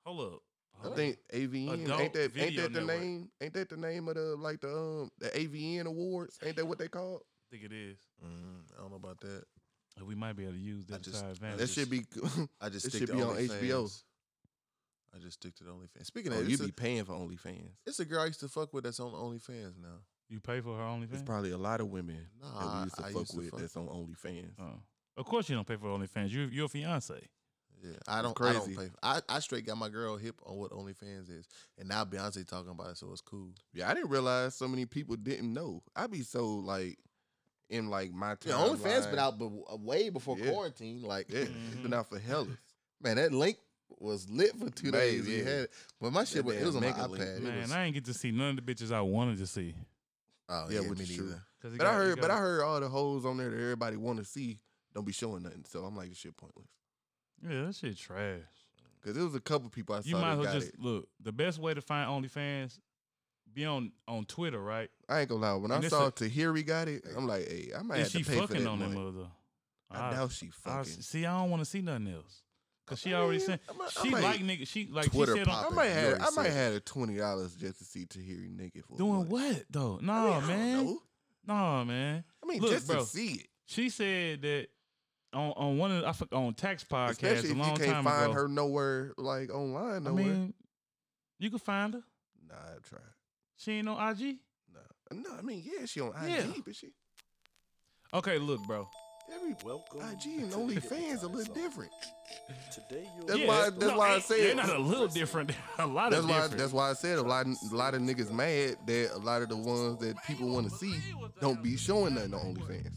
[SPEAKER 2] Hold up.
[SPEAKER 1] I
[SPEAKER 2] Hold
[SPEAKER 1] think AVN
[SPEAKER 2] Adult
[SPEAKER 1] ain't that ain't
[SPEAKER 2] Video
[SPEAKER 1] that the
[SPEAKER 2] Network.
[SPEAKER 1] name? Ain't that the name of the like the um the AVN awards? Ain't that what they called?
[SPEAKER 2] up. I think it is.
[SPEAKER 5] Mm, I don't know about that.
[SPEAKER 2] We might be able to use that to
[SPEAKER 5] just-
[SPEAKER 2] our
[SPEAKER 1] That
[SPEAKER 2] advantage.
[SPEAKER 1] should be.
[SPEAKER 5] I just
[SPEAKER 1] It
[SPEAKER 5] stick
[SPEAKER 1] should
[SPEAKER 5] to
[SPEAKER 1] be on
[SPEAKER 5] OnlyFans.
[SPEAKER 1] HBO.
[SPEAKER 5] I just stick to the OnlyFans. Speaking
[SPEAKER 1] oh,
[SPEAKER 5] of,
[SPEAKER 1] you
[SPEAKER 5] it's,
[SPEAKER 1] be
[SPEAKER 5] a,
[SPEAKER 1] paying for OnlyFans.
[SPEAKER 5] it's a girl I used to fuck with that's on OnlyFans now.
[SPEAKER 2] you pay for her
[SPEAKER 1] There's
[SPEAKER 2] OnlyFans.
[SPEAKER 1] probably a lot of women
[SPEAKER 5] Nah,
[SPEAKER 1] that we used to
[SPEAKER 5] I, I
[SPEAKER 1] fuck
[SPEAKER 5] used to
[SPEAKER 1] with
[SPEAKER 5] fuck.
[SPEAKER 1] that's on OnlyFans.
[SPEAKER 2] oh. Of course you don't pay for OnlyFans. You your fiance.
[SPEAKER 5] Yeah, I don't. I
[SPEAKER 1] crazy.
[SPEAKER 5] don't pay. I, I straight got my girl hip on what OnlyFans is, and now Beyonce talking about it, so it's cool.
[SPEAKER 1] Yeah, I didn't realize so many people didn't know. I be so like in like my time.
[SPEAKER 3] Yeah, OnlyFans been out but
[SPEAKER 5] uh,
[SPEAKER 3] way before
[SPEAKER 1] Yeah.
[SPEAKER 3] quarantine. Like,
[SPEAKER 1] Yeah,
[SPEAKER 2] Mm-hmm.
[SPEAKER 1] it's been out for hella.
[SPEAKER 3] man, that link was lit for two
[SPEAKER 1] Man,
[SPEAKER 3] days. We
[SPEAKER 1] yeah.
[SPEAKER 3] had it. but my shit
[SPEAKER 1] That
[SPEAKER 3] was it
[SPEAKER 1] damn
[SPEAKER 3] was on my
[SPEAKER 1] mega link.
[SPEAKER 3] iPad. It
[SPEAKER 2] Man,
[SPEAKER 3] was-
[SPEAKER 2] I ain't get to see none of the bitches I wanted to see.
[SPEAKER 5] Oh
[SPEAKER 1] Yeah,
[SPEAKER 5] yeah,
[SPEAKER 1] which
[SPEAKER 5] me
[SPEAKER 1] is
[SPEAKER 5] neither.
[SPEAKER 1] true.
[SPEAKER 2] Cause it
[SPEAKER 1] But
[SPEAKER 2] got-
[SPEAKER 1] I
[SPEAKER 2] it
[SPEAKER 1] heard, but I
[SPEAKER 2] got-
[SPEAKER 1] heard all the hoes on there that everybody want to see don't be showing nothing. So I'm like, this shit pointless.
[SPEAKER 2] Yeah, that shit trash.
[SPEAKER 1] Because there was a couple people I saw
[SPEAKER 2] You might as
[SPEAKER 1] that
[SPEAKER 2] well
[SPEAKER 1] got
[SPEAKER 2] just
[SPEAKER 1] it.
[SPEAKER 2] look. The best way to find OnlyFans, be on on Twitter, right?
[SPEAKER 1] I ain't gonna lie. When
[SPEAKER 2] And
[SPEAKER 1] I
[SPEAKER 2] it's
[SPEAKER 1] saw
[SPEAKER 2] a-
[SPEAKER 1] Tahiri got it, I'm like, hey, I might
[SPEAKER 2] Is
[SPEAKER 1] have
[SPEAKER 2] she
[SPEAKER 1] to pay for that
[SPEAKER 2] fucking on Ah, that
[SPEAKER 1] money.
[SPEAKER 2] mother?
[SPEAKER 1] I doubt she
[SPEAKER 2] I,
[SPEAKER 1] fucking.
[SPEAKER 2] see, I don't want to see nothing else. Cause she
[SPEAKER 1] I
[SPEAKER 2] already
[SPEAKER 1] mean,
[SPEAKER 2] said
[SPEAKER 1] I might- I
[SPEAKER 2] she
[SPEAKER 1] might-
[SPEAKER 2] like nigga. She like
[SPEAKER 5] Twitter
[SPEAKER 2] she said on,
[SPEAKER 1] I
[SPEAKER 5] popping.
[SPEAKER 1] might
[SPEAKER 5] You
[SPEAKER 1] have,
[SPEAKER 5] already
[SPEAKER 1] I might
[SPEAKER 5] said
[SPEAKER 1] have twenty dollars just to see Tahiri naked for a
[SPEAKER 2] doing
[SPEAKER 1] month.
[SPEAKER 2] what though? No
[SPEAKER 1] I mean, I don't
[SPEAKER 2] man,
[SPEAKER 1] know.
[SPEAKER 2] no man.
[SPEAKER 1] I mean,
[SPEAKER 2] Look,
[SPEAKER 1] just
[SPEAKER 2] bro.
[SPEAKER 1] to see it,
[SPEAKER 2] She said that on on one of the, I for- on tax podcast
[SPEAKER 1] especially
[SPEAKER 2] a
[SPEAKER 1] if you
[SPEAKER 2] long
[SPEAKER 1] can't
[SPEAKER 2] time
[SPEAKER 1] find
[SPEAKER 2] ago.
[SPEAKER 1] her nowhere like online
[SPEAKER 2] I
[SPEAKER 1] nowhere.
[SPEAKER 2] mean, you can find her.
[SPEAKER 1] nah, I tried.
[SPEAKER 2] She ain't on IG.
[SPEAKER 1] Nah, no, I mean, yeah, she on IG,
[SPEAKER 2] Yeah.
[SPEAKER 1] but she
[SPEAKER 2] Okay, look, bro.
[SPEAKER 1] every
[SPEAKER 6] Welcome.
[SPEAKER 1] IG and
[SPEAKER 6] to
[SPEAKER 1] OnlyFans a
[SPEAKER 6] Hypnotize
[SPEAKER 1] little
[SPEAKER 6] Zone.
[SPEAKER 1] different.
[SPEAKER 6] Today you'll
[SPEAKER 1] That's
[SPEAKER 2] Yeah,
[SPEAKER 1] why-
[SPEAKER 6] discover
[SPEAKER 1] that's why I
[SPEAKER 2] ain't-
[SPEAKER 1] said-
[SPEAKER 2] they're not a little different. A lot
[SPEAKER 1] That's
[SPEAKER 2] of
[SPEAKER 1] why.
[SPEAKER 2] different.
[SPEAKER 1] That's why I said a lot. A lot of niggas mad that a lot of the ones that people want to see don't be showing nothing on OnlyFans.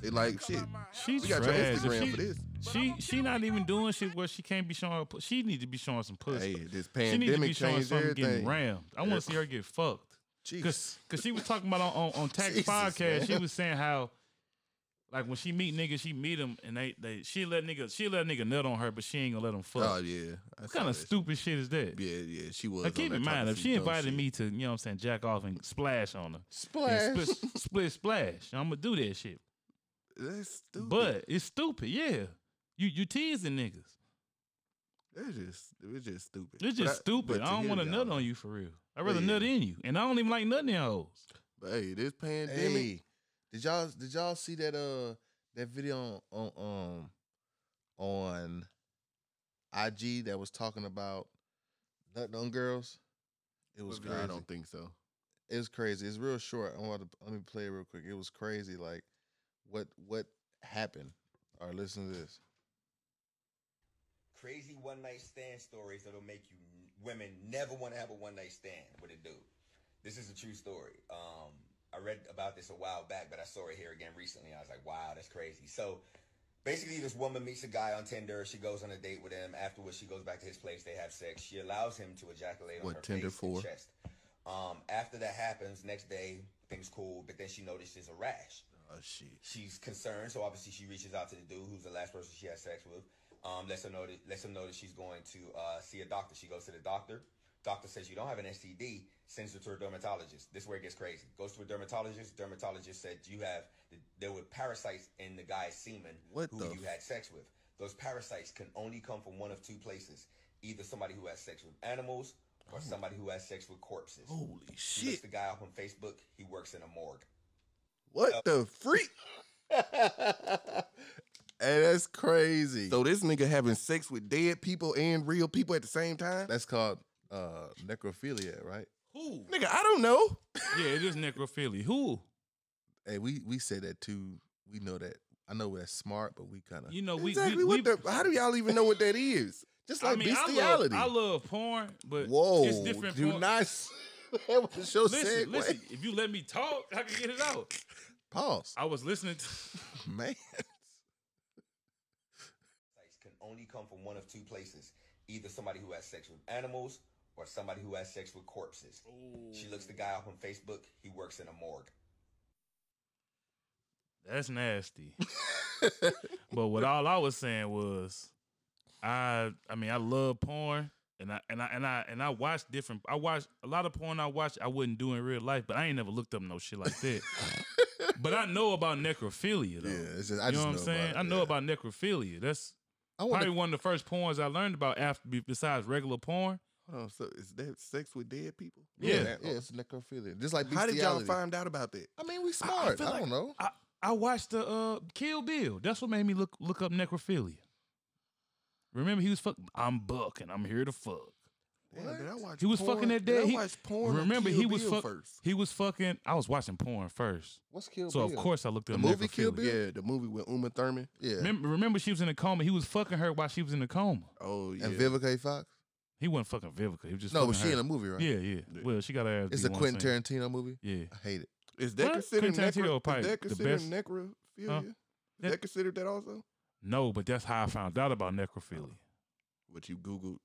[SPEAKER 1] They like shit.
[SPEAKER 2] She's
[SPEAKER 1] We got your
[SPEAKER 2] trash. If
[SPEAKER 1] Instagram
[SPEAKER 2] she,
[SPEAKER 1] for this.
[SPEAKER 2] She she not even doing shit where she can't be showing. Her, pu- she need to be showing some pussy.
[SPEAKER 1] Hey, this
[SPEAKER 2] she need to be
[SPEAKER 1] pandemic
[SPEAKER 2] showing
[SPEAKER 1] changed
[SPEAKER 2] something getting
[SPEAKER 1] everything.
[SPEAKER 2] rammed. I want to see her get fucked. Cause, Cause she was talking about on on, on tax
[SPEAKER 1] Jesus,
[SPEAKER 2] podcast.
[SPEAKER 1] man.
[SPEAKER 2] She was saying how. Like when she meet niggas, she meet them and they, they she let nigga she let nigga nut on her, but she ain't gonna let him fuck.
[SPEAKER 1] Oh yeah.
[SPEAKER 2] what kind of stupid shit is that?
[SPEAKER 1] Yeah, yeah. She was.
[SPEAKER 2] Now
[SPEAKER 1] on
[SPEAKER 2] keep
[SPEAKER 1] that
[SPEAKER 2] in
[SPEAKER 1] type
[SPEAKER 2] mind,
[SPEAKER 1] of
[SPEAKER 2] if she
[SPEAKER 1] dumb
[SPEAKER 2] invited
[SPEAKER 1] shit.
[SPEAKER 2] me to, you know what I'm saying, jack off and splash on her.
[SPEAKER 1] splash,
[SPEAKER 2] And split, split splash. I'm gonna do that shit.
[SPEAKER 1] that's stupid.
[SPEAKER 2] But it's stupid, yeah. You you teasing niggas.
[SPEAKER 1] that's just it's just stupid.
[SPEAKER 2] It's
[SPEAKER 1] But
[SPEAKER 2] just
[SPEAKER 1] I-
[SPEAKER 2] stupid.
[SPEAKER 1] but
[SPEAKER 2] I don't
[SPEAKER 1] hear
[SPEAKER 2] want to
[SPEAKER 1] y'all,
[SPEAKER 2] nut on you for real. I rather
[SPEAKER 1] Yeah.
[SPEAKER 2] nut in you, and I don't even like nutting hoes.
[SPEAKER 1] But hey, this pandemic.
[SPEAKER 3] Hey, did y'all did y'all see that uh that video on on um on IG that was talking about nutting on girls? It was
[SPEAKER 1] Nah,
[SPEAKER 3] crazy.
[SPEAKER 1] I don't think so.
[SPEAKER 3] it was crazy. It's real short. I want to let me play it real quick. It was crazy. Like what what happened? All right, listen to this.
[SPEAKER 7] crazy one night stand stories that'll make you women never want to have a one night stand with a dude. This is a true story. Um, I read about this a while back, but I saw it here again recently. I was like, wow, that's crazy. So basically, this woman meets a guy on Tinder. She goes on a date with him. Afterwards, she goes back to his place. They have sex. She allows him to ejaculate on
[SPEAKER 1] What
[SPEAKER 7] her
[SPEAKER 1] Tinder
[SPEAKER 7] face and
[SPEAKER 1] for?
[SPEAKER 7] chest. Um, after that happens, next day things cool, but then she notices a rash
[SPEAKER 1] Oh shit.
[SPEAKER 7] she's concerned, so obviously she reaches out to the dude who's the last person she had sex with. Um, lets her know that lets him know that she's going to uh, see a doctor. She goes to the doctor. Doctor says you don't have an STD. Sends her to a dermatologist. This is where it gets crazy. Goes to a dermatologist. Dermatologist said you have there were parasites in the guy's semen
[SPEAKER 1] What
[SPEAKER 7] who
[SPEAKER 1] the
[SPEAKER 7] you had sex with. Those parasites can only come from one of two places: either somebody who has sex with animals or somebody who has sex with corpses.
[SPEAKER 1] Holy
[SPEAKER 7] She looks
[SPEAKER 1] Oh, shit.
[SPEAKER 7] the guy up on Facebook. He works in a morgue.
[SPEAKER 1] What the freak?
[SPEAKER 3] Hey, that's crazy.
[SPEAKER 1] So this nigga having sex with dead people and real people at the same time?
[SPEAKER 3] that's called uh necrophilia, right?
[SPEAKER 2] Who?
[SPEAKER 1] nigga, I don't know.
[SPEAKER 2] Yeah, it is necrophilia. Who?
[SPEAKER 3] Hey, we we said that too. We know that. I know that's smart, but we kind of
[SPEAKER 2] You know, we
[SPEAKER 1] exactly.
[SPEAKER 2] we,
[SPEAKER 1] what
[SPEAKER 2] we,
[SPEAKER 1] the? How do y'all even know what that is?
[SPEAKER 3] just
[SPEAKER 2] I
[SPEAKER 3] like
[SPEAKER 2] mean,
[SPEAKER 3] bestiality.
[SPEAKER 2] I love, I love porn, but
[SPEAKER 3] Whoa!
[SPEAKER 2] it's different.
[SPEAKER 3] Oh, do
[SPEAKER 2] porn.
[SPEAKER 3] not. s- that was your
[SPEAKER 2] listen,
[SPEAKER 3] segue.
[SPEAKER 2] listen. If you let me talk, I can get it out.
[SPEAKER 3] Pause,
[SPEAKER 2] I was listening. to
[SPEAKER 3] man.
[SPEAKER 7] parasites can only come from one of two places either somebody who has sex with animals or somebody who has sex with corpses. She looks the guy up on Facebook. He works in a morgue.
[SPEAKER 2] That's nasty. but what all I was saying was, I I mean I love porn and I and I and I and I watch different. I watch a lot of porn. I watch I wouldn't do in real life, but I ain't never looked up no shit like that. but I know about necrophilia though.
[SPEAKER 3] Yeah, it's just, I
[SPEAKER 2] you know
[SPEAKER 3] just
[SPEAKER 2] what I'm
[SPEAKER 3] know
[SPEAKER 2] saying?
[SPEAKER 3] about it,
[SPEAKER 2] I know
[SPEAKER 3] yeah.
[SPEAKER 2] about necrophilia. That's
[SPEAKER 3] I want
[SPEAKER 2] probably one of the first porns I learned about after be- besides regular porn.
[SPEAKER 1] Hold on, so is that sex with dead people?
[SPEAKER 2] Yeah.
[SPEAKER 3] yeah, yeah, it's necrophilia. Just like
[SPEAKER 1] How did y'all
[SPEAKER 3] bestiality.
[SPEAKER 1] find out about that?
[SPEAKER 3] I mean, we smart. I,
[SPEAKER 2] feel like-
[SPEAKER 3] don't know.
[SPEAKER 2] I, I watched the uh, Kill Bill. That's what made me look look up necrophilia. Remember he was fuck. I'm Buck and I'm here to fuck.
[SPEAKER 1] Damn, did I watch
[SPEAKER 2] He was
[SPEAKER 1] porn?
[SPEAKER 2] fucking that
[SPEAKER 1] Did
[SPEAKER 2] day.
[SPEAKER 1] I
[SPEAKER 2] He-
[SPEAKER 1] watched porn. on
[SPEAKER 2] remember
[SPEAKER 1] Kill
[SPEAKER 2] he was
[SPEAKER 1] Bill
[SPEAKER 2] fuck-
[SPEAKER 1] first.
[SPEAKER 2] He was fucking. I was watching porn first,
[SPEAKER 3] What's Kill
[SPEAKER 2] so of
[SPEAKER 3] Bill?
[SPEAKER 2] course I looked up
[SPEAKER 1] The movie
[SPEAKER 2] necrophilia.
[SPEAKER 1] Kill Bill. Yeah, the movie with Uma Thurman.
[SPEAKER 3] Yeah.
[SPEAKER 2] Remember, remember she was in a coma. He was fucking her while she was in a coma.
[SPEAKER 1] Oh yeah.
[SPEAKER 3] And Vivica A. Fox?
[SPEAKER 2] He wasn't fucking Vivica. He was just
[SPEAKER 3] No, but
[SPEAKER 2] fucking
[SPEAKER 3] she
[SPEAKER 2] her.
[SPEAKER 3] in a movie, right?
[SPEAKER 2] Yeah, yeah,
[SPEAKER 1] Yeah.
[SPEAKER 2] Well, she got her ass.
[SPEAKER 3] It's
[SPEAKER 2] beat
[SPEAKER 3] a
[SPEAKER 2] once,
[SPEAKER 3] Quentin
[SPEAKER 2] ain't
[SPEAKER 3] Tarantino movie.
[SPEAKER 2] it? Yeah.
[SPEAKER 3] I hate it.
[SPEAKER 1] Is that
[SPEAKER 2] What?
[SPEAKER 1] considered
[SPEAKER 2] Quentin Tarantino
[SPEAKER 1] necro-
[SPEAKER 2] probably
[SPEAKER 1] is that
[SPEAKER 2] the
[SPEAKER 1] considered
[SPEAKER 2] best-
[SPEAKER 1] necrophilia?
[SPEAKER 2] Huh?
[SPEAKER 1] Is
[SPEAKER 2] That-
[SPEAKER 1] that considered that also?
[SPEAKER 2] No, but that's how I found out about necrophilia.
[SPEAKER 1] What you googled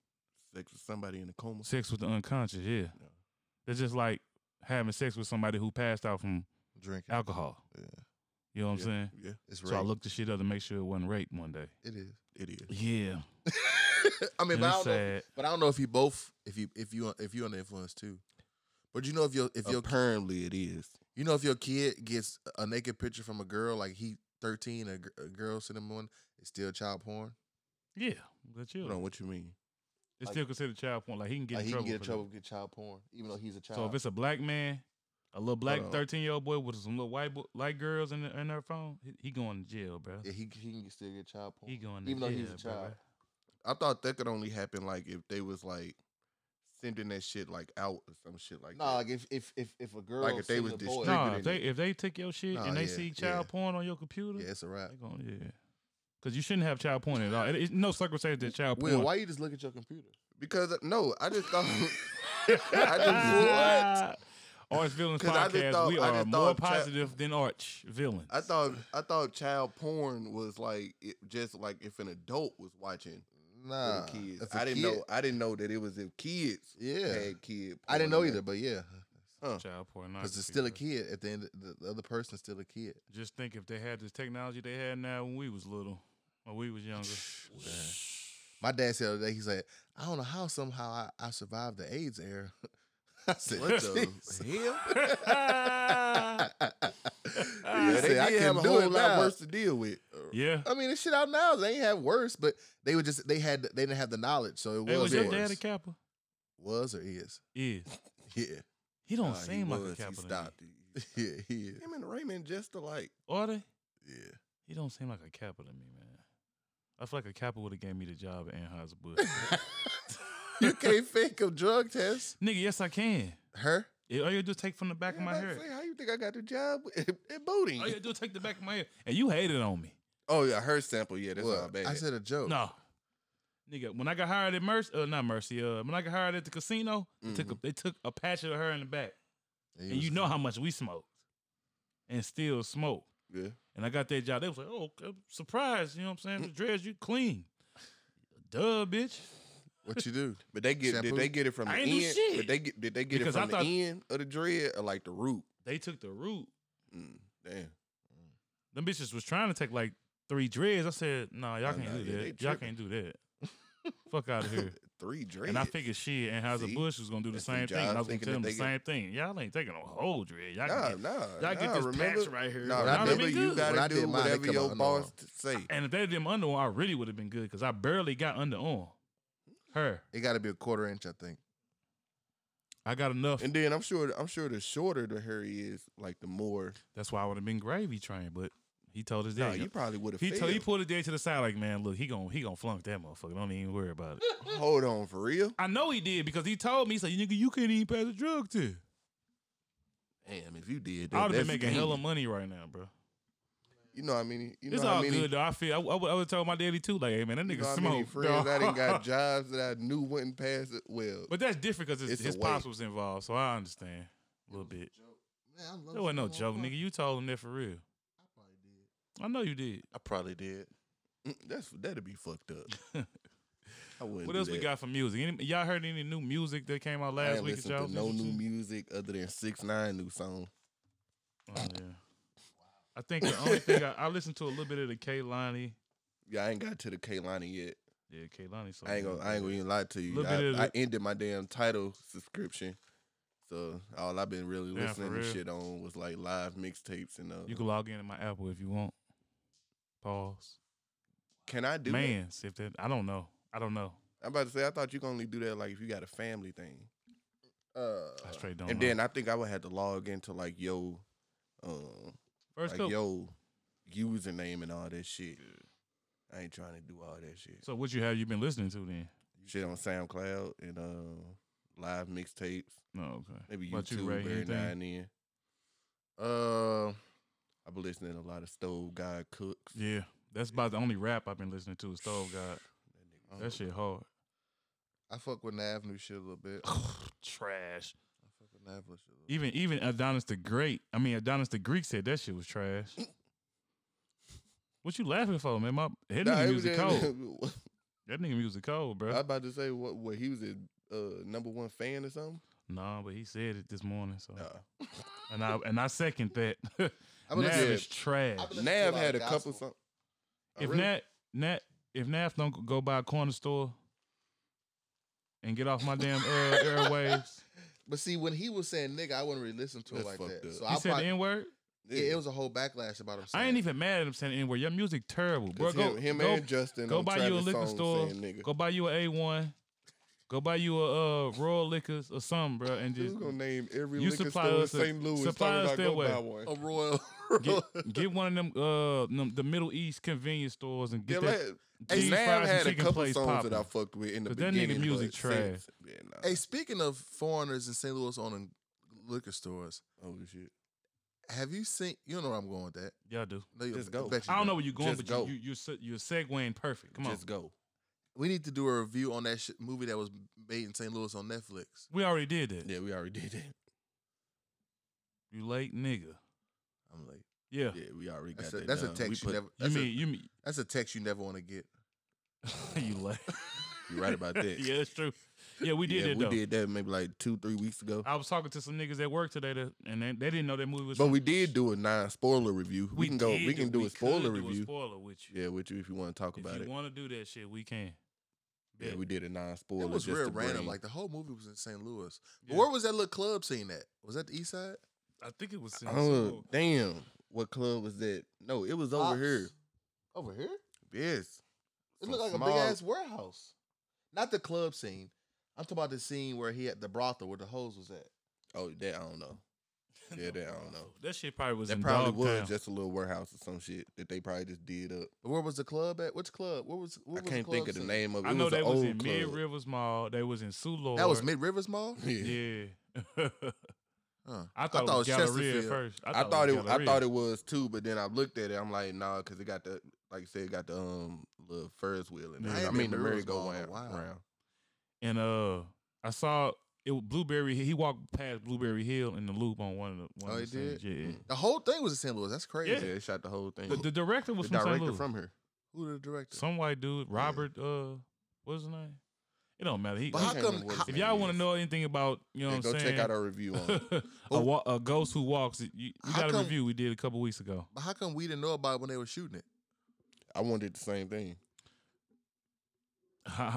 [SPEAKER 1] sex with somebody in a coma?
[SPEAKER 2] Sex with the unconscious. Yeah.
[SPEAKER 1] No.
[SPEAKER 2] That's just like having sex with somebody who passed out from
[SPEAKER 3] Drinking.
[SPEAKER 2] alcohol.
[SPEAKER 1] Yeah.
[SPEAKER 2] You know what
[SPEAKER 1] yeah,
[SPEAKER 2] I'm saying?
[SPEAKER 1] Yeah,
[SPEAKER 3] It's
[SPEAKER 2] So I
[SPEAKER 3] right.
[SPEAKER 2] looked the shit up to make sure it wasn't rape one day.
[SPEAKER 3] it is.
[SPEAKER 1] it is.
[SPEAKER 2] Yeah.
[SPEAKER 3] I mean,
[SPEAKER 2] And
[SPEAKER 3] but I,
[SPEAKER 2] it's
[SPEAKER 3] don't know,
[SPEAKER 2] sad.
[SPEAKER 3] but I don't know if you both, if you, if you, if you under influence too. But you know, if your, if your,
[SPEAKER 1] Apparently, it is.
[SPEAKER 3] you know, if your kid gets a naked picture from a girl, like he thirteen, a, gr- a girl send him one, it's still child porn.
[SPEAKER 2] Yeah. That's
[SPEAKER 1] Hold on,
[SPEAKER 2] you.
[SPEAKER 1] what you mean?
[SPEAKER 2] It's still considered child porn. Like he can get
[SPEAKER 3] um, Like
[SPEAKER 2] in
[SPEAKER 3] he can get
[SPEAKER 2] trouble.
[SPEAKER 3] in
[SPEAKER 2] for
[SPEAKER 3] trouble, get child porn, even though he's a
[SPEAKER 2] that.
[SPEAKER 3] child. um,
[SPEAKER 2] So if it's a black man, a little black
[SPEAKER 1] on.
[SPEAKER 2] 13 year old boy with some little white bo- light girls in, the, in her phone, he, he going to jail, bro.
[SPEAKER 3] yeah, he he can still get child porn.
[SPEAKER 2] He going to
[SPEAKER 3] even
[SPEAKER 2] jail.
[SPEAKER 3] though he's a
[SPEAKER 2] bruh.
[SPEAKER 3] child.
[SPEAKER 1] I thought that could only happen like if they was like sending that shit like out or some shit like
[SPEAKER 3] No,
[SPEAKER 1] that.
[SPEAKER 3] like if if if if a girl
[SPEAKER 1] Like if they
[SPEAKER 3] send
[SPEAKER 1] was
[SPEAKER 3] a boy,
[SPEAKER 1] distributed-
[SPEAKER 2] Nah, if they
[SPEAKER 1] Distributed
[SPEAKER 2] if they take your shit
[SPEAKER 3] Nah,
[SPEAKER 2] and they
[SPEAKER 3] yeah,
[SPEAKER 2] see child
[SPEAKER 3] yeah.
[SPEAKER 2] porn on your computer,
[SPEAKER 3] yeah, it's a wrap.
[SPEAKER 2] they going yeah. Cause you shouldn't have child porn at all. It, it's no circumstance that child porn.
[SPEAKER 3] Will, why you just look at your computer?
[SPEAKER 1] because uh, no, I just thought I just
[SPEAKER 2] Arch Villains
[SPEAKER 1] 'Cause I
[SPEAKER 2] podcast.
[SPEAKER 1] just thought-
[SPEAKER 2] we
[SPEAKER 1] I
[SPEAKER 2] are
[SPEAKER 1] just
[SPEAKER 2] more
[SPEAKER 1] thought child-
[SPEAKER 2] positive than Arch Villains.
[SPEAKER 1] I thought I thought child porn was like it, just like if an adult was watching
[SPEAKER 3] Nah,
[SPEAKER 1] with the kids.
[SPEAKER 3] if a
[SPEAKER 1] I didn't
[SPEAKER 3] kid-
[SPEAKER 1] know I didn't know that it was if kids
[SPEAKER 3] Yeah,
[SPEAKER 1] had kid.
[SPEAKER 3] I didn't
[SPEAKER 1] porn
[SPEAKER 3] know
[SPEAKER 1] on
[SPEAKER 3] either,
[SPEAKER 1] that.
[SPEAKER 3] but yeah,
[SPEAKER 2] child porn.
[SPEAKER 3] because it's still a kid. At the end, the, the other person's still a kid.
[SPEAKER 2] Just think if they had this technology they had now when we was little or we was younger.
[SPEAKER 3] My dad said the other day, he said, "I don't know how somehow I, I survived the AIDS era." I said,
[SPEAKER 1] What the
[SPEAKER 3] "Jesus."
[SPEAKER 1] hell?
[SPEAKER 3] He
[SPEAKER 1] Yeah, they
[SPEAKER 3] said,
[SPEAKER 1] did
[SPEAKER 3] I
[SPEAKER 1] have a
[SPEAKER 3] can't do
[SPEAKER 1] whole
[SPEAKER 3] it
[SPEAKER 1] lot
[SPEAKER 3] now.
[SPEAKER 1] worse to deal with.
[SPEAKER 2] yeah.
[SPEAKER 3] I mean, the shit out now they ain't have worse, but they were just they had they didn't have the knowledge, so it was
[SPEAKER 2] Hey, was your
[SPEAKER 3] worse.
[SPEAKER 2] dad a Kappa?
[SPEAKER 3] was or is?
[SPEAKER 2] Is.
[SPEAKER 3] Yeah,
[SPEAKER 2] He don't
[SPEAKER 1] Uh, Nah, he
[SPEAKER 2] seem like
[SPEAKER 1] was,
[SPEAKER 2] a Kappa.
[SPEAKER 1] He
[SPEAKER 2] to me.
[SPEAKER 1] stopped. He-
[SPEAKER 3] yeah, yeah,
[SPEAKER 1] Him and Raymond just alike.
[SPEAKER 2] Are they?
[SPEAKER 3] yeah.
[SPEAKER 2] He don't seem like a Kappa to me, man. I feel like a Kappa would have gave me the job at Anheuser-Busch.
[SPEAKER 3] you can't fake a drug test.
[SPEAKER 2] Nigga, yes, I can.
[SPEAKER 3] Her?
[SPEAKER 2] Yeah, All you do is take from the back of my hair. Oh,
[SPEAKER 1] Say, how you think I got the job at, at Booting?
[SPEAKER 2] All you do is take the back of my hair. And you hated on me.
[SPEAKER 1] Oh yeah, her sample. Yeah, that's all
[SPEAKER 3] Well,
[SPEAKER 1] bad.
[SPEAKER 3] I said a
[SPEAKER 1] Oh.
[SPEAKER 3] joke.
[SPEAKER 2] No. Nigga, when I got hired at Mercy, uh, not Mercy, uh, when I got hired at the casino, they,
[SPEAKER 1] Mm-hmm.
[SPEAKER 2] took a, they took a patch of her in the back.
[SPEAKER 3] And
[SPEAKER 2] And,
[SPEAKER 3] you was-
[SPEAKER 2] you know how much we smoked and still smoke.
[SPEAKER 1] yeah.
[SPEAKER 2] And I got that job. They was like, oh, okay, surprise. You know what I'm saying? The dreads, you clean. Duh, bitch.
[SPEAKER 3] What you do?
[SPEAKER 1] But they get
[SPEAKER 3] Shampoo?
[SPEAKER 1] did they get it from the
[SPEAKER 2] I ain't do
[SPEAKER 1] end?
[SPEAKER 2] shit.
[SPEAKER 1] Did they get did they get
[SPEAKER 2] Because
[SPEAKER 1] it
[SPEAKER 2] I
[SPEAKER 1] from
[SPEAKER 2] thought-
[SPEAKER 1] the end of the dread or like the root?
[SPEAKER 2] They took the root.
[SPEAKER 1] Mm, damn.
[SPEAKER 2] Them bitches was trying to take like three dreads. I said, nah, y'all
[SPEAKER 1] Nah,
[SPEAKER 2] can't
[SPEAKER 1] nah,
[SPEAKER 2] do
[SPEAKER 1] yeah, they
[SPEAKER 2] that. Y'all can't do that. Fuck out of here.
[SPEAKER 1] Three dreads.
[SPEAKER 2] And I figured shit, and House
[SPEAKER 1] See?
[SPEAKER 2] Bush was gonna do the
[SPEAKER 1] That's
[SPEAKER 2] same
[SPEAKER 1] them
[SPEAKER 2] thing. and I was
[SPEAKER 1] jobs
[SPEAKER 2] gonna
[SPEAKER 1] thinking
[SPEAKER 2] tell them
[SPEAKER 1] that
[SPEAKER 2] the
[SPEAKER 1] they
[SPEAKER 2] same thing. Y'all ain't taking no whole dread. Y'all,
[SPEAKER 1] nah,
[SPEAKER 2] can get,
[SPEAKER 1] nah,
[SPEAKER 2] y'all
[SPEAKER 1] nah,
[SPEAKER 2] get this
[SPEAKER 1] remember?
[SPEAKER 2] patch right here.
[SPEAKER 1] Nah,
[SPEAKER 3] When I
[SPEAKER 1] remember
[SPEAKER 2] did
[SPEAKER 1] you
[SPEAKER 2] mine-
[SPEAKER 1] gotta
[SPEAKER 3] when I
[SPEAKER 1] do
[SPEAKER 3] did mine, they
[SPEAKER 1] whatever
[SPEAKER 3] come
[SPEAKER 1] your
[SPEAKER 3] out, no.
[SPEAKER 1] boss t- say.
[SPEAKER 2] and if they did them underarm, I really would have been good because I barely got underarm. Her,
[SPEAKER 3] It got to be a quarter inch, I think.
[SPEAKER 2] I got enough.
[SPEAKER 1] And then I'm sure I'm sure the shorter the hair is, like the more.
[SPEAKER 2] That's why I would have been gravy train. But he told us
[SPEAKER 1] Nah,
[SPEAKER 2] that
[SPEAKER 1] you probably would have.
[SPEAKER 2] he told he pulled it dead to the side like, man, look, he gon' he gonna flunk that motherfucker. Don't even worry about it.
[SPEAKER 1] Hold on, for real?
[SPEAKER 2] I know he did because he told me. He said, nigga, you can't even pass a drug test.
[SPEAKER 1] Damn, if you did, that,
[SPEAKER 2] I would have
[SPEAKER 1] that's
[SPEAKER 2] been making hella
[SPEAKER 1] mean.
[SPEAKER 2] money right now, bro.
[SPEAKER 1] You know how many? You know
[SPEAKER 2] it's
[SPEAKER 1] how
[SPEAKER 2] all
[SPEAKER 1] many?
[SPEAKER 2] good though. I feel I, I, would- I would tell my daddy too, like, hey man, that
[SPEAKER 1] you
[SPEAKER 2] nigga
[SPEAKER 1] know how many
[SPEAKER 2] smoked.
[SPEAKER 1] friends I didn't
[SPEAKER 2] dog.
[SPEAKER 1] got jobs that I knew wouldn't pass it. Well,
[SPEAKER 2] But that's different because his,
[SPEAKER 1] It's a
[SPEAKER 2] his
[SPEAKER 1] way.
[SPEAKER 2] pops was involved, so I understand a little bit. There wasn't no joke, nigga. You told him that for real. I know you did.
[SPEAKER 1] I probably did. Mm, That's that'd be fucked up. I wouldn't.
[SPEAKER 2] What
[SPEAKER 1] do
[SPEAKER 2] else we
[SPEAKER 1] that.
[SPEAKER 2] got for music? Any, y'all heard any new music that came out
[SPEAKER 1] I
[SPEAKER 2] last
[SPEAKER 1] ain't
[SPEAKER 2] week? That
[SPEAKER 1] listened
[SPEAKER 2] y'all
[SPEAKER 1] to no
[SPEAKER 2] listened
[SPEAKER 1] new
[SPEAKER 2] to?
[SPEAKER 1] music other than Six Nine new song.
[SPEAKER 2] Oh, yeah. I think the only thing I, I listened to a little bit of the Kaylani.
[SPEAKER 1] Yeah, I ain't got to the Kaylani yet.
[SPEAKER 2] Yeah, Kaylani. So
[SPEAKER 1] I ain't gonna. I ain't gonna even lie to you.
[SPEAKER 2] Little bit of
[SPEAKER 1] I, I
[SPEAKER 2] the-
[SPEAKER 1] ended my damn title subscription, So all I've been really
[SPEAKER 2] Yeah,
[SPEAKER 1] listening
[SPEAKER 2] for
[SPEAKER 1] to
[SPEAKER 2] real.
[SPEAKER 1] shit on was like live mixtapes and uh.
[SPEAKER 2] You can log into my Apple if you want. Pause.
[SPEAKER 1] can I do? Man,
[SPEAKER 2] Mans, if that I don't know. I don't know.
[SPEAKER 1] I'm about to say I thought you can only do that like if you got a family thing.
[SPEAKER 8] Uh,
[SPEAKER 2] I straight don't
[SPEAKER 1] and
[SPEAKER 2] know.
[SPEAKER 1] then I think I would have to log into like yo, um,
[SPEAKER 2] First
[SPEAKER 1] like
[SPEAKER 2] up,
[SPEAKER 1] yo username and all that shit. I ain't trying to do all that shit.
[SPEAKER 2] so what you have you been listening to then?
[SPEAKER 1] shit on SoundCloud and uh, live mixtapes,
[SPEAKER 2] No, okay.
[SPEAKER 1] maybe
[SPEAKER 2] What
[SPEAKER 1] YouTube
[SPEAKER 2] you rate
[SPEAKER 1] every now
[SPEAKER 2] anything?
[SPEAKER 1] and then.
[SPEAKER 8] uh,
[SPEAKER 1] I've been listening to a lot of Stove God Cooks.
[SPEAKER 2] Yeah. That's about the only rap I've been listening to is Stove God.
[SPEAKER 1] That
[SPEAKER 2] That
[SPEAKER 1] nigga-
[SPEAKER 2] shit hard.
[SPEAKER 8] I fuck with the Avenue shit a little bit.
[SPEAKER 2] Trash.
[SPEAKER 8] Fucking Netflix shit.
[SPEAKER 2] Even even Adonis the Great. I mean Adonis the Greek said that shit was trash. what you laughing for, man? My that
[SPEAKER 1] Nah,
[SPEAKER 2] nigga
[SPEAKER 1] it was
[SPEAKER 2] music cold.
[SPEAKER 1] just-
[SPEAKER 2] That nigga music cold,
[SPEAKER 1] I
[SPEAKER 2] bro.
[SPEAKER 1] was about to say what what he was a uh, number one fan or something.
[SPEAKER 2] nah, but he said it this morning. So
[SPEAKER 1] Nah.
[SPEAKER 2] and I and I second that.
[SPEAKER 8] I
[SPEAKER 2] Nav
[SPEAKER 8] believe
[SPEAKER 1] listening-
[SPEAKER 2] is trash.
[SPEAKER 8] I've been listening to a
[SPEAKER 1] Nav
[SPEAKER 8] lot
[SPEAKER 1] had a
[SPEAKER 8] of
[SPEAKER 1] couple
[SPEAKER 8] gospel.
[SPEAKER 1] something.
[SPEAKER 2] If Nat Nat if Nav don't go by a corner store and get off my damn uh, airwaves,
[SPEAKER 8] But see, when he was saying nigga, I wouldn't really listen to
[SPEAKER 1] That's
[SPEAKER 8] it like
[SPEAKER 1] fucked
[SPEAKER 8] that.
[SPEAKER 1] up.
[SPEAKER 8] So
[SPEAKER 2] he
[SPEAKER 8] I
[SPEAKER 2] said the
[SPEAKER 8] probably,
[SPEAKER 2] N word.
[SPEAKER 8] yeah, it was a whole backlash about him. Saying,
[SPEAKER 2] I ain't even mad at him saying the N word. Your music terrible, bro.
[SPEAKER 1] It's
[SPEAKER 2] Go
[SPEAKER 1] him, him
[SPEAKER 2] go,
[SPEAKER 1] and Justin.
[SPEAKER 2] go
[SPEAKER 1] on
[SPEAKER 2] buy you a
[SPEAKER 1] Travis
[SPEAKER 2] liquor
[SPEAKER 1] Songz
[SPEAKER 2] store.
[SPEAKER 1] saying nigga.
[SPEAKER 2] go buy you a A one. Go buy you a uh, Royal Liquors or something, bro, and
[SPEAKER 1] Who's
[SPEAKER 2] just
[SPEAKER 1] gonna name every
[SPEAKER 2] You
[SPEAKER 1] liquor
[SPEAKER 2] supply
[SPEAKER 1] store in
[SPEAKER 2] us a-
[SPEAKER 1] St. Louis?
[SPEAKER 2] supply us
[SPEAKER 1] talking about
[SPEAKER 2] that
[SPEAKER 1] go
[SPEAKER 2] way.
[SPEAKER 1] buy one.
[SPEAKER 8] a royal.
[SPEAKER 2] get, get one of them uh them, the Middle East convenience stores and get
[SPEAKER 1] Yeah,
[SPEAKER 2] that.
[SPEAKER 1] let- Hey,
[SPEAKER 2] cheese
[SPEAKER 1] Nav
[SPEAKER 2] fries and
[SPEAKER 1] had a
[SPEAKER 2] chicken
[SPEAKER 1] couple
[SPEAKER 2] place
[SPEAKER 1] songs that I
[SPEAKER 2] poppin'.
[SPEAKER 1] fucked with in the
[SPEAKER 2] 'Cause that nigga
[SPEAKER 1] beginning. but
[SPEAKER 2] music
[SPEAKER 1] since- Yeah, nah.
[SPEAKER 3] Hey, speaking of foreigners in St. Louis owning liquor stores,
[SPEAKER 1] Oh shit.
[SPEAKER 3] have you seen? You know where I'm going with that.
[SPEAKER 2] Y'all do.
[SPEAKER 3] No, you-
[SPEAKER 1] Just
[SPEAKER 3] I
[SPEAKER 1] go.
[SPEAKER 3] bet you
[SPEAKER 2] I don't
[SPEAKER 3] do.
[SPEAKER 2] know where you're going,
[SPEAKER 1] Just
[SPEAKER 2] but
[SPEAKER 1] go.
[SPEAKER 2] you, you you're se- you're segueing perfect. Come on,
[SPEAKER 1] Just go.
[SPEAKER 3] We need to do a review on that sh- movie that was made in St. Louis on Netflix.
[SPEAKER 2] we already did that.
[SPEAKER 1] Yeah, we already did that.
[SPEAKER 2] You late, nigga.
[SPEAKER 3] I'm like,
[SPEAKER 2] Yeah.
[SPEAKER 1] Yeah, we already got
[SPEAKER 3] that's, a,
[SPEAKER 1] that.
[SPEAKER 3] that's a
[SPEAKER 1] done. We
[SPEAKER 3] text you
[SPEAKER 1] put-
[SPEAKER 3] never.
[SPEAKER 2] You
[SPEAKER 3] That's,
[SPEAKER 2] mean you mean
[SPEAKER 3] a, that's a text you never want to get.
[SPEAKER 2] you late?
[SPEAKER 1] You right about that.
[SPEAKER 2] yeah, that's true. Yeah, we did
[SPEAKER 1] yeah,
[SPEAKER 2] that
[SPEAKER 1] we
[SPEAKER 2] though.
[SPEAKER 1] did that maybe like two, three weeks ago.
[SPEAKER 2] I was talking to some niggas at work today, that, and they, they didn't know that movie was.
[SPEAKER 1] But we did do a non-spoiler review. We,
[SPEAKER 2] We
[SPEAKER 1] can go.
[SPEAKER 2] did
[SPEAKER 1] We
[SPEAKER 2] do-
[SPEAKER 1] can do a
[SPEAKER 2] could
[SPEAKER 1] spoiler
[SPEAKER 2] do a
[SPEAKER 1] review.
[SPEAKER 2] spoiler with you.
[SPEAKER 1] Yeah, with you if you want to talk about
[SPEAKER 2] if
[SPEAKER 1] it.
[SPEAKER 2] you want to do that shit, we can.
[SPEAKER 1] yeah,
[SPEAKER 2] Bet.
[SPEAKER 1] we did a non-spoiler.
[SPEAKER 3] That was
[SPEAKER 1] just
[SPEAKER 3] real
[SPEAKER 1] to
[SPEAKER 3] random.
[SPEAKER 1] bring-
[SPEAKER 3] Like the whole movie was in St. Louis. But
[SPEAKER 2] Yeah.
[SPEAKER 3] Where was that little club scene at? Was that the East Side?
[SPEAKER 2] I think it was. Since
[SPEAKER 1] oh damn, what club was that? No, it was over
[SPEAKER 3] Ops.
[SPEAKER 1] here.
[SPEAKER 3] Over here?
[SPEAKER 1] Yes,
[SPEAKER 3] It
[SPEAKER 1] Some
[SPEAKER 3] looked like a
[SPEAKER 1] small-
[SPEAKER 3] big ass warehouse. Not the club scene. I'm talking about the scene where he at the brothel where the hose was at.
[SPEAKER 1] Oh, that I don't know. Yeah, that I don't know.
[SPEAKER 2] That shit probably was.
[SPEAKER 1] That
[SPEAKER 2] in
[SPEAKER 1] probably
[SPEAKER 2] Dogtown.
[SPEAKER 1] was just a little warehouse or some shit that they probably just did up.
[SPEAKER 3] But Where was the club at? Which club? Where was? Where
[SPEAKER 1] I
[SPEAKER 3] was
[SPEAKER 1] can't
[SPEAKER 3] the
[SPEAKER 1] think
[SPEAKER 3] club
[SPEAKER 1] of the
[SPEAKER 3] scene?
[SPEAKER 1] name of it.
[SPEAKER 2] I know
[SPEAKER 1] it was
[SPEAKER 2] they
[SPEAKER 1] an
[SPEAKER 2] was
[SPEAKER 1] old
[SPEAKER 2] in
[SPEAKER 1] club.
[SPEAKER 2] Mid Rivers Mall. They was in Sulor.
[SPEAKER 3] That was Mid Rivers Mall.
[SPEAKER 1] Yeah.
[SPEAKER 2] Yeah.
[SPEAKER 3] Huh.
[SPEAKER 2] I thought, it was Galleria at
[SPEAKER 3] Chesterfield.
[SPEAKER 2] first.
[SPEAKER 1] I thought it. I
[SPEAKER 2] Galleria.
[SPEAKER 1] thought it was too, but then I looked at it. I'm like, nah, because it got the like you said, it got the um little Ferris wheel in
[SPEAKER 2] Yeah.
[SPEAKER 1] there.
[SPEAKER 2] I
[SPEAKER 1] I,
[SPEAKER 2] ain't
[SPEAKER 1] mean,
[SPEAKER 3] been
[SPEAKER 1] the
[SPEAKER 3] to Rivers Mall in
[SPEAKER 1] merry-go-round.
[SPEAKER 3] a while.
[SPEAKER 1] round.
[SPEAKER 2] and uh, I saw it. was Blueberry. He walked past Blueberry Hill in the loop on one of the. One
[SPEAKER 3] Oh,
[SPEAKER 2] of
[SPEAKER 3] he
[SPEAKER 2] the scenes. Yeah.
[SPEAKER 3] The whole thing was in St. Louis. That's crazy.
[SPEAKER 1] Mm. Yeah.
[SPEAKER 2] Yeah.
[SPEAKER 1] they shot the whole thing.
[SPEAKER 2] The, the director was
[SPEAKER 1] Mm. The
[SPEAKER 2] from St.
[SPEAKER 1] director
[SPEAKER 2] Louis.
[SPEAKER 1] from here.
[SPEAKER 3] Who the director?
[SPEAKER 2] Some white dude, Robert. Uh, what's his name? It don't matter. He,
[SPEAKER 3] But
[SPEAKER 1] I
[SPEAKER 3] how
[SPEAKER 1] can't
[SPEAKER 3] come-
[SPEAKER 1] remember what his
[SPEAKER 2] if
[SPEAKER 1] name
[SPEAKER 2] y'all want
[SPEAKER 1] is.
[SPEAKER 2] to know anything about, you know,
[SPEAKER 1] Yeah,
[SPEAKER 2] what
[SPEAKER 1] go
[SPEAKER 2] I'm saying,
[SPEAKER 1] check out our review on it.
[SPEAKER 2] a, wa- a ghost who walks. You, we
[SPEAKER 3] How
[SPEAKER 2] got a
[SPEAKER 3] come-
[SPEAKER 2] review we did a couple weeks ago.
[SPEAKER 3] But how come we didn't know about it when they were shooting it?
[SPEAKER 1] I wanted the same thing.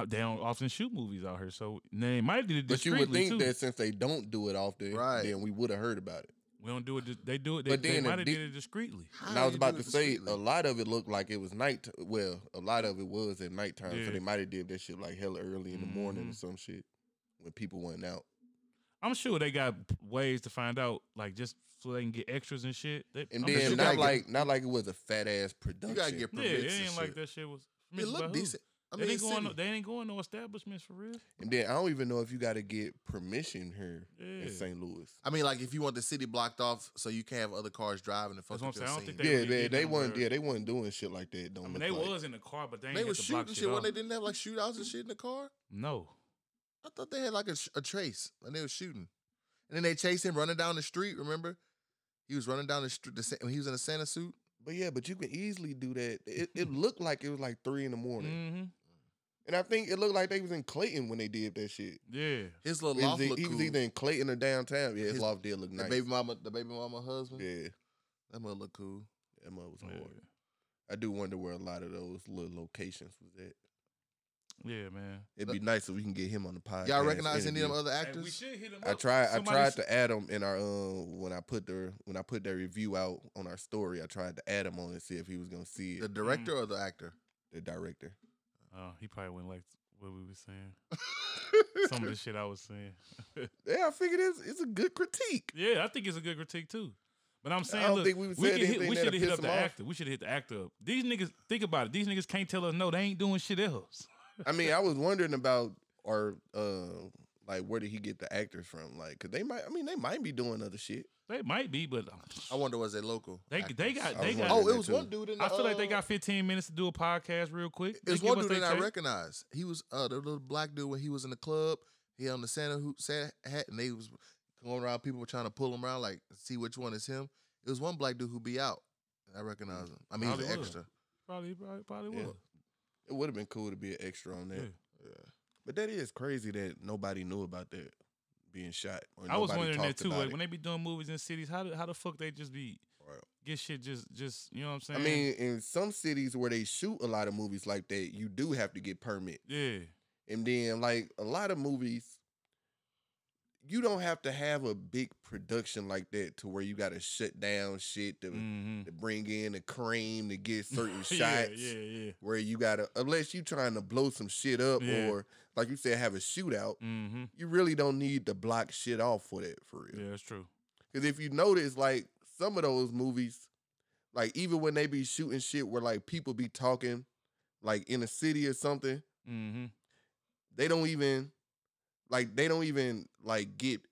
[SPEAKER 2] they don't often shoot movies out here, so they might do it
[SPEAKER 1] But you would
[SPEAKER 2] discreetly,
[SPEAKER 1] think
[SPEAKER 2] too.
[SPEAKER 1] that since they don't do it often,
[SPEAKER 3] Right.
[SPEAKER 1] then we would have heard about it.
[SPEAKER 2] we don't do it. dis- They do it. They,
[SPEAKER 1] But
[SPEAKER 2] they
[SPEAKER 1] then the
[SPEAKER 2] might have
[SPEAKER 1] di-
[SPEAKER 2] did it discreetly.
[SPEAKER 3] How
[SPEAKER 1] And I was
[SPEAKER 3] you
[SPEAKER 1] about
[SPEAKER 3] do
[SPEAKER 1] to
[SPEAKER 3] it
[SPEAKER 1] say
[SPEAKER 3] discreetly?
[SPEAKER 1] a lot of it looked like it was night. Well, a lot of it was at nighttime,
[SPEAKER 2] Yeah.
[SPEAKER 1] so they might have did that shit like hella early in the morning or
[SPEAKER 2] Mhm.
[SPEAKER 1] some shit when people went out.
[SPEAKER 2] I'm sure they got ways to find out, like just so they can get extras and shit. They,
[SPEAKER 1] And
[SPEAKER 2] I'm sure
[SPEAKER 1] then
[SPEAKER 2] they
[SPEAKER 1] not
[SPEAKER 2] got-
[SPEAKER 1] like not like it was a fat ass production.
[SPEAKER 3] get
[SPEAKER 2] yeah, it
[SPEAKER 3] permits and
[SPEAKER 2] ain't like
[SPEAKER 3] shit.
[SPEAKER 2] that shit was.
[SPEAKER 3] It
[SPEAKER 2] by
[SPEAKER 3] looked
[SPEAKER 2] who?
[SPEAKER 3] decent. I
[SPEAKER 2] They
[SPEAKER 3] mean,
[SPEAKER 2] ain't going. No,
[SPEAKER 3] city.
[SPEAKER 2] they ain't going no establishments for real.
[SPEAKER 1] and then I don't even know if you got to get permission here
[SPEAKER 2] Yeah.
[SPEAKER 1] in St. Louis.
[SPEAKER 3] I mean, like if you want the city blocked off so you can't have other cars driving and
[SPEAKER 2] That's
[SPEAKER 3] fuck
[SPEAKER 2] what
[SPEAKER 3] up
[SPEAKER 2] I'm
[SPEAKER 3] your
[SPEAKER 2] saying. I don't
[SPEAKER 3] scene.
[SPEAKER 2] think
[SPEAKER 1] yeah,
[SPEAKER 2] really
[SPEAKER 1] they
[SPEAKER 2] did
[SPEAKER 1] they
[SPEAKER 2] nothing
[SPEAKER 1] weren't
[SPEAKER 2] where-
[SPEAKER 1] yeah they weren't doing shit like that. Don't
[SPEAKER 2] I mean,
[SPEAKER 1] look
[SPEAKER 2] they
[SPEAKER 1] like.
[SPEAKER 2] was in the car, but they ain't
[SPEAKER 3] They
[SPEAKER 2] had
[SPEAKER 3] were
[SPEAKER 2] to block
[SPEAKER 3] shooting
[SPEAKER 2] shit
[SPEAKER 3] shit when
[SPEAKER 2] off.
[SPEAKER 3] they didn't have like shootouts and shit in the car.
[SPEAKER 2] No,
[SPEAKER 3] I thought they had like a, sh- a trace and they were shooting. And then they chased him running down the street. Remember, he was running down the street the, sa- when he was in a Santa suit.
[SPEAKER 1] But yeah, but you can easily do that. It, it looked like it was like three in the morning,
[SPEAKER 2] hmm
[SPEAKER 1] and I think it looked like they was in Clayton when they did that shit.
[SPEAKER 2] yeah,
[SPEAKER 3] His little
[SPEAKER 1] Is
[SPEAKER 3] loft
[SPEAKER 1] it-
[SPEAKER 3] looked
[SPEAKER 1] he
[SPEAKER 3] cool.
[SPEAKER 1] was either in Clayton or downtown. Yeah, his,
[SPEAKER 3] His-
[SPEAKER 1] loft did look
[SPEAKER 3] the
[SPEAKER 1] nice.
[SPEAKER 3] baby mama, the baby mama husband.
[SPEAKER 1] yeah,
[SPEAKER 3] That mother look cool.
[SPEAKER 1] that mud was
[SPEAKER 2] Yeah.
[SPEAKER 1] hard. I do wonder where a lot of those little locations was at.
[SPEAKER 2] Yeah, man.
[SPEAKER 1] It'd be nice if we can get him on the podcast.
[SPEAKER 3] Y'all recognize any of them
[SPEAKER 1] interview.
[SPEAKER 3] other
[SPEAKER 2] Hey, we
[SPEAKER 3] actors?
[SPEAKER 2] should hit him
[SPEAKER 1] I
[SPEAKER 2] up.
[SPEAKER 1] tried.
[SPEAKER 2] Somebody
[SPEAKER 1] I
[SPEAKER 2] s-
[SPEAKER 1] tried to add him in our um when I put their when I put their review out on our story. I tried to add him on and see if he was gonna see
[SPEAKER 3] The
[SPEAKER 1] it.
[SPEAKER 3] director
[SPEAKER 2] Mm.
[SPEAKER 3] or the actor?
[SPEAKER 1] The director.
[SPEAKER 2] Oh, he probably wouldn't like what we were saying. Some of the shit I was saying.
[SPEAKER 1] Yeah, I figured it's it's a good critique.
[SPEAKER 2] Yeah, I think it's a good critique too. But I'm saying,
[SPEAKER 1] don't
[SPEAKER 2] look,
[SPEAKER 1] think we
[SPEAKER 2] we,
[SPEAKER 1] said
[SPEAKER 2] could hit,
[SPEAKER 1] anything
[SPEAKER 2] we
[SPEAKER 1] that'll
[SPEAKER 2] should have hit
[SPEAKER 1] piss
[SPEAKER 2] up the
[SPEAKER 1] him off.
[SPEAKER 2] actor. We should have hit the actor up. These niggas, think about it. These niggas can't tell us no. They ain't doing shit else.
[SPEAKER 1] I mean, I was wondering about or uh like where did he get the actors from? Like, cause they might. I mean, they might be doing other shit.
[SPEAKER 2] They might be, but uh,
[SPEAKER 3] I wonder was they local?
[SPEAKER 2] they they
[SPEAKER 3] actors?
[SPEAKER 2] got
[SPEAKER 1] I
[SPEAKER 2] they
[SPEAKER 1] was
[SPEAKER 2] got.
[SPEAKER 1] wondering
[SPEAKER 3] Oh,
[SPEAKER 1] that
[SPEAKER 3] it was
[SPEAKER 1] too.
[SPEAKER 3] one dude in. The,
[SPEAKER 2] I feel like they
[SPEAKER 3] uh,
[SPEAKER 2] got 15 minutes to do a podcast real quick. They
[SPEAKER 3] It's
[SPEAKER 2] give
[SPEAKER 3] one
[SPEAKER 2] us
[SPEAKER 3] dude
[SPEAKER 2] they
[SPEAKER 3] that I
[SPEAKER 2] take.
[SPEAKER 3] recognize. He was uh the little black dude when he was in the club. He on the Santa hoop Santa hat, and they was going around. People were trying to pull him around, like see which one is him. It was one black dude who be out. I recognize him. I mean, he's an
[SPEAKER 2] Hollywood.
[SPEAKER 3] extra.
[SPEAKER 2] Probably, probably, probably
[SPEAKER 1] Yeah.
[SPEAKER 2] will.
[SPEAKER 1] It would have been cool to be an extra on that.
[SPEAKER 2] Yeah.
[SPEAKER 1] But that is crazy that nobody knew about that being shot. Or
[SPEAKER 2] I was
[SPEAKER 1] nobody
[SPEAKER 2] wondering that
[SPEAKER 1] talked
[SPEAKER 2] too.
[SPEAKER 1] about
[SPEAKER 2] Like
[SPEAKER 1] it.
[SPEAKER 2] when they be doing movies in cities, how the, how the fuck they just be
[SPEAKER 1] Right.
[SPEAKER 2] get shit just just you know what I'm saying?
[SPEAKER 1] I mean, in some cities where they shoot a lot of movies like that, you do have to get permit.
[SPEAKER 2] yeah,
[SPEAKER 1] And then like a lot of movies, you don't have to have a big production like that to where you gotta shut down shit to,
[SPEAKER 2] Mhm.
[SPEAKER 1] to bring in a cream to get mm-hmm. certain shots.
[SPEAKER 2] yeah, yeah, yeah.
[SPEAKER 1] Where you gotta unless you trying to blow some shit up
[SPEAKER 2] Yeah.
[SPEAKER 1] or like you said, have a shootout,
[SPEAKER 2] Mm-hmm.
[SPEAKER 1] you really don't need to block shit off for that for real.
[SPEAKER 2] Yeah, that's true.
[SPEAKER 1] Because if you notice, like some of those movies, like even when they be shooting shit where like people be talking, like in a city or something,
[SPEAKER 2] Mm-hmm.
[SPEAKER 1] they don't even, like they don't even like get.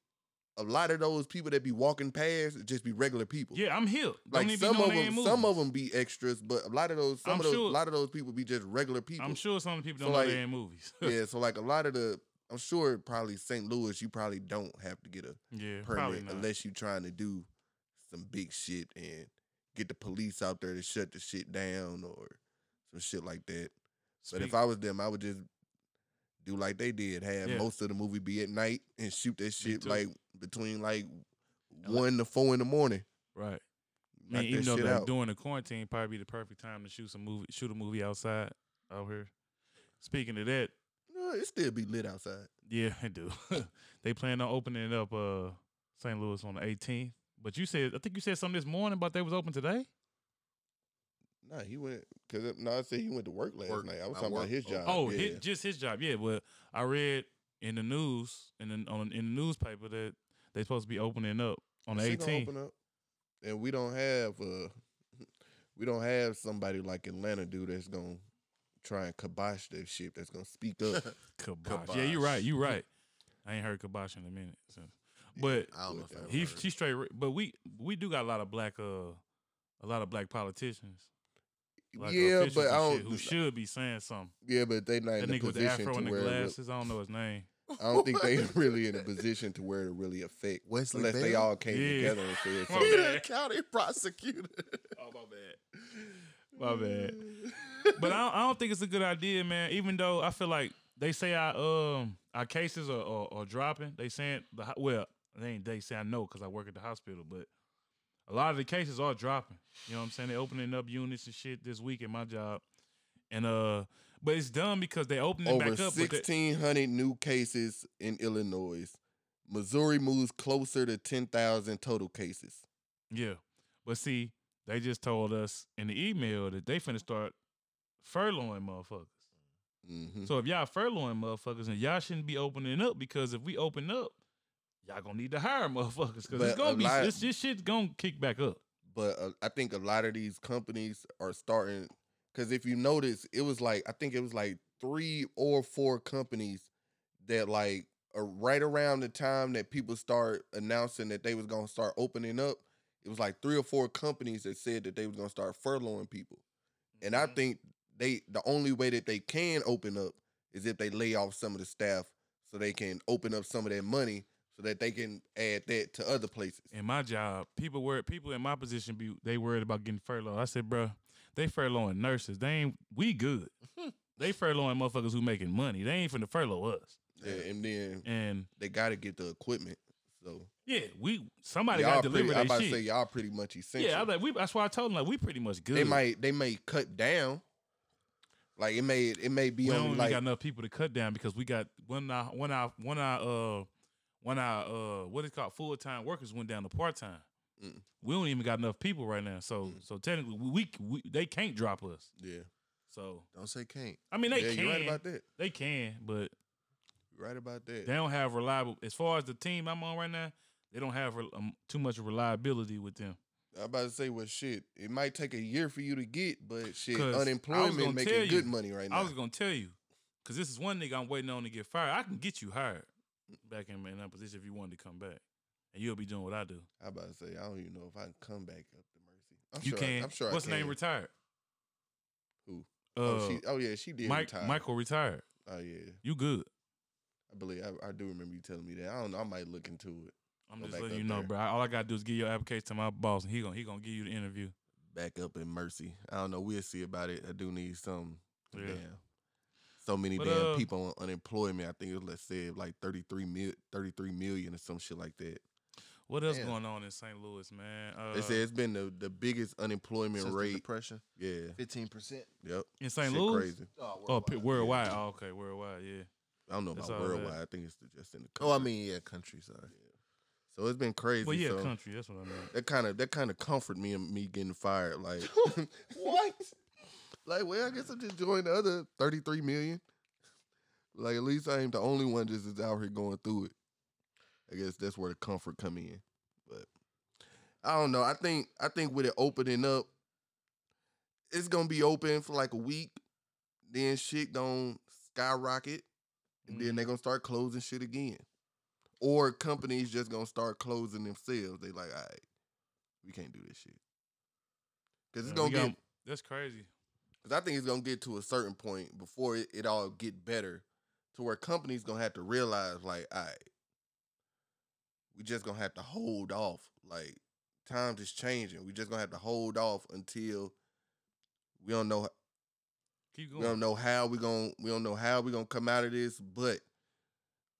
[SPEAKER 1] A lot of those people that be walking past just be regular people.
[SPEAKER 2] Yeah, I'm here.
[SPEAKER 1] Like
[SPEAKER 2] Don't even
[SPEAKER 1] some
[SPEAKER 2] be
[SPEAKER 1] of
[SPEAKER 2] knowing they
[SPEAKER 1] them,
[SPEAKER 2] in
[SPEAKER 1] some of
[SPEAKER 2] movies.
[SPEAKER 1] them be extras, but a lot of those, some
[SPEAKER 2] I'm
[SPEAKER 1] of those,
[SPEAKER 2] sure-
[SPEAKER 1] a lot of those people be just regular people.
[SPEAKER 2] I'm sure some people
[SPEAKER 1] So,
[SPEAKER 2] don't know
[SPEAKER 1] like,
[SPEAKER 2] they're in movies.
[SPEAKER 1] yeah, so like a lot of the, I'm sure probably St. Louis, you probably don't have to get a
[SPEAKER 2] yeah, probably
[SPEAKER 1] permit
[SPEAKER 2] not.
[SPEAKER 1] unless you're trying to do some big shit and get the police out there to shut the shit down or some shit like that. but
[SPEAKER 2] Speak-
[SPEAKER 1] if I was them, I would just do like they did, have
[SPEAKER 2] Yeah.
[SPEAKER 1] most of the movie be at night and shoot that shit
[SPEAKER 2] too.
[SPEAKER 1] like between like one to four in the morning.
[SPEAKER 2] right. I
[SPEAKER 1] Knock
[SPEAKER 2] mean, even
[SPEAKER 1] that
[SPEAKER 2] though
[SPEAKER 1] shit
[SPEAKER 2] they're
[SPEAKER 1] out.
[SPEAKER 2] doing the quarantine, probably be the perfect time to shoot some movie, shoot a movie outside out here. Speaking of that,
[SPEAKER 1] No, it still be lit outside.
[SPEAKER 2] yeah, I do. they plan on opening it up uh St. Louis on the 18th. But you said, I think you said something this morning about they was open today.
[SPEAKER 1] Nah, he went because no, I said he went to work last
[SPEAKER 3] Work.
[SPEAKER 1] night. I was
[SPEAKER 3] I
[SPEAKER 1] talking about
[SPEAKER 3] work.
[SPEAKER 1] his
[SPEAKER 3] Oh.
[SPEAKER 1] job.
[SPEAKER 2] Oh,
[SPEAKER 1] yeah.
[SPEAKER 2] hi- just his job. Yeah, well, I read in the news in the, on in the newspaper that they supposed to be opening up on the
[SPEAKER 1] She gonna
[SPEAKER 2] 18th.
[SPEAKER 1] open up. And we don't have uh we don't have somebody like Atlanta do that's gonna try and kibosh that shit that's gonna speak up.
[SPEAKER 2] Kibosh. Yeah, you're right. You're right. I ain't heard kibosh in a minute. So. But
[SPEAKER 3] I don't know if I ever
[SPEAKER 2] he
[SPEAKER 3] heard.
[SPEAKER 2] she straight. re- But we we do got a lot of black uh a lot of black politicians. Like
[SPEAKER 1] yeah,
[SPEAKER 2] officials
[SPEAKER 1] but I
[SPEAKER 2] and shit
[SPEAKER 1] don't
[SPEAKER 2] who should be saying something.
[SPEAKER 1] Yeah, but they not
[SPEAKER 2] That
[SPEAKER 1] in a
[SPEAKER 2] nigga with the
[SPEAKER 1] position
[SPEAKER 2] afro
[SPEAKER 1] to
[SPEAKER 2] and the
[SPEAKER 1] where it
[SPEAKER 2] glasses. I don't know his name.
[SPEAKER 1] re- I don't think they really in a position to where it really affect
[SPEAKER 3] Wesley
[SPEAKER 1] unless they
[SPEAKER 3] Bell?
[SPEAKER 1] all came
[SPEAKER 2] Yeah.
[SPEAKER 1] together and said
[SPEAKER 2] My
[SPEAKER 1] something.
[SPEAKER 2] bad.
[SPEAKER 3] county prosecutor.
[SPEAKER 2] Oh my bad. My bad. but I don't, I don't think it's a good idea, man. Even though I feel like they say our um our cases are are, are dropping. They saying the ho- well they ain't they say I know because I work at the hospital, but a lot of the cases are dropping. You know what I'm saying? They opening up units and shit this week at my job, and uh, but it's dumb because they opening
[SPEAKER 1] Over
[SPEAKER 2] back up. but they-
[SPEAKER 1] sixteen hundred new cases in Illinois. Missouri moves closer to ten thousand total cases.
[SPEAKER 2] Yeah. But see, they just told us in the email that they finna start furloughing motherfuckers.
[SPEAKER 1] hmm
[SPEAKER 2] So if y'all furloughing motherfuckers, and y'all shouldn't be opening up because if we open up, y'all gonna need to hire motherfuckers because it's
[SPEAKER 1] But
[SPEAKER 2] gonna
[SPEAKER 1] a
[SPEAKER 2] be
[SPEAKER 1] lot-
[SPEAKER 2] this, this shit's gonna kick back up.
[SPEAKER 1] but uh, I think a lot of these companies are starting because if you notice, it was like I think it was like three or four companies that like are right around the time that people start announcing that they was gonna start opening up. It was like three or four companies that said that they was gonna start furloughing people, and I think they the only way that they can open up is if they lay off some of the staff so they can open up some of that money so that they can add that to other places.
[SPEAKER 2] In my job, people were people in my position be they worried about getting furloughed. I said, bruh, they furloughing nurses. They ain't we good. they furloughing motherfuckers who making money. They ain't finna furlough us.
[SPEAKER 1] Yeah, and then
[SPEAKER 2] And
[SPEAKER 1] they got to get the equipment. So
[SPEAKER 2] yeah, we somebody
[SPEAKER 1] y'all
[SPEAKER 2] got to
[SPEAKER 1] pretty,
[SPEAKER 2] deliver that
[SPEAKER 1] I'm about
[SPEAKER 2] shit.
[SPEAKER 1] to say y'all pretty much essential.
[SPEAKER 2] Yeah, I like we. That's why I told him like we pretty much good.
[SPEAKER 1] they might they may cut down. Like it may it may be
[SPEAKER 2] we don't
[SPEAKER 1] only
[SPEAKER 2] even
[SPEAKER 1] like
[SPEAKER 2] got enough people to cut down because we got one our one our one our uh one our uh what is called full time workers went down to part time.
[SPEAKER 1] Mm.
[SPEAKER 2] We don't even got enough people right now, so so technically we, we, we they can't drop us.
[SPEAKER 1] yeah.
[SPEAKER 2] So
[SPEAKER 3] Don't say can't.
[SPEAKER 2] I mean they
[SPEAKER 1] yeah,
[SPEAKER 2] can
[SPEAKER 1] you're right about that.
[SPEAKER 2] they can, but
[SPEAKER 1] You're right about that.
[SPEAKER 2] they don't have reliable as far as the team I'm on right now. They don't have rel- um, too much reliability with them.
[SPEAKER 1] I'm about to say, well, shit. It might take a year for you to get, but shit,
[SPEAKER 2] 'Cause I was gonna
[SPEAKER 1] unemployment
[SPEAKER 2] tell
[SPEAKER 1] making
[SPEAKER 2] you,
[SPEAKER 1] good money right now.
[SPEAKER 2] I was gonna tell you, cause this is one nigga I'm waiting on to get fired. I can get you hired back in, in that position if you wanted to come back, and you'll be doing what I do.
[SPEAKER 1] I'm about to say, I don't even know if I can come back up to Mercy. I'm
[SPEAKER 2] you
[SPEAKER 1] sure
[SPEAKER 2] can.
[SPEAKER 1] I, am sure
[SPEAKER 2] What's
[SPEAKER 1] I
[SPEAKER 2] the
[SPEAKER 1] can.
[SPEAKER 2] name retired?
[SPEAKER 1] Who?
[SPEAKER 2] Uh,
[SPEAKER 1] oh, she, oh yeah, she did.
[SPEAKER 2] Mike,
[SPEAKER 1] retire.
[SPEAKER 2] Michael retired.
[SPEAKER 1] Oh yeah,
[SPEAKER 2] You good?
[SPEAKER 1] I believe I, I do remember you telling me that. I don't know. I might look into it.
[SPEAKER 2] I'm
[SPEAKER 1] Go
[SPEAKER 2] just
[SPEAKER 1] back
[SPEAKER 2] letting
[SPEAKER 1] up
[SPEAKER 2] you know,
[SPEAKER 1] there.
[SPEAKER 2] bro. All I gotta do is give your application to my boss, and he gonna he gonna give you the interview.
[SPEAKER 1] Back up in Mercy. I don't know. We'll see about it. I do need some.
[SPEAKER 2] Yeah.
[SPEAKER 1] Damn. So many
[SPEAKER 2] But,
[SPEAKER 1] damn
[SPEAKER 2] uh,
[SPEAKER 1] people on unemployment. I think it was let's say like 33 mil, 33 million or some shit like that.
[SPEAKER 2] What else
[SPEAKER 3] Damn.
[SPEAKER 2] going on in St. Louis, man? Uh,
[SPEAKER 1] they say it's been the, the biggest unemployment
[SPEAKER 3] Since the
[SPEAKER 1] rate.
[SPEAKER 3] depression,
[SPEAKER 1] yeah.
[SPEAKER 3] fifteen percent.
[SPEAKER 1] Yep.
[SPEAKER 2] in St.
[SPEAKER 1] Shit
[SPEAKER 2] Louis.
[SPEAKER 1] crazy.
[SPEAKER 3] Oh,
[SPEAKER 2] Oh,
[SPEAKER 3] worldwide.
[SPEAKER 2] pi- worldwide. Oh, okay, worldwide. Yeah.
[SPEAKER 1] I don't know
[SPEAKER 2] That's
[SPEAKER 1] about
[SPEAKER 2] all that.
[SPEAKER 1] worldwide. I think it's just in the
[SPEAKER 3] Oh,
[SPEAKER 1] country.
[SPEAKER 3] I mean, yeah, country. Sorry.
[SPEAKER 1] so it's been crazy.
[SPEAKER 2] Well, yeah,
[SPEAKER 1] so
[SPEAKER 2] country. That's what I mean.
[SPEAKER 1] that kind of that kind of comfort me and me getting fired. Like
[SPEAKER 3] what?
[SPEAKER 1] like well, I guess I just joined the other 33 million. Like at least I ain't the only one just is out here going through it. I guess that's where the comfort come in. But I don't know. I think I think with it opening up, it's gonna be open for like a week. Then shit gonna skyrocket. And then
[SPEAKER 2] Mm-hmm.
[SPEAKER 1] they gonna start closing shit again. Or companies just gonna start closing themselves. They like, all right, we can't do this shit. Cause it's
[SPEAKER 2] Yeah,
[SPEAKER 1] gonna
[SPEAKER 2] we got-
[SPEAKER 1] get
[SPEAKER 2] That's crazy.
[SPEAKER 1] because I think it's gonna get to a certain point before it, it all get better, to where companies gonna have to realize like, all right, we just gonna have to hold off. Like times is changing. We just gonna have to hold off until we don't know
[SPEAKER 2] Keep
[SPEAKER 3] Mm.
[SPEAKER 1] we don't
[SPEAKER 2] going.
[SPEAKER 1] know how we gonna we don't know how we gonna come out of this. But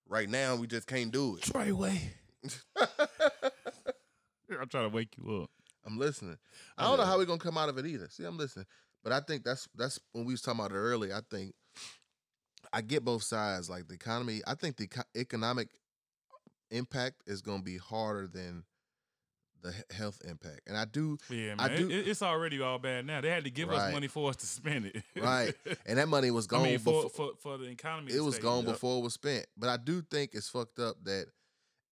[SPEAKER 1] right now we just can't do it.
[SPEAKER 2] Trey way. I'm trying to wake you up.
[SPEAKER 3] I'm listening. I don't know how we're gonna come out of it either. See, I'm listening. But I think that's that's when we was talking about it earlier. I think I get both sides. Like the economy, I think the eco- economic impact is gonna be harder than the he- health impact. And I do,
[SPEAKER 2] Yeah, man.
[SPEAKER 3] I do-
[SPEAKER 2] It- it- it's already all bad now. They had to give us
[SPEAKER 3] Right.
[SPEAKER 2] money for us to spend it.
[SPEAKER 3] Right. and that money was gone
[SPEAKER 2] I mean,
[SPEAKER 3] before
[SPEAKER 2] for, for for the economy.
[SPEAKER 3] it
[SPEAKER 2] to
[SPEAKER 3] was
[SPEAKER 2] stay
[SPEAKER 3] gone
[SPEAKER 2] up.
[SPEAKER 3] before it was spent. But I do think it's fucked up that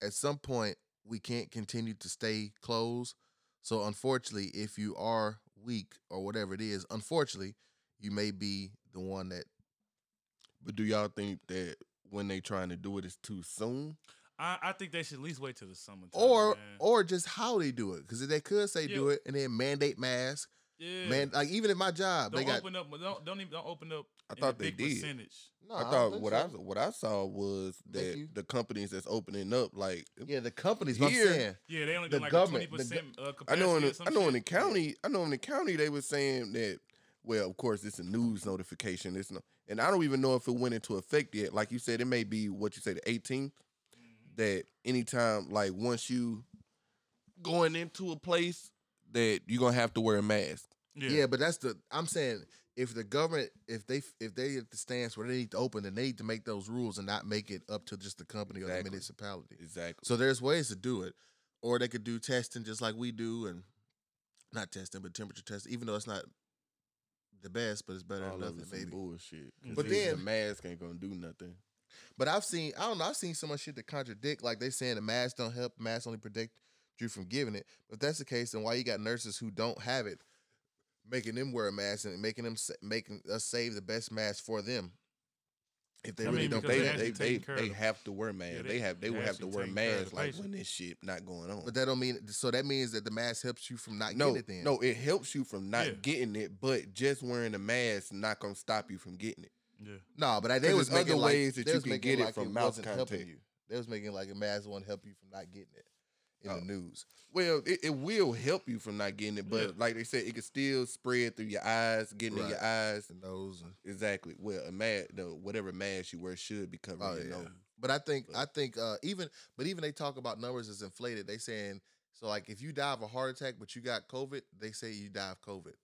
[SPEAKER 3] at some point we can't continue to stay closed. So unfortunately, if you are weak or whatever it is, unfortunately, you may be the one that
[SPEAKER 1] But do y'all think that when they trying to do it, it's too soon?
[SPEAKER 2] I, I think they should at least wait till the summer.
[SPEAKER 3] or
[SPEAKER 2] man.
[SPEAKER 3] or just how they do it because they could say do
[SPEAKER 2] Yeah.
[SPEAKER 3] it and then mandate mask,
[SPEAKER 2] yeah,
[SPEAKER 3] man. Like even at my job,
[SPEAKER 2] don't
[SPEAKER 3] they got
[SPEAKER 2] open up. Don't don't even don't open up.
[SPEAKER 1] I
[SPEAKER 2] in a
[SPEAKER 1] thought they
[SPEAKER 2] big
[SPEAKER 1] did.
[SPEAKER 2] Percentage.
[SPEAKER 3] No,
[SPEAKER 1] I
[SPEAKER 3] don't
[SPEAKER 1] thought
[SPEAKER 3] think
[SPEAKER 1] what
[SPEAKER 3] so.
[SPEAKER 1] I what I saw was
[SPEAKER 3] Thank
[SPEAKER 1] that
[SPEAKER 3] you.
[SPEAKER 1] the companies that's opening up, like
[SPEAKER 3] yeah the companies. but I'm
[SPEAKER 1] Here-
[SPEAKER 3] saying
[SPEAKER 2] Yeah, they only
[SPEAKER 3] The
[SPEAKER 2] do like a twenty
[SPEAKER 3] government, the
[SPEAKER 2] percent uh,
[SPEAKER 1] I
[SPEAKER 2] capacity.
[SPEAKER 1] know in
[SPEAKER 2] or
[SPEAKER 1] the,
[SPEAKER 2] some
[SPEAKER 1] I know in the
[SPEAKER 2] shit.
[SPEAKER 1] county, I know in the county they were saying that. Well, of course, it's a news notification. It's no, and I don't even know if it went into effect yet. Like you said, it may be what you say the 18th.
[SPEAKER 2] Mm-hmm.
[SPEAKER 1] That anytime, like once you going into a place, that you're gonna have to wear a mask.
[SPEAKER 2] Yeah,
[SPEAKER 3] yeah. but that's the I'm saying if the government if they if they at the stance where they need to open, then they need to make those rules and not make it up to just the company or the
[SPEAKER 1] Exactly.
[SPEAKER 3] municipality.
[SPEAKER 1] Exactly.
[SPEAKER 3] So there's ways to do it, or they could do testing just like we do, and not testing but temperature test. Even though it's not the best, but it's better
[SPEAKER 1] All
[SPEAKER 3] than
[SPEAKER 1] of
[SPEAKER 3] nothing,
[SPEAKER 1] it's some
[SPEAKER 3] maybe.
[SPEAKER 1] bullshit. 'Cause
[SPEAKER 2] But
[SPEAKER 1] even
[SPEAKER 3] then-
[SPEAKER 1] the mask ain't gonna do nothing.
[SPEAKER 3] But I've seen I don't know I've seen so much shit to contradict. Like they saying the masks don't help, masks only protect you from giving it. But if that's the case, then why you got nurses who don't have it, making them wear a mask and making them sa- making us save the best mask for them? If they
[SPEAKER 2] I
[SPEAKER 3] really
[SPEAKER 2] mean,
[SPEAKER 3] don't,
[SPEAKER 2] because
[SPEAKER 1] They
[SPEAKER 2] they
[SPEAKER 3] think
[SPEAKER 2] have
[SPEAKER 1] they
[SPEAKER 2] to
[SPEAKER 1] they,
[SPEAKER 2] take care
[SPEAKER 1] they
[SPEAKER 2] of-
[SPEAKER 1] have to wear masks.
[SPEAKER 2] Yeah, they-
[SPEAKER 1] they, have they
[SPEAKER 2] they
[SPEAKER 1] would have to
[SPEAKER 2] actually
[SPEAKER 1] wear
[SPEAKER 2] taking care of
[SPEAKER 1] masks
[SPEAKER 2] the
[SPEAKER 1] like
[SPEAKER 2] patient.
[SPEAKER 1] when this shit not going on.
[SPEAKER 3] but that don't mean so that means that the mask helps you from not
[SPEAKER 1] No,
[SPEAKER 3] getting it. Then
[SPEAKER 1] no, it helps you from not
[SPEAKER 2] Yeah.
[SPEAKER 1] getting it, but just wearing a mask not gonna stop you from getting it.
[SPEAKER 2] yeah.
[SPEAKER 3] No, but I, they
[SPEAKER 1] 'Cause
[SPEAKER 3] was
[SPEAKER 1] there's
[SPEAKER 3] making
[SPEAKER 1] other
[SPEAKER 3] like,
[SPEAKER 1] ways that
[SPEAKER 3] they
[SPEAKER 1] you
[SPEAKER 3] was
[SPEAKER 1] can
[SPEAKER 3] making
[SPEAKER 1] get it
[SPEAKER 3] like
[SPEAKER 1] from mouth
[SPEAKER 3] wasn't helping
[SPEAKER 1] contact.
[SPEAKER 3] you. They was making like a mask won't help you from not getting it in
[SPEAKER 1] Oh.
[SPEAKER 3] the news.
[SPEAKER 1] Well, it, it will help you from not getting it, but
[SPEAKER 2] Yeah.
[SPEAKER 1] like they said, it can still spread through your eyes, getting in your eyes.
[SPEAKER 3] The nose. and-
[SPEAKER 1] Exactly. Well, a mask, the whatever mask you wear should be covering
[SPEAKER 3] Oh,
[SPEAKER 1] your
[SPEAKER 3] yeah.
[SPEAKER 1] nose.
[SPEAKER 3] But I think I think uh, even but even they talk about numbers as inflated. They saying so like if you die of a heart attack but you got COVID, they say you die of COVID.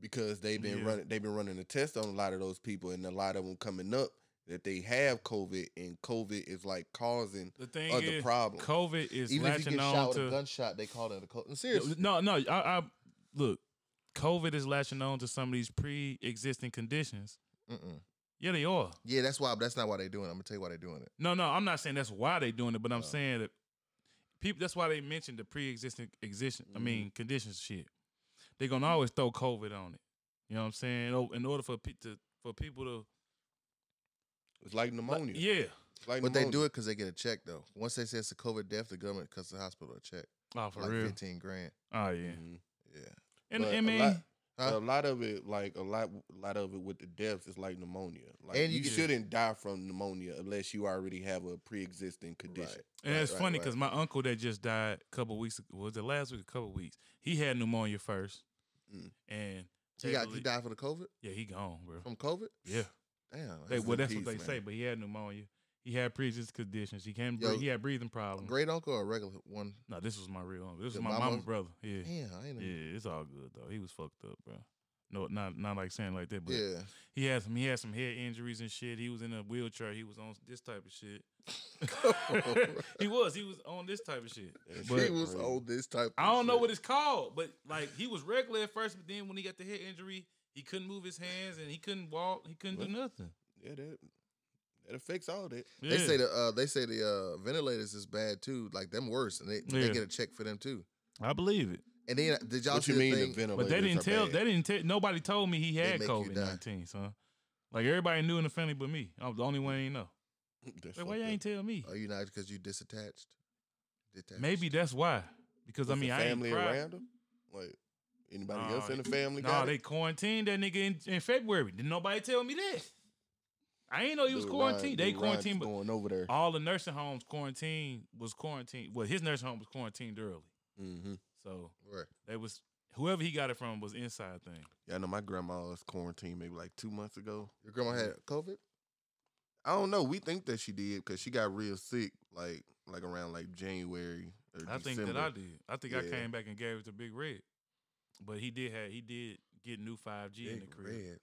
[SPEAKER 1] because they've been
[SPEAKER 2] Yeah.
[SPEAKER 1] running they've been running a test on a lot of those people and a lot of them coming up that they have COVID and COVID is like causing
[SPEAKER 2] The thing
[SPEAKER 1] other
[SPEAKER 2] is,
[SPEAKER 1] problems.
[SPEAKER 2] COVID is
[SPEAKER 3] Even if you
[SPEAKER 2] latching
[SPEAKER 3] get
[SPEAKER 2] on
[SPEAKER 3] shot with
[SPEAKER 2] to
[SPEAKER 3] a gunshot, they call it a cult. And
[SPEAKER 2] No,
[SPEAKER 3] seriously,
[SPEAKER 2] No, no. I, I look. COVID is latching on to some of these pre-existing conditions.
[SPEAKER 3] Mm-mm.
[SPEAKER 2] Yeah, they are.
[SPEAKER 3] yeah, that's why. That's not why they're doing. it. I'm gonna tell you why they're doing it.
[SPEAKER 2] No, no. I'm not saying that's why they're doing it, but I'm
[SPEAKER 1] Oh.
[SPEAKER 2] saying that people. That's why they mentioned the pre-existing existing. I
[SPEAKER 1] Mm-hmm.
[SPEAKER 2] mean, conditions shit. They're gonna always throw COVID on it. You know what I'm saying? Oh, In order for pe- to, for people to
[SPEAKER 1] It's like pneumonia.
[SPEAKER 2] yeah.
[SPEAKER 1] It's like
[SPEAKER 3] But they do
[SPEAKER 1] pneumonia.
[SPEAKER 3] it because they get a check though. Once they say it's a COVID death, the government cuts the hospital a check,
[SPEAKER 2] Oh, for
[SPEAKER 3] like
[SPEAKER 2] real.
[SPEAKER 3] fifteen grand.
[SPEAKER 2] Oh yeah.
[SPEAKER 1] Mhm.
[SPEAKER 3] Yeah.
[SPEAKER 2] And
[SPEAKER 1] But
[SPEAKER 2] I
[SPEAKER 1] a
[SPEAKER 2] mean,
[SPEAKER 1] lot-
[SPEAKER 3] Huh?
[SPEAKER 1] A lot of it, like a lot, a lot of it with the deaths, is like pneumonia. Like
[SPEAKER 3] And
[SPEAKER 1] you,
[SPEAKER 3] you
[SPEAKER 2] get-
[SPEAKER 1] shouldn't die from pneumonia unless you already have a pre-existing condition.
[SPEAKER 2] and
[SPEAKER 3] right,
[SPEAKER 2] it's
[SPEAKER 3] right,
[SPEAKER 2] funny
[SPEAKER 3] right.
[SPEAKER 2] because my uncle that just died a couple weeks ago, was it last week? A couple weeks. He had pneumonia first,
[SPEAKER 1] Mm.
[SPEAKER 2] and
[SPEAKER 3] He
[SPEAKER 2] they
[SPEAKER 3] got he
[SPEAKER 2] believe-
[SPEAKER 3] died from the COVID
[SPEAKER 2] Yeah, he gone, bro.
[SPEAKER 3] from COVID.
[SPEAKER 2] Yeah.
[SPEAKER 3] Damn.
[SPEAKER 2] They,
[SPEAKER 3] that's
[SPEAKER 2] well,
[SPEAKER 1] in
[SPEAKER 2] that's
[SPEAKER 1] peace,
[SPEAKER 2] what they
[SPEAKER 1] man.
[SPEAKER 2] say. But he had pneumonia. He had pre-existing conditions. He can't.
[SPEAKER 3] Yo,
[SPEAKER 2] breathe. He had breathing
[SPEAKER 3] a
[SPEAKER 2] problems.
[SPEAKER 3] great uncle or a regular one.
[SPEAKER 2] No, this was my real uncle. This was
[SPEAKER 3] Your
[SPEAKER 2] my
[SPEAKER 3] mama-
[SPEAKER 2] mama brother. Yeah,
[SPEAKER 3] Damn, I ain't. Yeah.
[SPEAKER 2] yeah. It's all good though. He was fucked up, bro. No, not not like saying like that, but
[SPEAKER 3] yeah.
[SPEAKER 2] he had some he had some head injuries and shit. He was in a wheelchair. He was on this type of shit. he was he was on this type of shit.
[SPEAKER 1] That
[SPEAKER 2] But-
[SPEAKER 1] shit
[SPEAKER 3] he was
[SPEAKER 1] crazy.
[SPEAKER 3] on this type. Of
[SPEAKER 2] I don't know
[SPEAKER 3] shit.
[SPEAKER 2] what it's called, but like he was regular at first, but then when he got the head injury, he couldn't move his hands and he couldn't walk. He couldn't do nothing.
[SPEAKER 1] Yeah, that that affects all that.
[SPEAKER 3] They
[SPEAKER 2] Yeah.
[SPEAKER 3] say the uh, they say the uh, ventilators is bad too, like them worse, and they,
[SPEAKER 2] Yeah.
[SPEAKER 3] they get a check for them too.
[SPEAKER 2] I believe it.
[SPEAKER 3] And then uh, did y'all
[SPEAKER 1] What
[SPEAKER 3] see
[SPEAKER 1] you mean
[SPEAKER 3] the
[SPEAKER 1] the
[SPEAKER 3] thing?
[SPEAKER 2] But
[SPEAKER 1] ventilators?
[SPEAKER 2] they didn't
[SPEAKER 1] are
[SPEAKER 2] tell.
[SPEAKER 1] bad?
[SPEAKER 2] They didn't tell. Nobody told me he had
[SPEAKER 3] make you
[SPEAKER 2] COVID nineteen, son. Like everybody knew in the family but me. I was the only one that didn't know.
[SPEAKER 1] That's
[SPEAKER 2] Like why you
[SPEAKER 1] fucked up.
[SPEAKER 2] ain't tell me?
[SPEAKER 3] Are Oh, you not because you disattached? Detached.
[SPEAKER 2] Maybe that's why. Because I
[SPEAKER 1] Was the
[SPEAKER 2] mean, I ain't
[SPEAKER 1] family
[SPEAKER 2] cried.
[SPEAKER 1] around him. Like anybody
[SPEAKER 2] Nah,
[SPEAKER 1] else in the family?
[SPEAKER 2] No,
[SPEAKER 1] got
[SPEAKER 2] they
[SPEAKER 1] it?
[SPEAKER 2] quarantined that nigga in, in February. Didn't nobody tell me that? I ain't know he was
[SPEAKER 1] Dude, Ron-
[SPEAKER 2] quarantined. they
[SPEAKER 1] dude, Ron's
[SPEAKER 2] quarantined, but Oh.
[SPEAKER 1] going over there.
[SPEAKER 2] all the nursing homes quarantined was quarantined. Well, his nursing home was quarantined early,
[SPEAKER 1] Mm-hmm.
[SPEAKER 2] so
[SPEAKER 3] Right.
[SPEAKER 2] they was whoever he got it from was inside thing.
[SPEAKER 1] Yeah, I know my grandma was quarantined maybe like two months ago.
[SPEAKER 3] Your grandma had COVID.
[SPEAKER 1] I don't know. We think that she did because she got real sick, like like around like January. Or
[SPEAKER 2] I think
[SPEAKER 1] December.
[SPEAKER 2] that I did. I think I
[SPEAKER 1] Yeah.
[SPEAKER 2] came back and gave it to Big Red, but he did have he did get new five G in the
[SPEAKER 3] Big
[SPEAKER 2] crib.
[SPEAKER 3] red.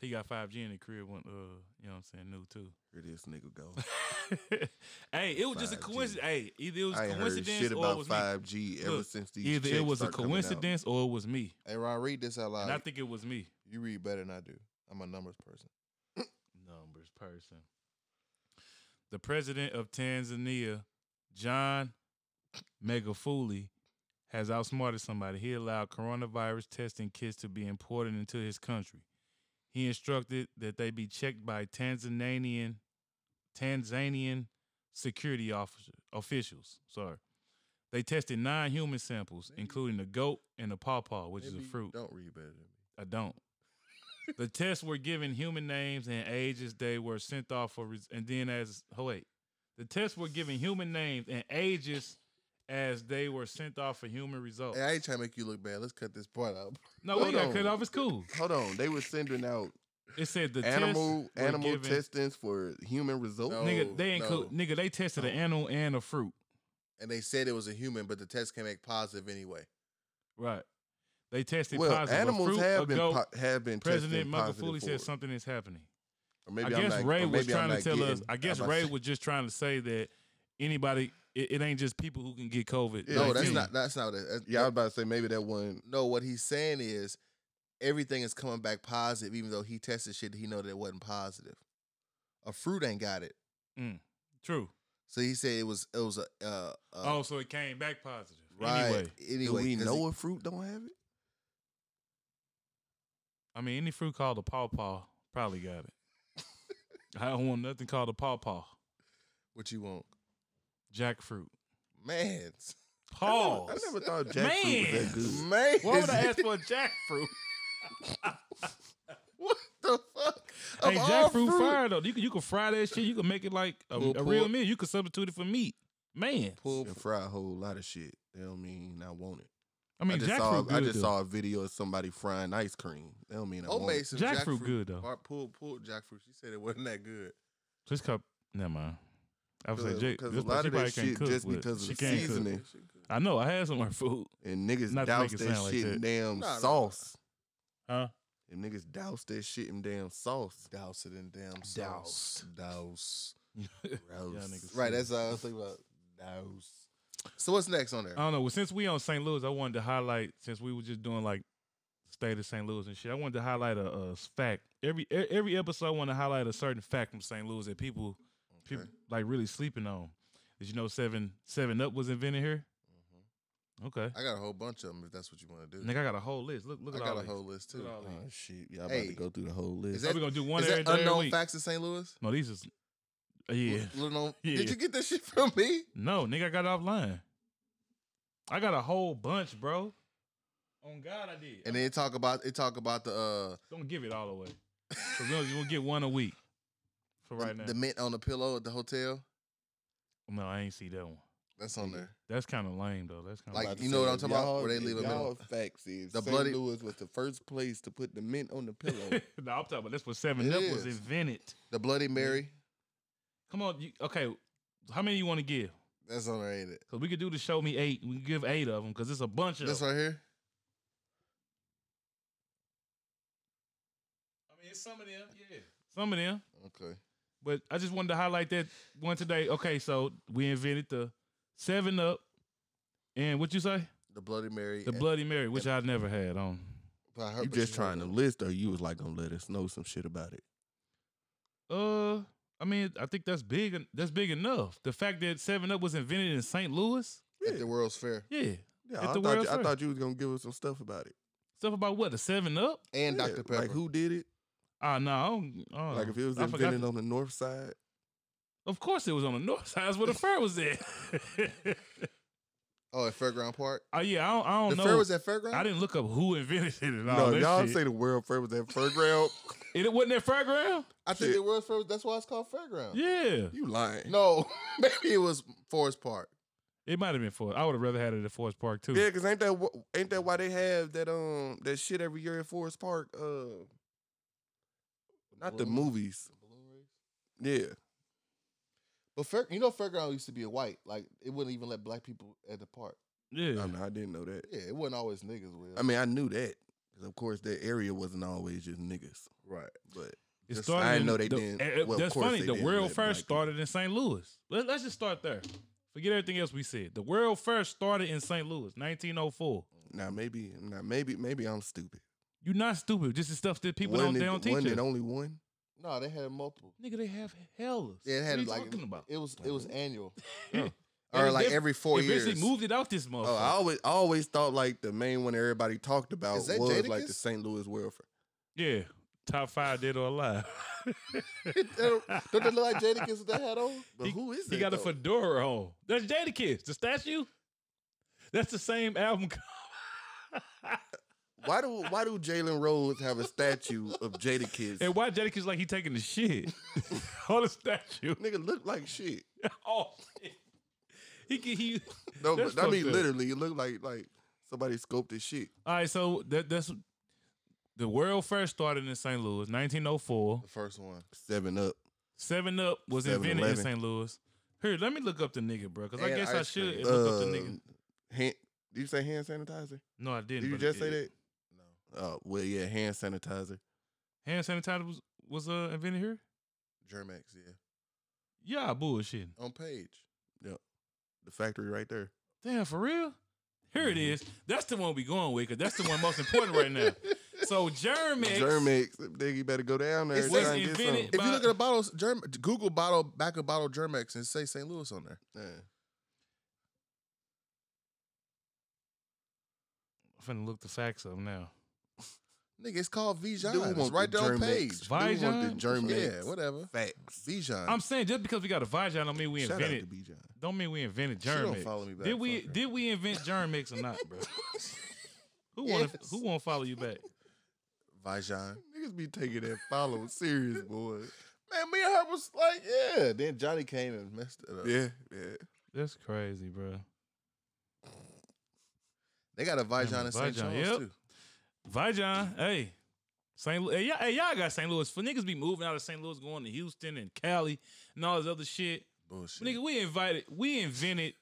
[SPEAKER 2] He got five G in the crib. When, uh, you know what I'm saying? New too.
[SPEAKER 1] Here this nigga go.
[SPEAKER 2] hey, it was just a
[SPEAKER 1] 5G.
[SPEAKER 2] coincidence. Hey, either it was
[SPEAKER 1] I
[SPEAKER 2] a
[SPEAKER 1] ain't heard
[SPEAKER 2] coincidence
[SPEAKER 1] shit
[SPEAKER 2] or it
[SPEAKER 1] about
[SPEAKER 2] was
[SPEAKER 1] five G ever
[SPEAKER 2] Look,
[SPEAKER 1] since these.
[SPEAKER 2] me. Either it
[SPEAKER 1] checks
[SPEAKER 2] was a
[SPEAKER 1] start coming out.
[SPEAKER 2] coincidence or it was me,
[SPEAKER 3] Hey Ron, read this out loud.
[SPEAKER 2] and I think it was me.
[SPEAKER 3] you read better than I do. I'm a numbers person.
[SPEAKER 2] numbers person. The president of Tanzania, John Megafuli, has outsmarted somebody. He allowed coronavirus testing kits to be imported into his country. He instructed that they be checked by Tanzanian Tanzanian security officer, officials. Sorry. They tested nine human samples, including a goat and a pawpaw, which
[SPEAKER 3] Maybe
[SPEAKER 2] is a
[SPEAKER 3] you
[SPEAKER 2] fruit.
[SPEAKER 3] Don't read better than me.
[SPEAKER 2] I don't. the tests were given human names and ages. They were sent off for, res- and then as oh wait, the tests were given human names and ages as they were sent off for human results.
[SPEAKER 3] Hey, I ain't trying to make you look bad. Let's cut this part out.
[SPEAKER 2] no, we
[SPEAKER 1] Eh, hold
[SPEAKER 2] got cut
[SPEAKER 1] on.
[SPEAKER 2] off. It's cool.
[SPEAKER 1] Hold on, they were sending out
[SPEAKER 2] It said the
[SPEAKER 1] animal
[SPEAKER 2] tests were
[SPEAKER 1] animal
[SPEAKER 2] given-
[SPEAKER 1] testings for human results.
[SPEAKER 3] No.
[SPEAKER 2] Nigga, they
[SPEAKER 3] No,
[SPEAKER 2] include nigga. They tested an animal and a fruit.
[SPEAKER 3] And they said it was a human, but the test came back positive anyway.
[SPEAKER 2] Right. They tested
[SPEAKER 1] well,
[SPEAKER 2] positive. a
[SPEAKER 1] animals
[SPEAKER 2] fruit, a
[SPEAKER 1] have been
[SPEAKER 2] goat.
[SPEAKER 1] po- have been
[SPEAKER 2] President
[SPEAKER 1] testing positive
[SPEAKER 2] Magufuli
[SPEAKER 1] for it.
[SPEAKER 2] said something is happening.
[SPEAKER 1] Or maybe
[SPEAKER 2] I
[SPEAKER 1] I'm
[SPEAKER 2] guess
[SPEAKER 1] not-
[SPEAKER 2] Ray
[SPEAKER 1] or
[SPEAKER 2] was
[SPEAKER 1] maybe I'm
[SPEAKER 2] trying to
[SPEAKER 1] not
[SPEAKER 2] tell us.
[SPEAKER 1] getting-
[SPEAKER 2] I guess
[SPEAKER 1] I'm about
[SPEAKER 2] Ray
[SPEAKER 1] to say-
[SPEAKER 2] was just trying to say that anybody. It, it ain't just people who can get COVID.
[SPEAKER 1] Yeah,
[SPEAKER 3] No, that's
[SPEAKER 1] yeah.
[SPEAKER 3] not. That's not. What it, that-
[SPEAKER 1] Yeah, I was about to say maybe that one.
[SPEAKER 3] No, what he's saying is everything is coming back positive, even though he tested shit that he know that it wasn't positive. A fruit ain't got it,
[SPEAKER 2] true.
[SPEAKER 3] so he said it was it was a uh, uh
[SPEAKER 2] oh, so it came back positive.
[SPEAKER 3] right.
[SPEAKER 2] Anyway,
[SPEAKER 3] Anyway,
[SPEAKER 1] do we
[SPEAKER 3] 'cause
[SPEAKER 1] know
[SPEAKER 3] he-
[SPEAKER 1] a fruit don't have it?
[SPEAKER 2] I mean, any fruit called a pawpaw probably got it. I don't want nothing called a pawpaw.
[SPEAKER 3] what you want,
[SPEAKER 2] Jackfruit.
[SPEAKER 3] man,
[SPEAKER 2] Pause.
[SPEAKER 1] I never thought jackfruit was that good.
[SPEAKER 3] man.
[SPEAKER 2] Why would I ask for a jackfruit?
[SPEAKER 3] what the fuck?
[SPEAKER 2] hey,
[SPEAKER 3] Of all
[SPEAKER 2] jackfruit
[SPEAKER 3] fruit-
[SPEAKER 2] fire though. You can you can fry that shit. You can make it like a,
[SPEAKER 3] Pulled
[SPEAKER 2] a real
[SPEAKER 3] pork.
[SPEAKER 2] meal. You can substitute it for meat. Man,
[SPEAKER 3] Pulled
[SPEAKER 1] And fry a whole lot of shit. That don't mean I want it.
[SPEAKER 2] I
[SPEAKER 1] I
[SPEAKER 2] mean
[SPEAKER 1] just
[SPEAKER 2] jackfruit
[SPEAKER 1] saw
[SPEAKER 2] good.
[SPEAKER 1] I just
[SPEAKER 2] though.
[SPEAKER 1] saw a video of somebody frying ice cream. That don't mean I want
[SPEAKER 3] homemade
[SPEAKER 1] it.
[SPEAKER 3] some
[SPEAKER 2] Jackfruit good, though.
[SPEAKER 3] Or pulled pulled jackfruit. She said it wasn't that good.
[SPEAKER 2] This cup, never mind. I was like, Jake,
[SPEAKER 1] Because a
[SPEAKER 2] this
[SPEAKER 1] lot
[SPEAKER 2] she
[SPEAKER 1] of
[SPEAKER 2] probably
[SPEAKER 1] that
[SPEAKER 2] can't
[SPEAKER 1] shit
[SPEAKER 2] cook.
[SPEAKER 1] just
[SPEAKER 2] but
[SPEAKER 1] because
[SPEAKER 2] she
[SPEAKER 1] of the
[SPEAKER 2] can't
[SPEAKER 1] seasoning
[SPEAKER 2] Cook. I know. I had some of her food.
[SPEAKER 1] and niggas
[SPEAKER 2] Not to make
[SPEAKER 1] douse
[SPEAKER 2] it
[SPEAKER 1] that
[SPEAKER 2] sound like
[SPEAKER 1] shit in
[SPEAKER 2] that.
[SPEAKER 1] damn
[SPEAKER 3] Nah, nah, nah.
[SPEAKER 1] sauce.
[SPEAKER 2] Huh?
[SPEAKER 1] If niggas douse that shit in damn sauce.
[SPEAKER 3] Douse it in damn
[SPEAKER 9] sauce.
[SPEAKER 3] Douse.
[SPEAKER 2] Y'all niggas
[SPEAKER 3] Right,
[SPEAKER 2] silly.
[SPEAKER 3] that's all I was thinking about. Douse. So what's next on there?
[SPEAKER 2] I don't know. Well, since we on St. Louis, I wanted to highlight since we were just doing like state of St. Louis and shit. I wanted to highlight a, a fact. Every e- every episode, I want to highlight a certain fact from St. Louis that people people like really sleeping on. Did you know seven seven up was invented here?
[SPEAKER 1] Mm-hmm.
[SPEAKER 2] Okay,
[SPEAKER 3] I got a whole bunch of them if that's what you want to do.
[SPEAKER 2] nigga, I got a whole list. Look look
[SPEAKER 3] I
[SPEAKER 2] at
[SPEAKER 3] got
[SPEAKER 2] all
[SPEAKER 3] a
[SPEAKER 2] these.
[SPEAKER 3] whole list
[SPEAKER 2] Look
[SPEAKER 3] too.
[SPEAKER 2] at all these.
[SPEAKER 1] Oh, shit, y'all
[SPEAKER 3] Hey,
[SPEAKER 1] through the whole list.
[SPEAKER 3] Is
[SPEAKER 2] Are
[SPEAKER 3] that,
[SPEAKER 2] we gonna do one
[SPEAKER 3] is
[SPEAKER 2] every
[SPEAKER 3] that
[SPEAKER 2] day every
[SPEAKER 3] unknown
[SPEAKER 2] week?
[SPEAKER 3] facts of St. Louis?
[SPEAKER 2] No, these is uh, yeah.
[SPEAKER 3] Little known-
[SPEAKER 2] Yeah.
[SPEAKER 3] Did you get that shit from me?
[SPEAKER 2] No, nigga, I got it offline. I got a whole bunch, bro. On God, I did.
[SPEAKER 3] And then it talk about it talk about the uh
[SPEAKER 2] don't give it all away. So we only- we'll get one a week for right now.
[SPEAKER 3] the mint on the pillow at the hotel.
[SPEAKER 2] no, I ain't see that one.
[SPEAKER 3] That's on there.
[SPEAKER 2] That's kind of lame though. That's kind of
[SPEAKER 3] Like,
[SPEAKER 2] like,
[SPEAKER 3] you know what I'm talking about? Where they leave a
[SPEAKER 1] y'all
[SPEAKER 3] middle-
[SPEAKER 1] facts is
[SPEAKER 3] The
[SPEAKER 1] the
[SPEAKER 3] bloody-
[SPEAKER 1] bloody Louis was the first place to put the mint on the pillow.
[SPEAKER 2] no, I'm talking about that's what Seven
[SPEAKER 3] It
[SPEAKER 2] Up was
[SPEAKER 3] is.
[SPEAKER 2] invented.
[SPEAKER 3] The Bloody Mary.
[SPEAKER 2] Come on, you, okay. How many you want to give?
[SPEAKER 3] That's on there, ain't it?
[SPEAKER 2] Cause we could do the show me eight. We can give eight of them because it's a bunch of.
[SPEAKER 3] This
[SPEAKER 2] them.
[SPEAKER 3] right here.
[SPEAKER 2] I mean, it's some of them. Yeah, some of them.
[SPEAKER 3] Okay.
[SPEAKER 2] But I just wanted to highlight that one today. Okay, so we invented the Seven Up, and what you say?
[SPEAKER 3] The Bloody Mary.
[SPEAKER 2] The Bloody Mary, which I never had um, on.
[SPEAKER 1] you just trying to list, or you was like gonna let us know some shit about it.
[SPEAKER 2] Uh, I mean, I think that's big. en- That's big enough. The fact that Seven Up was invented in St. Louis.
[SPEAKER 3] at the World's Fair
[SPEAKER 2] Yeah.
[SPEAKER 1] Yeah,
[SPEAKER 2] At
[SPEAKER 1] I
[SPEAKER 2] the
[SPEAKER 1] thought,
[SPEAKER 2] World
[SPEAKER 1] you, I
[SPEAKER 2] Fair.
[SPEAKER 1] thought you was gonna give us some stuff about it.
[SPEAKER 2] Stuff about what the Seven Up.
[SPEAKER 3] and
[SPEAKER 1] Yeah,
[SPEAKER 3] Dr Pepper.
[SPEAKER 1] Like who did it?
[SPEAKER 2] Ah, no, I don't. Oh,
[SPEAKER 1] like if it was
[SPEAKER 2] I forgot
[SPEAKER 1] invented
[SPEAKER 2] the-
[SPEAKER 1] on the north side.
[SPEAKER 2] Of course, it was on the north side. That's where the fair was at.
[SPEAKER 3] Oh, at Fairground Park.
[SPEAKER 2] Oh yeah, I don't, I don't
[SPEAKER 3] The
[SPEAKER 2] know.
[SPEAKER 3] fair was at Fairground.
[SPEAKER 2] I didn't look up who invented it and all
[SPEAKER 1] no,
[SPEAKER 2] that
[SPEAKER 1] y'all
[SPEAKER 2] shit.
[SPEAKER 1] say the world fair was at fairground.
[SPEAKER 2] it wasn't at fairground.
[SPEAKER 3] I think
[SPEAKER 1] shit.
[SPEAKER 3] the World's Fair. was- That's why it's called Fairground.
[SPEAKER 2] Yeah,
[SPEAKER 1] you lying?
[SPEAKER 3] No, maybe it was Forest Park.
[SPEAKER 2] it might have been Forest. I would have rather had it at Forest Park too.
[SPEAKER 1] Yeah, because ain't that wh- ain't that why they have that um that shit every year at Forest Park? Uh, not the
[SPEAKER 3] Balloon-
[SPEAKER 1] movies.
[SPEAKER 3] balloon race?
[SPEAKER 1] Yeah,
[SPEAKER 3] But fair, you know, Fairground used to be a white. Like it wouldn't even let black people at the park.
[SPEAKER 2] yeah.
[SPEAKER 1] I, know, I didn't know that.
[SPEAKER 3] Yeah, it wasn't always niggas. Will
[SPEAKER 1] I mean, I knew that because of course that area wasn't always just niggas,
[SPEAKER 3] right?
[SPEAKER 1] but
[SPEAKER 2] It
[SPEAKER 1] just-
[SPEAKER 2] started
[SPEAKER 1] I didn't
[SPEAKER 2] in
[SPEAKER 1] know they
[SPEAKER 2] the-
[SPEAKER 1] didn't-
[SPEAKER 2] eh, eh,
[SPEAKER 1] well, of
[SPEAKER 2] that's
[SPEAKER 1] course
[SPEAKER 2] funny.
[SPEAKER 1] they
[SPEAKER 2] The
[SPEAKER 1] didn't
[SPEAKER 2] World
[SPEAKER 1] let
[SPEAKER 2] Fair
[SPEAKER 1] black people-
[SPEAKER 2] started in St. Louis. Let, us just start there. Forget everything else we said. The World Fair started in St. Louis, 1904.
[SPEAKER 1] now maybe now maybe maybe I'm stupid.
[SPEAKER 2] You're not stupid. Just the stuff that people
[SPEAKER 1] Wasn't
[SPEAKER 2] don't,
[SPEAKER 1] it
[SPEAKER 2] they don't teach
[SPEAKER 1] Wasn't
[SPEAKER 2] you.
[SPEAKER 1] it only one?
[SPEAKER 3] No, they had multiple.
[SPEAKER 2] Nigga, they have hellas.
[SPEAKER 3] They
[SPEAKER 2] what
[SPEAKER 3] had
[SPEAKER 2] are you
[SPEAKER 3] like
[SPEAKER 2] talking about?
[SPEAKER 3] it was it was annual
[SPEAKER 2] And
[SPEAKER 3] or
[SPEAKER 2] it
[SPEAKER 3] like
[SPEAKER 2] def-
[SPEAKER 3] every four
[SPEAKER 2] it basically
[SPEAKER 3] years.
[SPEAKER 2] moved it out this motherfucker.
[SPEAKER 1] Oh, I always I always thought like the main one everybody talked about was
[SPEAKER 3] Is that
[SPEAKER 1] like the
[SPEAKER 3] Jadakiss?
[SPEAKER 1] St. Louis World Fair.
[SPEAKER 2] yeah, top five dead or alive.
[SPEAKER 3] don't don't they look like Jadakiss with that hat on?
[SPEAKER 1] But
[SPEAKER 2] He-
[SPEAKER 1] who is
[SPEAKER 2] he
[SPEAKER 1] that,
[SPEAKER 2] got a
[SPEAKER 1] though?
[SPEAKER 2] fedora on. That's Jadakiss, the statue. That's the same album. co-
[SPEAKER 1] Why do why do Jalen Rose have a statue of Jada Kids?
[SPEAKER 2] And why Jadakiss like he taking the shit on the statue?
[SPEAKER 1] Nigga look like shit.
[SPEAKER 2] Oh, shit. he can he.
[SPEAKER 1] No,
[SPEAKER 2] That's
[SPEAKER 1] but I mean
[SPEAKER 2] fucked up.
[SPEAKER 1] literally, it looked like like somebody sculpted shit.
[SPEAKER 2] All right, so that that's the world first started in St. Louis, 1904.
[SPEAKER 3] The first one.
[SPEAKER 1] Seven up.
[SPEAKER 2] Seven Up was invented in
[SPEAKER 1] 7-Eleven.
[SPEAKER 2] St. Louis. Here, let me look up the nigga, bro, because I
[SPEAKER 3] And
[SPEAKER 2] guess I
[SPEAKER 3] ice
[SPEAKER 2] should
[SPEAKER 3] cream.
[SPEAKER 2] look up the nigga.
[SPEAKER 1] Um, hand, did you say hand sanitizer?
[SPEAKER 2] No, I
[SPEAKER 1] Did
[SPEAKER 2] didn't.
[SPEAKER 1] you
[SPEAKER 2] but
[SPEAKER 1] just
[SPEAKER 2] it-
[SPEAKER 1] say
[SPEAKER 2] it-
[SPEAKER 1] that? No. Oh well, yeah, hand sanitizer.
[SPEAKER 2] Hand sanitizer was was uh, invented here.
[SPEAKER 3] Germex, yeah.
[SPEAKER 2] Yeah, bullshit.
[SPEAKER 3] On page.
[SPEAKER 1] The factory right there.
[SPEAKER 2] Damn, for real? Here it
[SPEAKER 1] Mm-hmm.
[SPEAKER 2] is. That's the one we going with, because that's the one most important right now. So Germex,
[SPEAKER 1] Germex. Nigga, you better go down there
[SPEAKER 3] It's
[SPEAKER 1] and
[SPEAKER 2] was
[SPEAKER 1] try and get some.
[SPEAKER 2] invented
[SPEAKER 3] If
[SPEAKER 2] by
[SPEAKER 3] you look at a bottle, Germ, Google bottle back of bottle Germex and say St. Louis on there.
[SPEAKER 1] Yeah.
[SPEAKER 2] I'm finna look the facts up now.
[SPEAKER 3] Nigga, it's called Vijon.
[SPEAKER 1] Dude
[SPEAKER 3] It's
[SPEAKER 1] want
[SPEAKER 3] right
[SPEAKER 1] the
[SPEAKER 3] there on
[SPEAKER 1] Germex.
[SPEAKER 3] page.
[SPEAKER 1] Dude want
[SPEAKER 2] Vijon?
[SPEAKER 1] the Germex.
[SPEAKER 3] Yeah, whatever.
[SPEAKER 1] Facts.
[SPEAKER 3] Vijon.
[SPEAKER 2] I'm saying just because we got a Vijon don't mean we
[SPEAKER 1] Shout out to
[SPEAKER 2] invented.
[SPEAKER 1] B. John.
[SPEAKER 2] Don't mean we invented
[SPEAKER 3] She don't
[SPEAKER 2] Germex.
[SPEAKER 3] follow me back.
[SPEAKER 2] Did we
[SPEAKER 3] fuck her.
[SPEAKER 2] did we invent Germex or not, bro? Who want to who won't follow you back?
[SPEAKER 3] Vijon.
[SPEAKER 1] Niggas be taking that follow serious, boy.
[SPEAKER 3] Man, me and her was like, yeah. Then Johnny came and messed it up.
[SPEAKER 1] Yeah, yeah.
[SPEAKER 2] That's crazy, bro.
[SPEAKER 3] They got a Vijon
[SPEAKER 2] Damn,
[SPEAKER 3] in St.
[SPEAKER 2] Vijon,
[SPEAKER 3] Charles
[SPEAKER 2] yep.
[SPEAKER 3] too.
[SPEAKER 2] Vijon, hey. St. Louis, hey, y'all, hey, y'all got St. Louis. For niggas be moving out of St. Louis, going to Houston and Cali and all this other shit.
[SPEAKER 3] Bullshit.
[SPEAKER 2] Nigga, we invited, we invented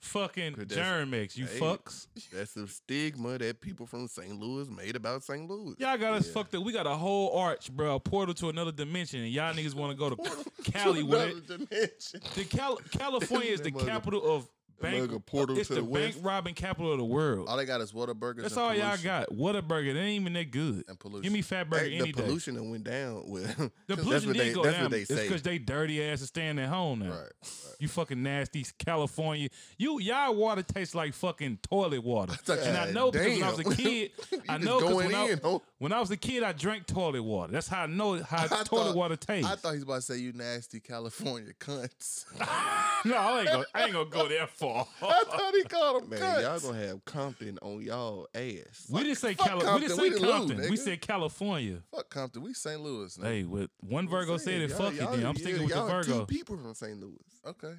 [SPEAKER 2] fucking
[SPEAKER 1] Cause that's-
[SPEAKER 2] Germex, you
[SPEAKER 1] Hey.
[SPEAKER 2] fucks.
[SPEAKER 1] That's the stigma that people from St. Louis made about St. Louis.
[SPEAKER 2] Y'all got us
[SPEAKER 1] Yeah.
[SPEAKER 2] fucked up. We got a whole arch, bro, a portal to another dimension, and y'all niggas want to go to Cali with it.
[SPEAKER 3] dimension.
[SPEAKER 2] The Cal- California is the
[SPEAKER 1] That mother-
[SPEAKER 2] capital of bank.
[SPEAKER 1] Like a portal
[SPEAKER 2] It's
[SPEAKER 1] to
[SPEAKER 2] the
[SPEAKER 1] the
[SPEAKER 2] bank
[SPEAKER 1] west.
[SPEAKER 2] robbing capital of the world.
[SPEAKER 3] All they got is Whataburgers.
[SPEAKER 2] That's
[SPEAKER 3] and
[SPEAKER 2] all y'all
[SPEAKER 3] pollution
[SPEAKER 2] got. Whataburger, they ain't even that good.
[SPEAKER 3] And pollution.
[SPEAKER 2] Give me fat burger
[SPEAKER 1] Hey,
[SPEAKER 2] any
[SPEAKER 1] the
[SPEAKER 2] day.
[SPEAKER 1] pollution that went down. Well,
[SPEAKER 2] The
[SPEAKER 1] that's
[SPEAKER 2] pollution
[SPEAKER 1] what
[SPEAKER 2] did
[SPEAKER 1] they-
[SPEAKER 2] go
[SPEAKER 1] that's
[SPEAKER 2] down.
[SPEAKER 1] what they
[SPEAKER 2] it's
[SPEAKER 1] say.
[SPEAKER 2] because they dirty ass is staying at home now.
[SPEAKER 3] Right, right.
[SPEAKER 2] You fucking nasty California. You y'all water tastes like fucking toilet water. and I know because when I was a
[SPEAKER 1] damn.
[SPEAKER 2] kid, I
[SPEAKER 3] just
[SPEAKER 2] know 'cause
[SPEAKER 3] going
[SPEAKER 2] when, I,
[SPEAKER 3] in, huh?
[SPEAKER 2] when I was a kid, I drank toilet water. That's how I know how toilet
[SPEAKER 3] thought-
[SPEAKER 2] water tastes.
[SPEAKER 3] I thought he was about to say you nasty California cunts.
[SPEAKER 2] no, I ain't gonna, I ain't gonna go that far.
[SPEAKER 3] I thought he called him
[SPEAKER 1] man,
[SPEAKER 3] cunts.
[SPEAKER 1] y'all gonna have Compton on y'all ass.
[SPEAKER 2] we didn't say
[SPEAKER 3] fuck
[SPEAKER 2] Cali- we
[SPEAKER 3] Compton,
[SPEAKER 2] didn't say
[SPEAKER 3] we the Lou,
[SPEAKER 2] Compton. we
[SPEAKER 3] nigga.
[SPEAKER 2] said California.
[SPEAKER 3] Fuck Compton. We St. Louis now.
[SPEAKER 2] Hey, with one Virgo said it,
[SPEAKER 1] Y'all-
[SPEAKER 2] fuck
[SPEAKER 1] y'all-
[SPEAKER 2] it. Then I'm
[SPEAKER 1] yeah,
[SPEAKER 2] sticking with the
[SPEAKER 1] y'all
[SPEAKER 2] Virgo.
[SPEAKER 1] Two people from St. Louis.
[SPEAKER 3] Okay.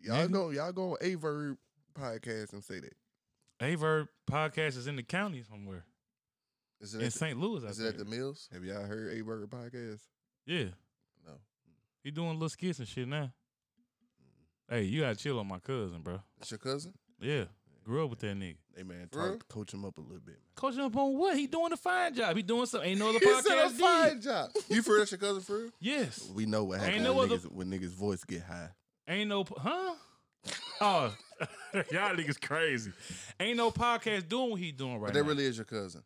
[SPEAKER 1] Y'all
[SPEAKER 2] Nigga.
[SPEAKER 1] go, y'all go on a verb podcast and say that.
[SPEAKER 2] Averb podcast is in the county somewhere
[SPEAKER 3] Is
[SPEAKER 2] in
[SPEAKER 3] it, at
[SPEAKER 2] St. Louis.
[SPEAKER 3] the,
[SPEAKER 2] I
[SPEAKER 3] is it at
[SPEAKER 2] think.
[SPEAKER 3] the Mills?
[SPEAKER 1] Have y'all heard a verb podcast?
[SPEAKER 2] Yeah.
[SPEAKER 3] No.
[SPEAKER 2] He doing little skits and shit now.
[SPEAKER 3] Mm-hmm.
[SPEAKER 2] Hey, you gotta chill on my cousin, bro.
[SPEAKER 3] It's your cousin?
[SPEAKER 2] Yeah. Grew up with that nigga.
[SPEAKER 1] Hey man,
[SPEAKER 3] For real?
[SPEAKER 1] talk, coach him up a little bit.
[SPEAKER 2] Coaching up on what? He doing a fine job. He doing something. Ain't no other
[SPEAKER 3] It's a
[SPEAKER 2] podcast
[SPEAKER 3] fine
[SPEAKER 2] did.
[SPEAKER 3] job. You for real? That's your cousin for real?
[SPEAKER 2] Yes.
[SPEAKER 1] We know what
[SPEAKER 2] Ain't
[SPEAKER 1] happens
[SPEAKER 2] no
[SPEAKER 1] when,
[SPEAKER 2] other-
[SPEAKER 1] niggas, when niggas' voice get high.
[SPEAKER 2] Ain't no huh? Oh, y'all niggas crazy. Ain't no podcast doing what he doing right
[SPEAKER 3] But that
[SPEAKER 2] now.
[SPEAKER 3] really is your cousin.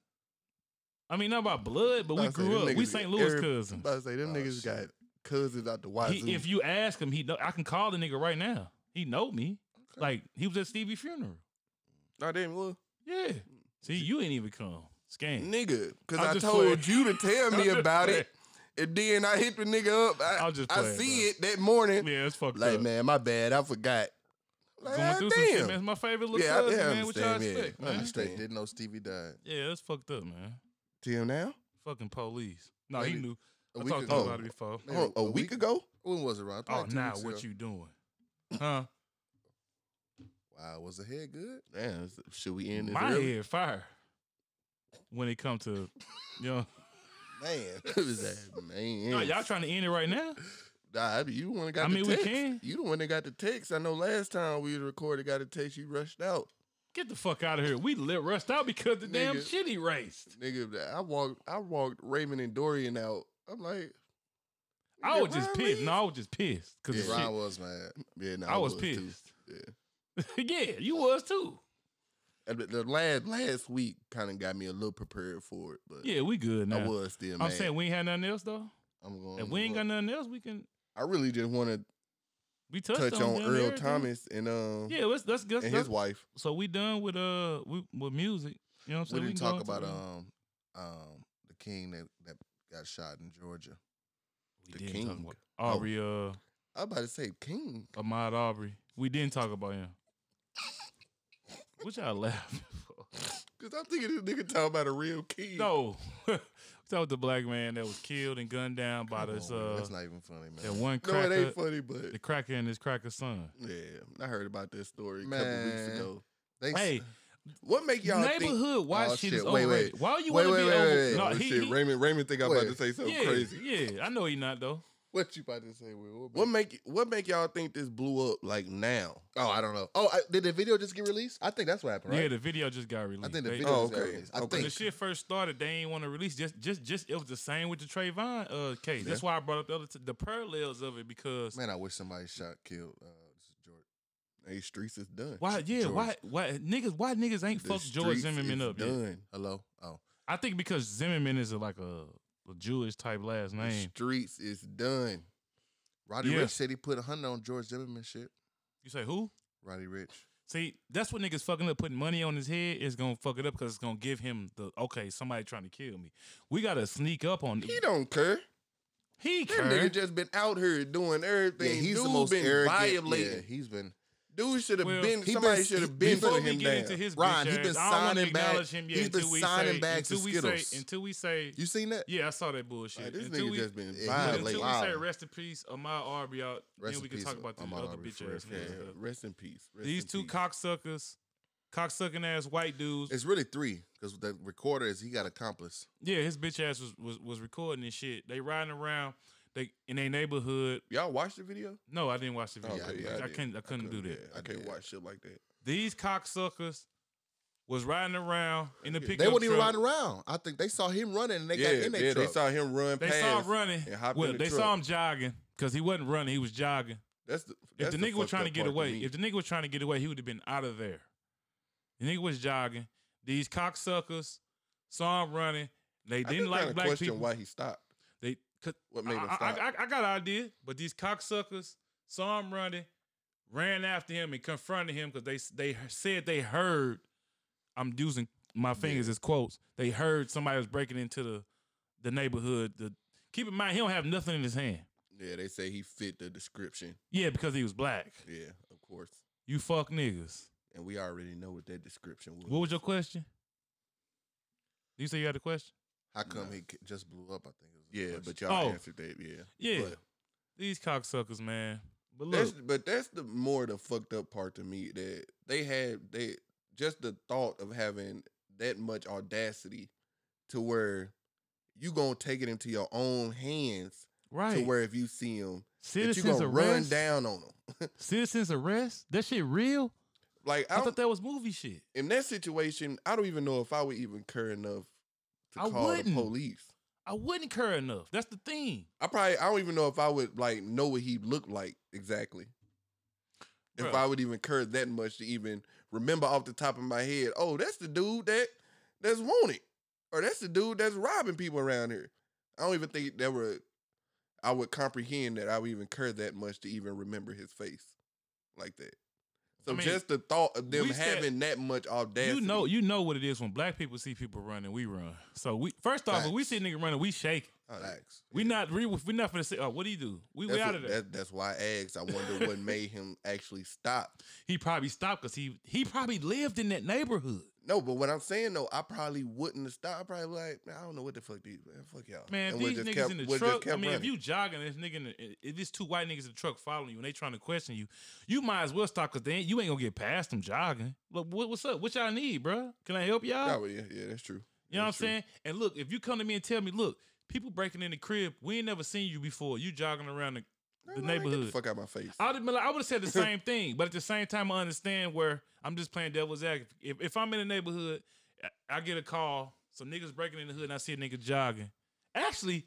[SPEAKER 2] I mean, not about blood, but we
[SPEAKER 1] About to say,
[SPEAKER 2] grew
[SPEAKER 1] them
[SPEAKER 2] up. We
[SPEAKER 1] niggas-
[SPEAKER 2] St. Louis
[SPEAKER 1] every-
[SPEAKER 2] cousins.
[SPEAKER 1] About to say them
[SPEAKER 3] Oh,
[SPEAKER 1] niggas
[SPEAKER 3] shit.
[SPEAKER 1] got cousins out the wazoo.
[SPEAKER 2] He, if you ask him, he know. I can call the nigga right now. He know me. Like he was at Stevie funeral.
[SPEAKER 1] I didn't look.
[SPEAKER 2] Yeah. See, you ain't even come. Scam.
[SPEAKER 1] Nigga, because
[SPEAKER 2] I'm
[SPEAKER 1] I
[SPEAKER 2] just
[SPEAKER 1] told
[SPEAKER 2] playing.
[SPEAKER 1] you to tell
[SPEAKER 2] I'm
[SPEAKER 1] me
[SPEAKER 2] just
[SPEAKER 1] about
[SPEAKER 2] playing.
[SPEAKER 1] it. And then I hit the nigga up. I,
[SPEAKER 2] I'm just
[SPEAKER 1] I
[SPEAKER 2] playing,
[SPEAKER 1] see
[SPEAKER 2] bro.
[SPEAKER 1] it that morning.
[SPEAKER 2] Yeah, it's fucked
[SPEAKER 1] Like,
[SPEAKER 2] up.
[SPEAKER 1] man, my bad. I forgot. Like,
[SPEAKER 2] Going
[SPEAKER 1] ah,
[SPEAKER 2] through some shit,
[SPEAKER 1] damn.
[SPEAKER 2] man. It's my favorite little
[SPEAKER 1] Yeah, I-
[SPEAKER 2] cousin,
[SPEAKER 1] yeah, I
[SPEAKER 2] man. What y'all
[SPEAKER 1] understand, yeah.
[SPEAKER 2] expect,
[SPEAKER 1] I
[SPEAKER 2] man?
[SPEAKER 1] understand.
[SPEAKER 3] Straight didn't know Stevie died.
[SPEAKER 2] Yeah, that's fucked up, man.
[SPEAKER 1] Till now?
[SPEAKER 2] Fucking police. No, he
[SPEAKER 3] Maybe
[SPEAKER 2] knew.
[SPEAKER 3] a
[SPEAKER 2] I
[SPEAKER 3] week
[SPEAKER 2] talked to
[SPEAKER 1] ago.
[SPEAKER 2] him about it before.
[SPEAKER 3] Maybe
[SPEAKER 1] Oh, a week ago?
[SPEAKER 3] When was it, Ron?
[SPEAKER 2] Oh,
[SPEAKER 3] Probably two
[SPEAKER 2] now
[SPEAKER 3] weeks
[SPEAKER 2] what
[SPEAKER 3] ago.
[SPEAKER 2] you doing? Huh?
[SPEAKER 3] Wow, was the head good?
[SPEAKER 1] Damn, s- should we end this
[SPEAKER 2] My
[SPEAKER 1] early?
[SPEAKER 2] head fire. When it come to, you know,
[SPEAKER 3] Man.
[SPEAKER 1] What is that, man?
[SPEAKER 2] no, y'all trying to end it right now?
[SPEAKER 1] Nah, I be- you want to got
[SPEAKER 2] I
[SPEAKER 1] the
[SPEAKER 2] mean, we
[SPEAKER 1] text.
[SPEAKER 2] can.
[SPEAKER 1] You the one that got the text. I know last time we recorded, got a text. You rushed out,
[SPEAKER 2] Get the fuck out of here. We lit rushed out because the damn
[SPEAKER 1] Nigga.
[SPEAKER 2] shit erased.
[SPEAKER 1] nigga. I walked, I walked Raymond and Dorian out. I'm like,
[SPEAKER 2] I
[SPEAKER 1] nigga,
[SPEAKER 2] was just
[SPEAKER 1] Ryan
[SPEAKER 2] pissed.
[SPEAKER 1] leave?
[SPEAKER 2] No, I was just pissed because
[SPEAKER 3] Ron was mad.
[SPEAKER 1] yeah, nah,
[SPEAKER 2] I was
[SPEAKER 1] too.
[SPEAKER 2] pissed.
[SPEAKER 1] Yeah.
[SPEAKER 2] yeah, you was too.
[SPEAKER 1] And The, the last last week kind of got me a little prepared for it, but
[SPEAKER 2] Yeah, we good now.
[SPEAKER 1] I was Oh, still.
[SPEAKER 2] I'm
[SPEAKER 1] mad.
[SPEAKER 2] saying we ain't had nothing else though.
[SPEAKER 3] I'm going.
[SPEAKER 2] If we ain't got nothing else, we can
[SPEAKER 1] I really just want to
[SPEAKER 2] we touched
[SPEAKER 1] touch on
[SPEAKER 2] damn near
[SPEAKER 1] Earl
[SPEAKER 2] everything.
[SPEAKER 1] Thomas and um
[SPEAKER 2] Yeah, let's let's let's,
[SPEAKER 1] and
[SPEAKER 2] let's
[SPEAKER 1] his wife.
[SPEAKER 2] so we done with uh with, with music. You know what I'm
[SPEAKER 3] we
[SPEAKER 2] saying?
[SPEAKER 3] didn't
[SPEAKER 2] can go
[SPEAKER 3] talk
[SPEAKER 2] into
[SPEAKER 3] about
[SPEAKER 2] the-
[SPEAKER 1] uh,
[SPEAKER 3] um um the king that that got shot in Georgia.
[SPEAKER 2] we
[SPEAKER 1] the
[SPEAKER 2] didn't
[SPEAKER 1] king. Oh.
[SPEAKER 2] talk about Aubrey uh
[SPEAKER 1] I'm about to say King.
[SPEAKER 2] Ahmad Aubrey. We didn't talk about him. What y'all laughing for?
[SPEAKER 1] Cause I'm thinking this nigga talking about a real king.
[SPEAKER 2] Oh. No. we talked about the black man that was killed and gunned down by
[SPEAKER 3] Come
[SPEAKER 2] this
[SPEAKER 3] on, man,
[SPEAKER 2] uh
[SPEAKER 3] that's not even funny, man.
[SPEAKER 2] that one
[SPEAKER 1] no,
[SPEAKER 2] cracker
[SPEAKER 1] it ain't funny, but
[SPEAKER 2] the cracker and his cracker's son.
[SPEAKER 1] yeah, I heard about this story a couple
[SPEAKER 3] Man.
[SPEAKER 1] weeks ago.
[SPEAKER 3] They,
[SPEAKER 2] Hey,
[SPEAKER 1] What make y'all think?
[SPEAKER 2] neighborhood white
[SPEAKER 3] Oh,
[SPEAKER 2] shit,
[SPEAKER 3] shit,
[SPEAKER 2] is
[SPEAKER 3] wait, wait.
[SPEAKER 2] overrated. Why you
[SPEAKER 3] Wait,
[SPEAKER 2] want to be
[SPEAKER 3] wait, wait,
[SPEAKER 2] over?
[SPEAKER 3] wait.
[SPEAKER 2] No,
[SPEAKER 1] oh,
[SPEAKER 2] he,
[SPEAKER 1] shit,
[SPEAKER 2] he-
[SPEAKER 1] Raymond Raymond think I'm about to
[SPEAKER 3] Wait.
[SPEAKER 1] say something
[SPEAKER 2] yeah,
[SPEAKER 1] crazy.
[SPEAKER 2] Yeah, I know he not though.
[SPEAKER 3] what you about to say? Will?
[SPEAKER 1] What make what make y'all think this blew up like now?
[SPEAKER 3] Oh, I don't know. Oh, I, did the video just get released? I think that's what happened, right?
[SPEAKER 2] Yeah, the video just got
[SPEAKER 3] I
[SPEAKER 2] released.
[SPEAKER 3] think the
[SPEAKER 2] They-
[SPEAKER 3] video
[SPEAKER 1] Oh,
[SPEAKER 3] just got
[SPEAKER 1] okay.
[SPEAKER 3] released. I
[SPEAKER 1] Okay.
[SPEAKER 2] when the
[SPEAKER 3] think.
[SPEAKER 2] shit first started, they ain't want to release. Just, just, just it was the same with the Trayvon uh, case. That's why I brought up the other t- the parallels of it because
[SPEAKER 3] Man, I wish somebody shot killed. Uh, this is George.
[SPEAKER 1] Hey, uh, streets is done.
[SPEAKER 2] why, yeah,
[SPEAKER 3] George.
[SPEAKER 2] why, why niggas, why niggas ain't
[SPEAKER 1] The
[SPEAKER 2] fucked George
[SPEAKER 1] streets
[SPEAKER 2] Zimmerman
[SPEAKER 1] is
[SPEAKER 2] up yet?
[SPEAKER 1] Done.
[SPEAKER 3] Hello. Oh,
[SPEAKER 2] I think because Zimmerman is a, like a, a Jewish type last
[SPEAKER 1] The
[SPEAKER 2] name.
[SPEAKER 1] streets is done.
[SPEAKER 3] Roddy
[SPEAKER 2] Yeah.
[SPEAKER 3] Rich said he put a hundred on George Zimmerman shit.
[SPEAKER 2] You say who?
[SPEAKER 3] Roddy Rich.
[SPEAKER 2] See, that's what niggas fucking up. Putting money on his head is gonna fuck it up because it's gonna give him the okay. Somebody trying to kill me. We gotta sneak up on.
[SPEAKER 1] He don't care.
[SPEAKER 2] He
[SPEAKER 1] That
[SPEAKER 2] care.
[SPEAKER 1] nigga just been out here doing
[SPEAKER 3] Yeah,
[SPEAKER 1] everything.
[SPEAKER 3] he's
[SPEAKER 1] Dude
[SPEAKER 3] the most
[SPEAKER 1] been
[SPEAKER 3] arrogant.
[SPEAKER 1] violating.
[SPEAKER 3] Yeah, he's been.
[SPEAKER 1] Dude should have
[SPEAKER 2] Well,
[SPEAKER 1] been.
[SPEAKER 3] he
[SPEAKER 1] Somebody
[SPEAKER 3] been-
[SPEAKER 1] should
[SPEAKER 3] he-
[SPEAKER 1] have been
[SPEAKER 3] before
[SPEAKER 2] Before
[SPEAKER 1] putting
[SPEAKER 2] we
[SPEAKER 1] him
[SPEAKER 2] get
[SPEAKER 1] down.
[SPEAKER 2] into his
[SPEAKER 3] Ryan,
[SPEAKER 2] bitch
[SPEAKER 3] he
[SPEAKER 2] ass,
[SPEAKER 3] been
[SPEAKER 2] I don't wanna
[SPEAKER 3] signing back-
[SPEAKER 2] acknowledge him yet
[SPEAKER 3] he's been
[SPEAKER 2] until we
[SPEAKER 3] signing
[SPEAKER 2] say,
[SPEAKER 3] bags
[SPEAKER 2] until
[SPEAKER 3] of
[SPEAKER 2] we say,
[SPEAKER 3] Skittles.
[SPEAKER 2] until we say,
[SPEAKER 3] You seen that?
[SPEAKER 2] yeah, I saw that bullshit.
[SPEAKER 1] Like, this
[SPEAKER 2] until
[SPEAKER 1] nigga
[SPEAKER 2] we,
[SPEAKER 1] just been
[SPEAKER 3] Yeah,
[SPEAKER 2] until
[SPEAKER 1] violating.
[SPEAKER 2] we
[SPEAKER 3] Wow.
[SPEAKER 2] say rest in peace, Amar Aubrey out,
[SPEAKER 3] Rest
[SPEAKER 2] then
[SPEAKER 3] in
[SPEAKER 2] we can
[SPEAKER 3] peace,
[SPEAKER 2] talk about the
[SPEAKER 3] Ahmaud
[SPEAKER 2] other
[SPEAKER 3] Arbery,
[SPEAKER 2] bitch ass
[SPEAKER 3] forever.
[SPEAKER 1] Yeah,
[SPEAKER 2] niggas. stuff.
[SPEAKER 1] rest in peace. Rest
[SPEAKER 2] These
[SPEAKER 1] in
[SPEAKER 2] two
[SPEAKER 1] peace.
[SPEAKER 2] cocksuckers, cocksucking ass white dudes.
[SPEAKER 3] It's really three because the recorder is he got accomplice.
[SPEAKER 2] Yeah, his bitch ass was was, was recording this shit. They riding around. They in their neighborhood.
[SPEAKER 1] Y'all watch the video?
[SPEAKER 2] No, I didn't watch the video.
[SPEAKER 1] Okay, yeah,
[SPEAKER 2] I,
[SPEAKER 1] I did.
[SPEAKER 2] couldn't. I couldn't do that.
[SPEAKER 1] I can't watch shit like that.
[SPEAKER 2] These cocksuckers was riding around in the pickup
[SPEAKER 3] They wouldn't
[SPEAKER 2] truck.
[SPEAKER 3] even ride around. I think they saw him running and they
[SPEAKER 1] yeah,
[SPEAKER 3] got in their
[SPEAKER 1] yeah,
[SPEAKER 3] truck.
[SPEAKER 1] they saw him run
[SPEAKER 2] They
[SPEAKER 1] past.
[SPEAKER 2] saw him running.
[SPEAKER 1] and hopped in
[SPEAKER 2] Well,
[SPEAKER 1] the
[SPEAKER 2] they saw
[SPEAKER 1] truck.
[SPEAKER 2] him jogging because he wasn't running. He was jogging.
[SPEAKER 1] That's the,
[SPEAKER 2] If
[SPEAKER 1] that's
[SPEAKER 2] the nigga was
[SPEAKER 1] fucked
[SPEAKER 2] trying to
[SPEAKER 1] up
[SPEAKER 2] get
[SPEAKER 1] part
[SPEAKER 2] away,
[SPEAKER 1] me.
[SPEAKER 2] if the nigga was trying to get away, he would have been out of there. The nigga was jogging. These cocksuckers saw him running. They
[SPEAKER 1] I
[SPEAKER 2] didn't
[SPEAKER 1] just
[SPEAKER 2] like
[SPEAKER 1] kinda
[SPEAKER 2] black
[SPEAKER 1] question
[SPEAKER 2] people.
[SPEAKER 1] why he stopped.
[SPEAKER 2] They, 'cause
[SPEAKER 1] What
[SPEAKER 2] I,
[SPEAKER 1] made him
[SPEAKER 2] I-
[SPEAKER 1] stop?
[SPEAKER 2] I, I, I got an idea, but these cocksuckers saw him running, ran after him, and confronted him because they s- they h- said they heard. I'm using my fingers as quotes. They heard somebody was breaking into the the neighborhood. The keep in mind he don't have nothing in his hand.
[SPEAKER 1] yeah, they say he fit the description.
[SPEAKER 2] Yeah, because he was black.
[SPEAKER 1] Yeah, of course.
[SPEAKER 2] You fuck niggas.
[SPEAKER 1] And we already know what that description was.
[SPEAKER 2] What was your question? You say you had a question?
[SPEAKER 3] How come he he just blew up? I think. It was
[SPEAKER 1] Yeah, but y'all
[SPEAKER 2] Oh.
[SPEAKER 1] answered that. Yeah,
[SPEAKER 2] Yeah.
[SPEAKER 1] But
[SPEAKER 2] These cocksuckers, man. But look,
[SPEAKER 1] that's but that's the more the fucked up part to me that they had they just the thought of having that much audacity to where you gonna take it into your own hands to
[SPEAKER 2] right.
[SPEAKER 1] where if you see them that you
[SPEAKER 2] Citizens
[SPEAKER 1] gonna run
[SPEAKER 2] arrest.
[SPEAKER 1] down on them.
[SPEAKER 2] Citizens arrest. That shit real.
[SPEAKER 1] Like I,
[SPEAKER 2] I,
[SPEAKER 1] don't-
[SPEAKER 2] thought that was movie shit.
[SPEAKER 1] in that situation, I don't even know if I would even care enough to
[SPEAKER 2] I
[SPEAKER 1] call the
[SPEAKER 2] wouldn't.
[SPEAKER 1] police.
[SPEAKER 2] I wouldn't care enough. That's the thing.
[SPEAKER 1] I probably I don't even know if I would like know what he looked like exactly. If
[SPEAKER 2] Bruh.
[SPEAKER 1] I would even care that much to even remember off the top of my head, oh, that's the dude that that's wanted, or that's the dude that's robbing people around here. I don't even think that were I would comprehend that I would even care that much to even remember his face like that. So
[SPEAKER 2] I mean,
[SPEAKER 1] just the thought of them
[SPEAKER 2] we said-
[SPEAKER 1] having that much audacity,
[SPEAKER 2] You know, you know what it is when black people see people running, we run. So we first off, if we see a nigga running, we shake.
[SPEAKER 1] Oh, yeah.
[SPEAKER 3] Facts.
[SPEAKER 2] We not re, we not finna say, oh, what do you do? We,
[SPEAKER 1] That's,
[SPEAKER 2] we out
[SPEAKER 1] what,
[SPEAKER 2] of there.
[SPEAKER 1] that- that's why I asked. I wonder what made him actually stop.
[SPEAKER 2] He probably stopped because he he probably lived in that neighborhood.
[SPEAKER 1] No, but what I'm saying though, I probably wouldn't have stopped. I probably like, man, I don't know what the fuck these man, fuck y'all.
[SPEAKER 2] Man, if
[SPEAKER 1] And would've
[SPEAKER 2] these niggas
[SPEAKER 1] just kept-
[SPEAKER 2] in the
[SPEAKER 1] would've just
[SPEAKER 2] truck. I
[SPEAKER 1] kept
[SPEAKER 2] mean, if
[SPEAKER 1] running.
[SPEAKER 2] you jogging, this nigga, in the, if it's two white niggas in the truck following you and they trying to question you, you might as well stop because then you ain't gonna get past them jogging. Look, what, what's up? What y'all need, bruh? Can I help y'all?
[SPEAKER 1] Yeah, well, yeah, yeah, that's true.
[SPEAKER 2] You know what I'm
[SPEAKER 1] That's true.
[SPEAKER 2] saying? And look, if you come to me and tell me, look, people breaking in the crib, we ain't never seen you before. You jogging around the, the
[SPEAKER 1] Man, get
[SPEAKER 2] neighborhood.
[SPEAKER 1] fuck out my face.
[SPEAKER 2] I'd have been like, I would have said the same thing, but at the same time, I understand where I'm just playing devil's advocate. If, if I'm in the neighborhood, I- I get a call, some niggas breaking in the hood, and I see a nigga jogging. Actually,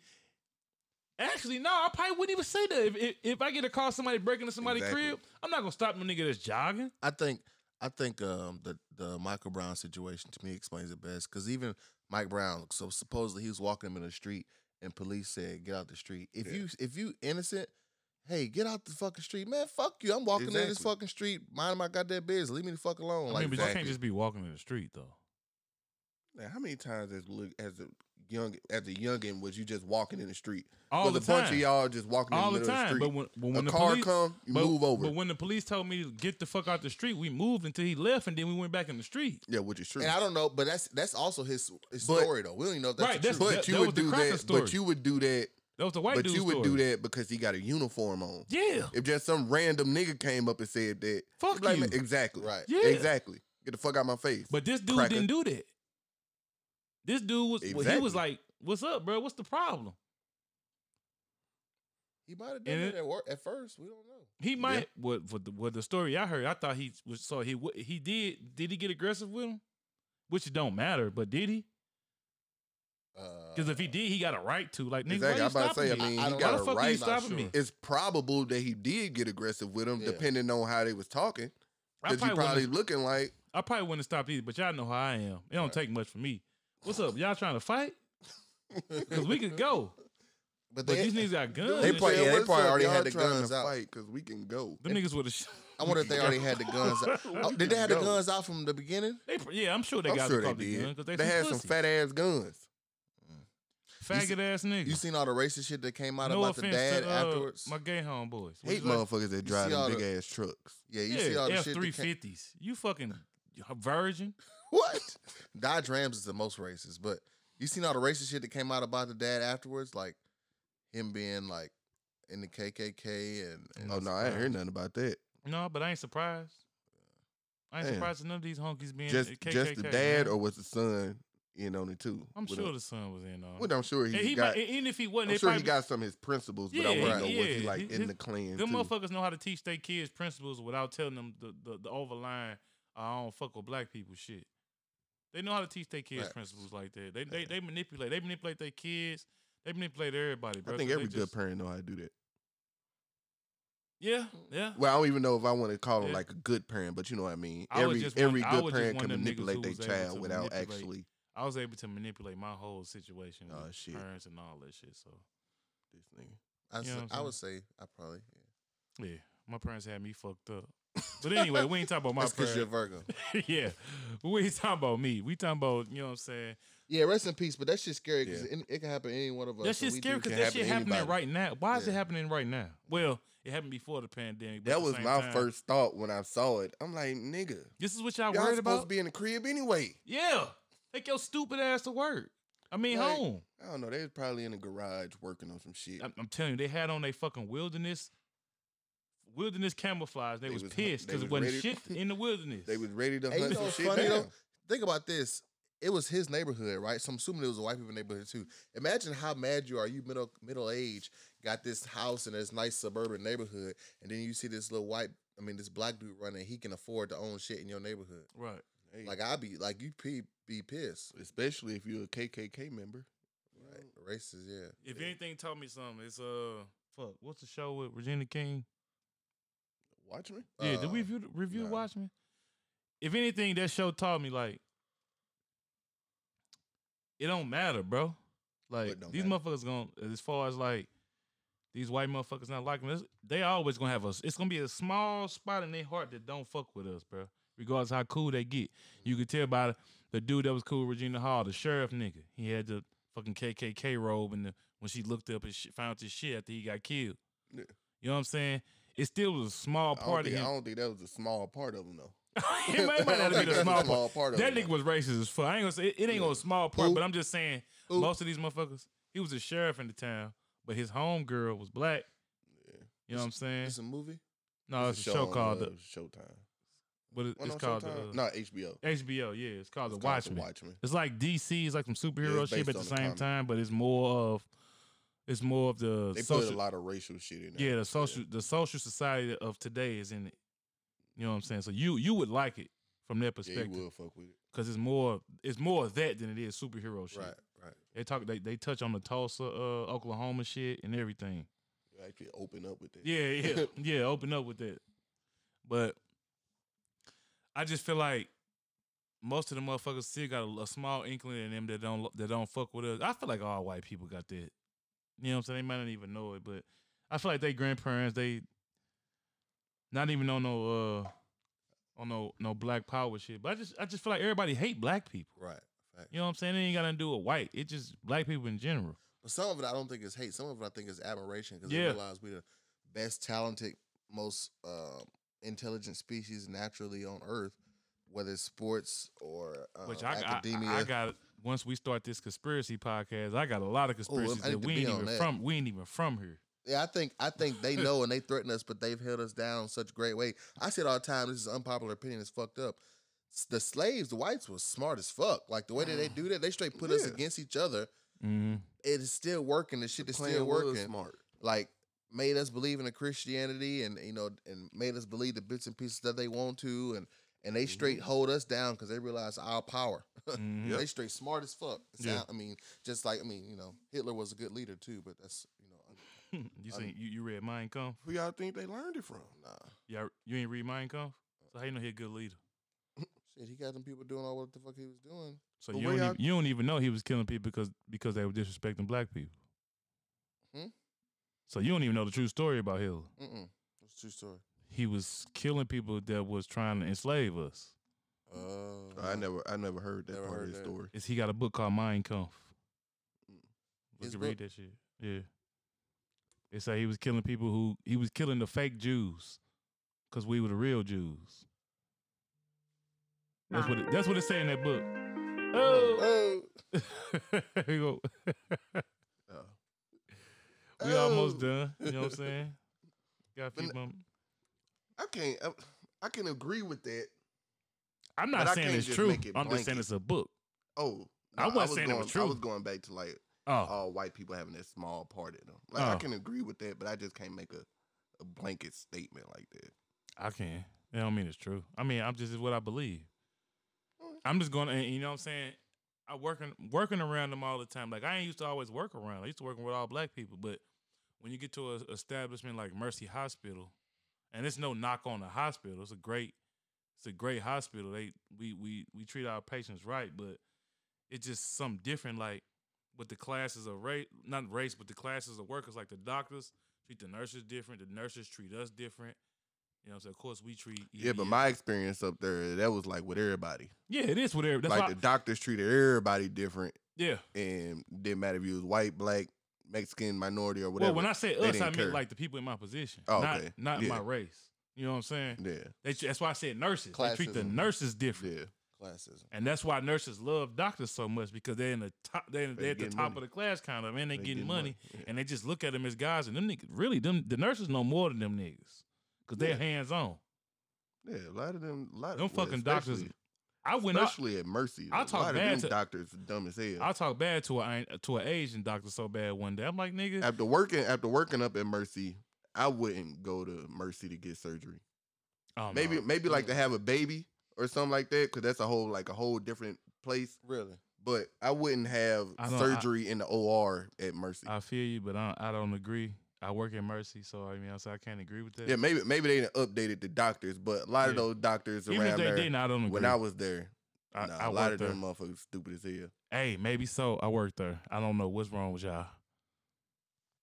[SPEAKER 2] actually, no, I probably wouldn't even say that. If, if, if I get a call, somebody breaking into somebody's
[SPEAKER 1] Exactly.
[SPEAKER 2] crib, I'm not gonna stop no nigga that's jogging.
[SPEAKER 3] I think I think um, the the Michael Brown situation to me explains it best because even Mike Brown, so supposedly he was walking him in the street and police said, "Get out the street." If you if you innocent, hey, get out the fucking street, man. Fuck you. I'm walking in this
[SPEAKER 1] Exactly.
[SPEAKER 3] fucking street, minding my goddamn business. Leave me the fuck alone.
[SPEAKER 2] I
[SPEAKER 3] Like
[SPEAKER 2] mean, but you
[SPEAKER 3] fuck
[SPEAKER 2] can't
[SPEAKER 3] it.
[SPEAKER 2] just be walking in the street though.
[SPEAKER 1] Now, how many times as look as a young as a youngin was you just walking in the street?
[SPEAKER 2] All
[SPEAKER 1] was
[SPEAKER 2] the
[SPEAKER 1] a bunch
[SPEAKER 2] time.
[SPEAKER 1] of y'all just walking
[SPEAKER 2] all
[SPEAKER 1] in the,
[SPEAKER 2] the
[SPEAKER 1] middle
[SPEAKER 2] time.
[SPEAKER 1] of the
[SPEAKER 2] But
[SPEAKER 1] street.
[SPEAKER 2] when, but when the
[SPEAKER 1] a car
[SPEAKER 2] police,
[SPEAKER 1] come, you
[SPEAKER 2] but,
[SPEAKER 1] move over.
[SPEAKER 2] But when the police told me to get the fuck out the street, we moved until he left, and then we went back in the street.
[SPEAKER 1] yeah, which is true.
[SPEAKER 3] And I don't know, but that's that's also his, his
[SPEAKER 1] But-
[SPEAKER 3] story though. We don't even know if that's
[SPEAKER 2] Right,
[SPEAKER 3] the
[SPEAKER 2] that's-
[SPEAKER 3] truth.
[SPEAKER 1] but
[SPEAKER 2] that-
[SPEAKER 1] you
[SPEAKER 2] that was
[SPEAKER 1] would
[SPEAKER 2] the
[SPEAKER 1] do
[SPEAKER 2] Crocker
[SPEAKER 1] that.
[SPEAKER 2] story.
[SPEAKER 1] But you would do that.
[SPEAKER 2] That was the white
[SPEAKER 1] but
[SPEAKER 2] dude's
[SPEAKER 1] you would
[SPEAKER 2] story.
[SPEAKER 1] do that because he got a uniform on.
[SPEAKER 2] Yeah,
[SPEAKER 1] If just some random nigga came up and said that,
[SPEAKER 2] Fuck
[SPEAKER 1] like,
[SPEAKER 2] you.
[SPEAKER 1] man, exactly,
[SPEAKER 3] Right.
[SPEAKER 2] Yeah.
[SPEAKER 1] exactly. Get the fuck out my face.
[SPEAKER 2] but this dude
[SPEAKER 1] Cracker.
[SPEAKER 2] didn't do that. This dude was well, he
[SPEAKER 1] Exactly.
[SPEAKER 2] was like, "What's up, bro? What's the problem?"
[SPEAKER 3] He might have
[SPEAKER 2] And
[SPEAKER 3] done it
[SPEAKER 2] it-
[SPEAKER 3] at work at first. We don't know.
[SPEAKER 2] He might what for the, what the story I heard. I thought he was so he wa- he did did he get aggressive with him, which it don't matter. But did he?
[SPEAKER 3] Uh,
[SPEAKER 2] Because if he did, he got a right to. Like, nigga,
[SPEAKER 1] Uh,
[SPEAKER 2] why
[SPEAKER 1] Exactly, I'm
[SPEAKER 2] you
[SPEAKER 1] about to
[SPEAKER 2] stopping
[SPEAKER 1] say, I
[SPEAKER 2] me?
[SPEAKER 1] mean,
[SPEAKER 2] why
[SPEAKER 1] he
[SPEAKER 2] the
[SPEAKER 1] got a
[SPEAKER 2] fuck are you
[SPEAKER 1] right,
[SPEAKER 3] not
[SPEAKER 2] stopping
[SPEAKER 3] sure.
[SPEAKER 2] me?
[SPEAKER 1] it's probable that he did get aggressive with him,
[SPEAKER 3] Yeah.
[SPEAKER 1] depending on how they was talking.
[SPEAKER 2] I
[SPEAKER 1] Because you
[SPEAKER 2] wouldn't have-
[SPEAKER 1] probably looking like
[SPEAKER 2] I probably wouldn't have stopped either, but y'all know how I am. It don't take much for me. What's up? Y'all trying to fight? Because we could go.
[SPEAKER 3] But,
[SPEAKER 2] But
[SPEAKER 3] they,
[SPEAKER 2] these niggas got guns.
[SPEAKER 3] They
[SPEAKER 2] and
[SPEAKER 3] probably-
[SPEAKER 2] shit.
[SPEAKER 3] yeah, they
[SPEAKER 1] "What's
[SPEAKER 3] probably
[SPEAKER 1] up?
[SPEAKER 3] already
[SPEAKER 1] Y'all
[SPEAKER 3] had the
[SPEAKER 1] trying
[SPEAKER 3] guns
[SPEAKER 1] to
[SPEAKER 3] out.
[SPEAKER 1] fight because we can go.
[SPEAKER 2] Them niggas would have.
[SPEAKER 3] I wonder if they already had the guns out. Oh, did they have the
[SPEAKER 1] Go.
[SPEAKER 3] guns out from the beginning?
[SPEAKER 2] They, pr- yeah, I'm sure they
[SPEAKER 1] I'm
[SPEAKER 2] got
[SPEAKER 1] sure they
[SPEAKER 2] probably guns
[SPEAKER 1] did.
[SPEAKER 2] because
[SPEAKER 1] They,
[SPEAKER 2] they, some
[SPEAKER 1] had
[SPEAKER 2] pussy.
[SPEAKER 1] some fat ass guns.
[SPEAKER 2] faggot ass niggas.
[SPEAKER 3] You seen all the racist shit that came out
[SPEAKER 2] no
[SPEAKER 3] about the
[SPEAKER 2] offense
[SPEAKER 3] dad
[SPEAKER 2] to uh,
[SPEAKER 3] afterwards?
[SPEAKER 2] my gay homeboys. What
[SPEAKER 1] Hate
[SPEAKER 2] you like?
[SPEAKER 1] motherfuckers that drive
[SPEAKER 3] see all
[SPEAKER 1] them
[SPEAKER 3] the-
[SPEAKER 1] big ass trucks.
[SPEAKER 3] yeah, you see all
[SPEAKER 2] Yeah,
[SPEAKER 3] the
[SPEAKER 2] F
[SPEAKER 3] shit.
[SPEAKER 2] three
[SPEAKER 3] That came,
[SPEAKER 2] fifties. You fucking virgin.
[SPEAKER 3] what? Dodge Rams is the most racist, but you seen all the racist shit that came out about the dad afterwards, like him being like in the KKK and, and
[SPEAKER 1] Oh no, I ain't heard nothing about that.
[SPEAKER 2] No, but I ain't surprised. I ain't
[SPEAKER 1] Damn.
[SPEAKER 2] surprised at none of these honkies being
[SPEAKER 1] Just
[SPEAKER 2] KKK,
[SPEAKER 1] just the dad,
[SPEAKER 2] man.
[SPEAKER 1] or was the son
[SPEAKER 6] in on it too.
[SPEAKER 2] I'm
[SPEAKER 6] With
[SPEAKER 2] sure
[SPEAKER 6] a-
[SPEAKER 2] the son was in on.
[SPEAKER 6] Well, I'm sure he,
[SPEAKER 2] and he
[SPEAKER 6] got.
[SPEAKER 2] might, and if he wasn't,
[SPEAKER 6] I'm
[SPEAKER 2] they
[SPEAKER 6] sure
[SPEAKER 2] probably,
[SPEAKER 6] he got some of his principles, but I
[SPEAKER 2] Yeah,
[SPEAKER 6] want to know what
[SPEAKER 2] yeah,
[SPEAKER 6] he like
[SPEAKER 2] he-
[SPEAKER 6] in
[SPEAKER 2] his-
[SPEAKER 6] the clan
[SPEAKER 2] them
[SPEAKER 6] too.
[SPEAKER 2] motherfuckers know how to teach their kids principles without telling them the the, the overline. I don't fuck with black people shit. They know how to teach their kids
[SPEAKER 6] Facts.
[SPEAKER 2] principles like that. They they, they manipulate. They manipulate their kids. They manipulate everybody. Bro.
[SPEAKER 6] I think
[SPEAKER 2] 'cause they
[SPEAKER 6] every good
[SPEAKER 2] just-
[SPEAKER 6] parent know how to do that.
[SPEAKER 2] Yeah, yeah.
[SPEAKER 6] Well, I don't even know if I want to call him
[SPEAKER 2] Yeah.
[SPEAKER 6] like a good parent, but you know what I mean.
[SPEAKER 2] I was
[SPEAKER 6] every
[SPEAKER 2] just one-
[SPEAKER 6] every
[SPEAKER 2] I
[SPEAKER 6] good
[SPEAKER 2] was just
[SPEAKER 6] parent
[SPEAKER 2] one
[SPEAKER 6] can
[SPEAKER 2] of them niggas
[SPEAKER 6] manipulate
[SPEAKER 2] who
[SPEAKER 6] their
[SPEAKER 2] was able
[SPEAKER 6] child
[SPEAKER 2] to
[SPEAKER 6] without
[SPEAKER 2] manipulate.
[SPEAKER 6] actually.
[SPEAKER 2] I was able to manipulate my whole situation with
[SPEAKER 6] Oh, shit.
[SPEAKER 2] parents and all that shit. So
[SPEAKER 6] This nigga.
[SPEAKER 3] I,
[SPEAKER 2] You know
[SPEAKER 3] say-
[SPEAKER 2] what I'm
[SPEAKER 3] I would say I probably. Yeah.
[SPEAKER 2] yeah, my parents had me fucked up. But anyway, we ain't talking about my
[SPEAKER 3] That's because
[SPEAKER 2] parents.
[SPEAKER 3] you're a Virgo.
[SPEAKER 2] yeah, we ain't talking about me. We talking about you know what I'm saying.
[SPEAKER 3] yeah, rest in peace. But that shit's scary because it, it can happen to any one of us.
[SPEAKER 2] that
[SPEAKER 3] and
[SPEAKER 2] shit's
[SPEAKER 3] we
[SPEAKER 2] scary
[SPEAKER 3] do-
[SPEAKER 2] because
[SPEAKER 3] can
[SPEAKER 2] that
[SPEAKER 3] happen
[SPEAKER 2] shit
[SPEAKER 3] to
[SPEAKER 2] happening
[SPEAKER 3] anybody.
[SPEAKER 2] right now. Why is it happening right now? Well, it happened before the pandemic. but at
[SPEAKER 6] That
[SPEAKER 2] the
[SPEAKER 6] was
[SPEAKER 2] same
[SPEAKER 6] my
[SPEAKER 2] time-
[SPEAKER 6] first thought when I saw it. I'm like, nigga,
[SPEAKER 2] This is what y'all,
[SPEAKER 6] y'all
[SPEAKER 2] worried
[SPEAKER 6] supposed
[SPEAKER 2] about.
[SPEAKER 6] to be in the crib anyway.
[SPEAKER 2] yeah, take your stupid ass to work. I mean,
[SPEAKER 6] Like-
[SPEAKER 2] home.
[SPEAKER 6] I don't know. They was probably in the garage working on some shit.
[SPEAKER 2] I'm, I'm telling you, they had on their fucking wilderness, wilderness camouflage. They,
[SPEAKER 6] They
[SPEAKER 2] was,
[SPEAKER 6] was hu-
[SPEAKER 2] pissed
[SPEAKER 6] they
[SPEAKER 2] because it
[SPEAKER 6] was
[SPEAKER 2] wasn't
[SPEAKER 6] ready-
[SPEAKER 2] shit in the wilderness.
[SPEAKER 6] They was ready to
[SPEAKER 3] Hey, you
[SPEAKER 6] hunt
[SPEAKER 3] know
[SPEAKER 6] some
[SPEAKER 3] what's
[SPEAKER 6] shit
[SPEAKER 3] funny
[SPEAKER 6] down.
[SPEAKER 3] though? Think about this. It was his neighborhood, right? So I'm assuming it was a white people neighborhood too. Imagine how mad you are. You middle middle age, got this house in this nice suburban neighborhood, and then you see this little white, I mean this black dude running. He can afford to own shit in your neighborhood.
[SPEAKER 2] right.
[SPEAKER 6] Hey,
[SPEAKER 3] Like I'd be like you pe- be pissed.
[SPEAKER 6] especially if you're a KKK member.
[SPEAKER 3] Right. Racist, yeah.
[SPEAKER 2] If anything taught me something, it's uh fuck. What's the show with Regina King?
[SPEAKER 6] Watchman.
[SPEAKER 2] Yeah, did we
[SPEAKER 3] Uh,
[SPEAKER 2] review the- review
[SPEAKER 6] Um, nah.
[SPEAKER 2] Watchmen? If anything, that show taught me like it don't matter, bro. Like
[SPEAKER 6] What don't
[SPEAKER 2] these
[SPEAKER 6] matter?
[SPEAKER 2] motherfuckers gonna as far as like these white motherfuckers not liking us, they always gonna have us. It's gonna be a small spot in their heart that don't fuck with us, bro. Regardless how cool they get,
[SPEAKER 6] Mm.
[SPEAKER 2] you could tell by the, the dude that was cool, with Regina Hall, the sheriff nigga. He had the fucking KKK robe, and the, when she looked up and sh- found his shit after he got killed,
[SPEAKER 6] Yeah.
[SPEAKER 2] you know what I'm saying? It still was a small
[SPEAKER 6] I don't,
[SPEAKER 2] part of
[SPEAKER 6] think, I
[SPEAKER 2] him
[SPEAKER 6] don't think that was a small part of them though.
[SPEAKER 2] it might, might
[SPEAKER 6] I
[SPEAKER 2] not
[SPEAKER 6] don't
[SPEAKER 2] have
[SPEAKER 6] think
[SPEAKER 2] been a
[SPEAKER 6] that's
[SPEAKER 2] small part.
[SPEAKER 6] of
[SPEAKER 2] That
[SPEAKER 6] them.
[SPEAKER 2] nigga was racist as fuck. I ain't gonna say it, it ain't gonna small part, but I'm just saying
[SPEAKER 3] Who?
[SPEAKER 2] most of these motherfuckers. He was a sheriff in the town, but his homegirl was black. You know what I'm saying?
[SPEAKER 3] It's a movie.
[SPEAKER 2] no, Oh, it's a show
[SPEAKER 6] on,
[SPEAKER 2] called
[SPEAKER 6] uh,
[SPEAKER 2] the,
[SPEAKER 6] Showtime.
[SPEAKER 2] what it,
[SPEAKER 6] Well,
[SPEAKER 2] it's
[SPEAKER 6] no,
[SPEAKER 2] called the,
[SPEAKER 6] Showtime?
[SPEAKER 2] uh,
[SPEAKER 6] no HBO.
[SPEAKER 2] HBO. Yeah, it's called
[SPEAKER 6] It's
[SPEAKER 2] The
[SPEAKER 6] called
[SPEAKER 2] Watchmen.
[SPEAKER 6] Watchmen.
[SPEAKER 2] It's like DC. It's like some superhero
[SPEAKER 6] it's based
[SPEAKER 2] shit, but at
[SPEAKER 6] on
[SPEAKER 2] the
[SPEAKER 6] the
[SPEAKER 2] same
[SPEAKER 6] comic.
[SPEAKER 2] time, but it's more of it's more of the
[SPEAKER 6] They
[SPEAKER 2] social,
[SPEAKER 6] put a lot of racial shit in there.
[SPEAKER 2] yeah, the social the social society of today is in it. You know what I'm saying? So you you would like it from that
[SPEAKER 6] Yeah, you
[SPEAKER 2] perspective.
[SPEAKER 6] will fuck with it.
[SPEAKER 2] Cause it's more it's more of that than it is superhero shit.
[SPEAKER 3] Right, right.
[SPEAKER 2] They talk they, they touch on the Tulsa, uh, Oklahoma shit and everything.
[SPEAKER 6] You actually open up with that.
[SPEAKER 2] Yeah, yeah, yeah. Open up with that. But I just feel like most of the motherfuckers still got a, a small inkling in them that don't lo- that don't fuck with us. I feel like all white people got that. You know what I'm saying? They might not even know it, but I feel like they grandparents they not even on no uh on no no black power shit. But I just I just feel like everybody hate black people.
[SPEAKER 3] Right.
[SPEAKER 2] You know what I'm saying? It ain't got nothing to do with white. It just black people in general.
[SPEAKER 3] But some of it I don't think is hate. Some of it I think is admiration because
[SPEAKER 2] Yeah.
[SPEAKER 3] they realize we're the best, talented, most uh, intelligent species naturally on Earth, whether it's sports or uh,
[SPEAKER 2] Which I, I,
[SPEAKER 3] academia.
[SPEAKER 2] I got. Once we start this conspiracy podcast, I got a lot of conspiracies
[SPEAKER 3] I need
[SPEAKER 2] that
[SPEAKER 3] to
[SPEAKER 2] we
[SPEAKER 3] be
[SPEAKER 2] ain't
[SPEAKER 3] on
[SPEAKER 2] even
[SPEAKER 3] that.
[SPEAKER 2] from. We ain't even from here.
[SPEAKER 3] yeah, I think I think they know and they threaten us, but they've held us down in such great way. I say it all the time. This is unpopular opinion. It's fucked up. S- The slaves, the whites, was smart as fuck. Like the way that they do that, they straight put us
[SPEAKER 6] Yeah.
[SPEAKER 3] against each other.
[SPEAKER 2] Mm.
[SPEAKER 3] It is still working. The shit is
[SPEAKER 6] Plan
[SPEAKER 3] still
[SPEAKER 6] was
[SPEAKER 3] working.
[SPEAKER 6] Smart.
[SPEAKER 3] like made us believe in a Christianity and you know and made us believe the bits and pieces that they want to and and they straight hold us down because they realize our power.
[SPEAKER 2] Mhm.
[SPEAKER 3] They straight smart as fuck. It's
[SPEAKER 2] Yeah.
[SPEAKER 3] not- I mean, just like I mean, you know, Hitler was a good leader too, but that's you know, un-
[SPEAKER 2] you seen you, you read Mein Kampf?
[SPEAKER 6] Who y'all think they learned it from?
[SPEAKER 3] nah,
[SPEAKER 2] Yeah, you ain't read Mein Kampf. So how you know he a good leader?
[SPEAKER 3] shit. He got them people doing all what the fuck he was doing.
[SPEAKER 2] So
[SPEAKER 6] But
[SPEAKER 2] you
[SPEAKER 6] where
[SPEAKER 2] don't,
[SPEAKER 6] y'all-
[SPEAKER 2] even, you don't even know he was killing people because because they were disrespecting black people.
[SPEAKER 3] Hmm?
[SPEAKER 2] So you don't even know the true story about Hitler.
[SPEAKER 3] Mm-mm. That's a true story.
[SPEAKER 2] He was killing people that was trying to enslave us.
[SPEAKER 3] Oh,
[SPEAKER 6] I never, I never heard that
[SPEAKER 3] Never
[SPEAKER 6] part
[SPEAKER 3] heard
[SPEAKER 6] of the
[SPEAKER 3] that.
[SPEAKER 6] story.
[SPEAKER 2] Is he got a book called Mein Kampf? We
[SPEAKER 3] His
[SPEAKER 2] can
[SPEAKER 3] book?
[SPEAKER 2] read that shit. Yeah. It say he was killing people who he was killing the fake Jews because we were the real Jews. That's what it, that's what it say in that book. Oh,
[SPEAKER 3] Oh,
[SPEAKER 2] Here you go.
[SPEAKER 6] Oh.
[SPEAKER 2] Oh. we almost done. You know what I'm saying? Got a few
[SPEAKER 6] But-
[SPEAKER 2] mom-
[SPEAKER 6] Oh. I can't. I, I can agree with that.
[SPEAKER 2] I'm
[SPEAKER 6] but I
[SPEAKER 2] not saying
[SPEAKER 6] can't
[SPEAKER 2] it's
[SPEAKER 6] just
[SPEAKER 2] true.
[SPEAKER 6] make it
[SPEAKER 2] I'm just saying
[SPEAKER 6] blanket.
[SPEAKER 2] it's a book.
[SPEAKER 6] Oh,
[SPEAKER 2] I wasn't
[SPEAKER 1] was
[SPEAKER 2] saying
[SPEAKER 1] going,
[SPEAKER 2] it was
[SPEAKER 1] I
[SPEAKER 2] true.
[SPEAKER 1] was going back to like
[SPEAKER 2] oh,
[SPEAKER 1] all white people having that small part in them. Like I
[SPEAKER 2] Oh.
[SPEAKER 1] can agree with that, but I just can't make a, a blanket statement like that.
[SPEAKER 2] I can. I don't mean it's true. I mean, I'm just it's what I believe. I'm just going to, you know what I'm saying? I working working around them all the time. Like I ain't used to always work around. I used to working with all black people, but when you get to a establishment like Mercy Hospital, and it's no knock on the hospital. It's a great it's a great hospital. They we we we treat our patients right, but it's just something different like with the classes of race, not race, but the classes of workers like the doctors treat the nurses different, the nurses treat us different. You know what I'm saying? Of course we treat
[SPEAKER 1] Yeah, but
[SPEAKER 2] EBS
[SPEAKER 1] my experience up there, that was like with everybody.
[SPEAKER 2] yeah, it is whatever. That's
[SPEAKER 1] like
[SPEAKER 2] why,
[SPEAKER 1] the doctors treated everybody different,
[SPEAKER 2] yeah.
[SPEAKER 1] and didn't matter if you was white, black, Mexican, minority, or whatever.
[SPEAKER 2] Well, when I say
[SPEAKER 1] They
[SPEAKER 2] us, I
[SPEAKER 1] didn't
[SPEAKER 2] meant
[SPEAKER 1] care.
[SPEAKER 2] like the people in my position,
[SPEAKER 1] Oh,
[SPEAKER 2] not
[SPEAKER 1] okay.
[SPEAKER 2] not
[SPEAKER 1] Yeah.
[SPEAKER 2] my race. You know what I'm saying?
[SPEAKER 1] yeah,
[SPEAKER 2] They, that's why I said nurses. They treat the
[SPEAKER 3] Classism.
[SPEAKER 2] nurses different,
[SPEAKER 1] yeah,
[SPEAKER 3] Classism.
[SPEAKER 2] and that's why nurses love doctors so much because they're in the top. They're, they're at the
[SPEAKER 1] getting
[SPEAKER 2] top
[SPEAKER 1] money.
[SPEAKER 2] of the class, kind of, and they,
[SPEAKER 1] They
[SPEAKER 2] getting,
[SPEAKER 1] getting
[SPEAKER 2] money,
[SPEAKER 1] money. Yeah.
[SPEAKER 2] and they just look at them as guys. And them niggas, really, them the nurses know more than them niggas because they're
[SPEAKER 1] Yeah.
[SPEAKER 2] hands on.
[SPEAKER 1] yeah. A lot of them, a lot
[SPEAKER 2] Them
[SPEAKER 1] well,
[SPEAKER 2] fucking doctors.
[SPEAKER 1] especially-
[SPEAKER 2] I went out.
[SPEAKER 1] especially at Mercy.
[SPEAKER 2] I
[SPEAKER 1] a
[SPEAKER 2] talk
[SPEAKER 1] lot
[SPEAKER 2] bad to-
[SPEAKER 1] of them doctors are dumb as hell.
[SPEAKER 2] I talked bad to a to an Asian doctor so bad one day. I'm like, nigga,
[SPEAKER 1] after working after working up at Mercy, I wouldn't go to Mercy to get surgery.
[SPEAKER 2] oh, no.
[SPEAKER 1] maybe maybe like to have a baby or something like that, because that's a whole like a whole different place.
[SPEAKER 3] Really?
[SPEAKER 1] But I wouldn't have
[SPEAKER 2] I don't- I-
[SPEAKER 1] surgery in the OR at Mercy.
[SPEAKER 2] I feel you, but I don't, I don't agree. I work at Mercy, so I mean, I say I can't agree with that.
[SPEAKER 1] yeah, maybe maybe they done updated the doctors, but a lot of
[SPEAKER 2] Yeah.
[SPEAKER 1] those doctors
[SPEAKER 2] Even if
[SPEAKER 1] around
[SPEAKER 2] they
[SPEAKER 1] there
[SPEAKER 2] didn't, I don't agree.
[SPEAKER 1] when I was there,
[SPEAKER 2] I,
[SPEAKER 1] nah,
[SPEAKER 2] I
[SPEAKER 1] a lot
[SPEAKER 2] worked
[SPEAKER 1] of
[SPEAKER 2] there.
[SPEAKER 1] them motherfuckers stupid as hell.
[SPEAKER 2] Hey, maybe so. I worked there. I don't know what's wrong with y'all.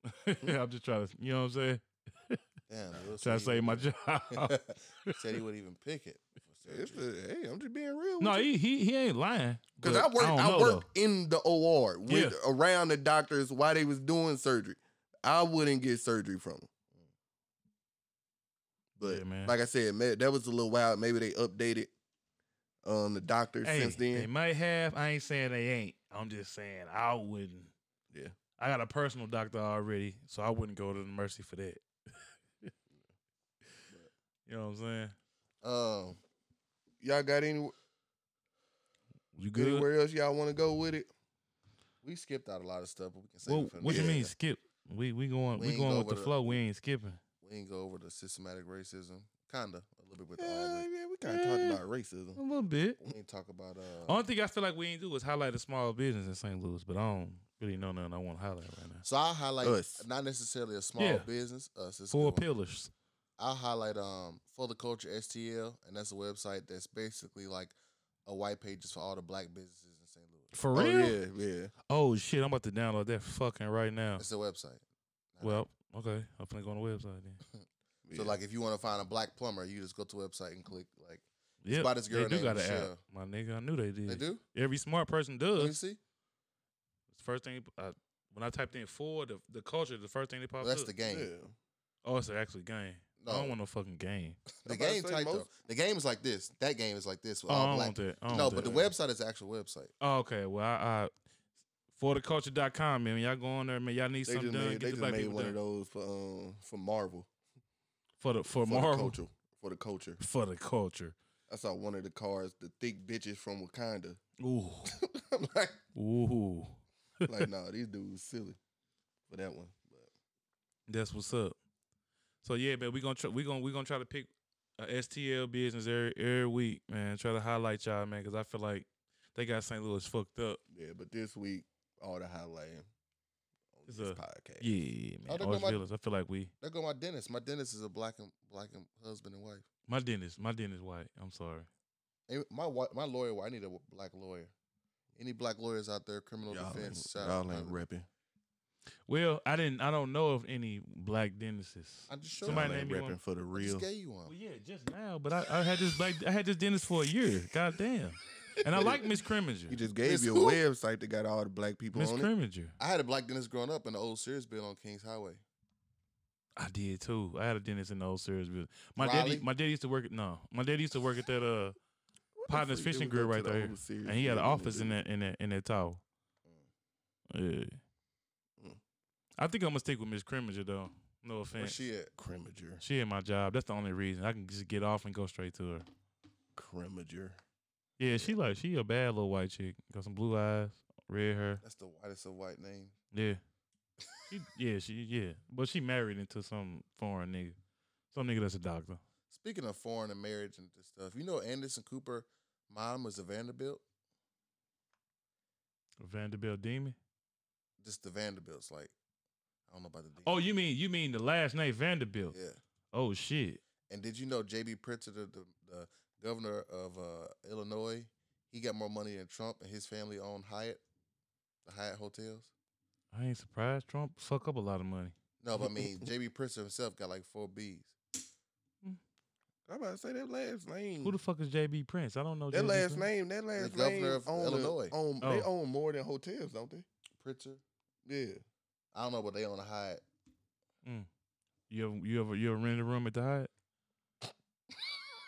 [SPEAKER 2] I'm just trying to, you know what I'm saying?
[SPEAKER 3] Damn, Will
[SPEAKER 2] Trying to
[SPEAKER 3] said he
[SPEAKER 2] save my
[SPEAKER 3] wouldn't-
[SPEAKER 2] job.
[SPEAKER 3] said he wouldn't even pick it. for
[SPEAKER 1] It's
[SPEAKER 3] surgery.
[SPEAKER 1] the- hey, I'm just being real.
[SPEAKER 2] no, he, he he ain't lying.
[SPEAKER 1] because
[SPEAKER 2] but
[SPEAKER 1] I worked
[SPEAKER 2] don't
[SPEAKER 1] I,
[SPEAKER 2] know,
[SPEAKER 1] worked
[SPEAKER 2] though.
[SPEAKER 1] in the OR
[SPEAKER 2] Yeah.
[SPEAKER 1] with around the doctors while they was doing surgery. I wouldn't get surgery from them. But
[SPEAKER 2] Yeah, man.
[SPEAKER 1] like I said, man, that was a little while. Maybe they updated um the doctors
[SPEAKER 2] Hey,
[SPEAKER 1] since
[SPEAKER 2] they
[SPEAKER 1] then.
[SPEAKER 2] might have. I ain't saying they ain't. I'm just saying I wouldn't.
[SPEAKER 1] Yeah.
[SPEAKER 2] I got a personal doctor already, so I wouldn't go to the Mercy for that. you know what I'm saying?
[SPEAKER 1] Um, y'all got any
[SPEAKER 2] You good?
[SPEAKER 1] anywhere else y'all want to go with it?
[SPEAKER 3] we skipped out a lot of stuff, but we can save
[SPEAKER 2] Well,
[SPEAKER 3] it for
[SPEAKER 2] what you
[SPEAKER 3] later.
[SPEAKER 2] mean skip? We we going
[SPEAKER 3] We
[SPEAKER 2] we,
[SPEAKER 3] ain't
[SPEAKER 2] going
[SPEAKER 3] go
[SPEAKER 2] with the
[SPEAKER 3] with a-
[SPEAKER 2] flow. We ain't skipping.
[SPEAKER 3] We ain't go over the systematic racism, kinda a little bit with
[SPEAKER 1] Yeah,
[SPEAKER 3] Aubrey.
[SPEAKER 1] yeah, we kind of
[SPEAKER 2] Yeah.
[SPEAKER 1] talked about racism.
[SPEAKER 2] A little bit.
[SPEAKER 3] We ain't talk about uh.
[SPEAKER 2] Only thing I feel like we ain't do is highlight a small business in St. Louis, but I don't really know nothing I want to highlight right now.
[SPEAKER 3] So I will highlight
[SPEAKER 1] Us.
[SPEAKER 3] not necessarily a small
[SPEAKER 2] Yeah.
[SPEAKER 3] business. Us is a
[SPEAKER 2] Four
[SPEAKER 3] good one.
[SPEAKER 2] pillars.
[SPEAKER 3] I'll highlight um for the culture STL, and that's a website that's basically like a white pages for all the black businesses in St. Louis.
[SPEAKER 2] For
[SPEAKER 1] Oh
[SPEAKER 2] real? Oh,
[SPEAKER 1] yeah, yeah.
[SPEAKER 2] shit, I'm about to download that fucking right now.
[SPEAKER 3] It's a website.
[SPEAKER 2] Well, okay. I'm finna go on the website then.
[SPEAKER 3] So like if you want to find a black plumber, you just go to the website and click like
[SPEAKER 2] Yeah.
[SPEAKER 3] about this girl
[SPEAKER 2] they do
[SPEAKER 3] named
[SPEAKER 2] got an app.
[SPEAKER 3] Michelle.
[SPEAKER 2] My nigga, I knew they did.
[SPEAKER 3] they do.
[SPEAKER 2] Every smart person
[SPEAKER 3] Let me
[SPEAKER 2] does.
[SPEAKER 3] see.
[SPEAKER 2] First thing uh, when I typed in four, the, the culture, the first thing they
[SPEAKER 3] Oh,
[SPEAKER 2] popped
[SPEAKER 3] that's
[SPEAKER 2] up.
[SPEAKER 3] the game.
[SPEAKER 2] oh, it's actually game. I
[SPEAKER 3] No.
[SPEAKER 2] don't want no fucking game.
[SPEAKER 3] The
[SPEAKER 1] I'm about to
[SPEAKER 3] game
[SPEAKER 1] say
[SPEAKER 3] type though.
[SPEAKER 1] most-
[SPEAKER 3] The game is like this. That game is like this. With
[SPEAKER 2] Oh, I
[SPEAKER 3] all
[SPEAKER 2] don't
[SPEAKER 3] black.
[SPEAKER 2] want that. I don't
[SPEAKER 3] No,
[SPEAKER 2] want
[SPEAKER 3] but
[SPEAKER 2] that.
[SPEAKER 3] the website is the actual website.
[SPEAKER 2] Oh, okay. Well, I, I for the culture.com, man. Y'all go on there, man. Y'all need
[SPEAKER 1] They
[SPEAKER 2] something
[SPEAKER 1] just
[SPEAKER 2] done. Get
[SPEAKER 1] made, they
[SPEAKER 2] the
[SPEAKER 1] just
[SPEAKER 2] black
[SPEAKER 1] made
[SPEAKER 2] people
[SPEAKER 1] one
[SPEAKER 2] done.
[SPEAKER 1] of those for um for Marvel
[SPEAKER 2] For the for,
[SPEAKER 1] for
[SPEAKER 2] Marvel.
[SPEAKER 1] the culture for the culture.
[SPEAKER 2] For the culture.
[SPEAKER 1] I saw one of the cars, the thick bitches from Wakanda.
[SPEAKER 2] Ooh.
[SPEAKER 1] I'm like,
[SPEAKER 2] Ooh.
[SPEAKER 1] like no, nah, these dudes silly for that one. But
[SPEAKER 2] That's what's up. So yeah, man, we gonna try we gonna we gonna try to pick a STL business every every week, man. Try to highlight y'all, man, because I feel like they got St. Louis fucked up.
[SPEAKER 1] yeah, but this week all the highlighting on
[SPEAKER 2] It's
[SPEAKER 1] this
[SPEAKER 2] a-
[SPEAKER 1] podcast.
[SPEAKER 2] Yeah,
[SPEAKER 3] Oh,
[SPEAKER 2] man.
[SPEAKER 3] they got
[SPEAKER 2] Orange
[SPEAKER 3] my-
[SPEAKER 2] Villas. I feel like we
[SPEAKER 3] There go my dentist. My dentist is a black and black and husband and wife.
[SPEAKER 2] my dentist, my dentist white. I'm sorry.
[SPEAKER 3] And my wi- my lawyer. I need a black lawyer. Any black lawyers out there, criminal
[SPEAKER 1] Y'all
[SPEAKER 3] defense. uh,
[SPEAKER 1] ain't,
[SPEAKER 3] shout out.
[SPEAKER 1] y'all ain't repping.
[SPEAKER 2] Well, I didn't I don't know of any black dentists.
[SPEAKER 3] I just showed
[SPEAKER 1] Y'all
[SPEAKER 2] Somebody
[SPEAKER 3] you.
[SPEAKER 2] named me
[SPEAKER 1] ain't
[SPEAKER 2] one.
[SPEAKER 1] repping for the
[SPEAKER 3] I just
[SPEAKER 1] real.
[SPEAKER 3] gave you one.
[SPEAKER 2] Well, yeah, just now. But I, I had this black, I had this dentist for a year. God damn. And I like Miss
[SPEAKER 1] You
[SPEAKER 2] Criminger.
[SPEAKER 1] just gave
[SPEAKER 3] Miss
[SPEAKER 1] you a
[SPEAKER 3] who?
[SPEAKER 1] website that got all the black people
[SPEAKER 2] Miss
[SPEAKER 1] on it.
[SPEAKER 2] Criminger.
[SPEAKER 3] I had a black dentist growing up in the old Sears bill on Kings Highway.
[SPEAKER 2] I did too. I had a dentist in the old series. But my daddy,
[SPEAKER 3] Riley?
[SPEAKER 2] my daddy used to work at no. My daddy used to work at that uh Partners Fishing Grill right there.
[SPEAKER 1] and
[SPEAKER 2] and he had an office in that in that in that tower. Yeah.
[SPEAKER 1] Mm.
[SPEAKER 2] I think I'm gonna stick with Miss Criminger though. No
[SPEAKER 3] Where
[SPEAKER 2] offense. She,
[SPEAKER 3] she at?
[SPEAKER 1] Cremager.
[SPEAKER 2] in my job. That's the only reason. I can just get off and go straight to her.
[SPEAKER 1] Cremager.
[SPEAKER 2] Yeah, she like she a bad little white chick. Got some blue eyes. Red hair.
[SPEAKER 3] That's the whitest of white name.
[SPEAKER 2] Yeah. she, yeah, she yeah. But she married into some foreign nigga. Some nigga that's a doctor.
[SPEAKER 3] Speaking of foreign and marriage and this stuff, you know Anderson Cooper mom was a Vanderbilt?
[SPEAKER 2] Vanderbilt Demon.
[SPEAKER 3] Just the Vanderbilts, like I don't know about the D.
[SPEAKER 2] Oh, you mean you mean the last name Vanderbilt.
[SPEAKER 3] yeah.
[SPEAKER 2] Oh shit.
[SPEAKER 3] And did you know J.B. Pritzker, the, the, the governor of uh, Illinois, he got more money than Trump and his family owned Hyatt, the Hyatt hotels.
[SPEAKER 2] I ain't surprised Trump fuck up a lot of money.
[SPEAKER 3] No, but I mean J.B. Pritzker himself got like four B's.
[SPEAKER 1] I'm about to say that last name.
[SPEAKER 2] Who the fuck is JB Prince? I don't know
[SPEAKER 1] that
[SPEAKER 2] JB
[SPEAKER 1] last
[SPEAKER 2] Prince.
[SPEAKER 1] name, that last
[SPEAKER 3] governor
[SPEAKER 1] name
[SPEAKER 3] of
[SPEAKER 1] own the-
[SPEAKER 3] Illinois.
[SPEAKER 1] own- They
[SPEAKER 2] Oh.
[SPEAKER 1] own more than hotels, don't they?
[SPEAKER 3] Pritzker,
[SPEAKER 1] Yeah.
[SPEAKER 3] I don't know, but they own a Hyatt.
[SPEAKER 2] You ever you ever you ever rented a room at the Hyatt?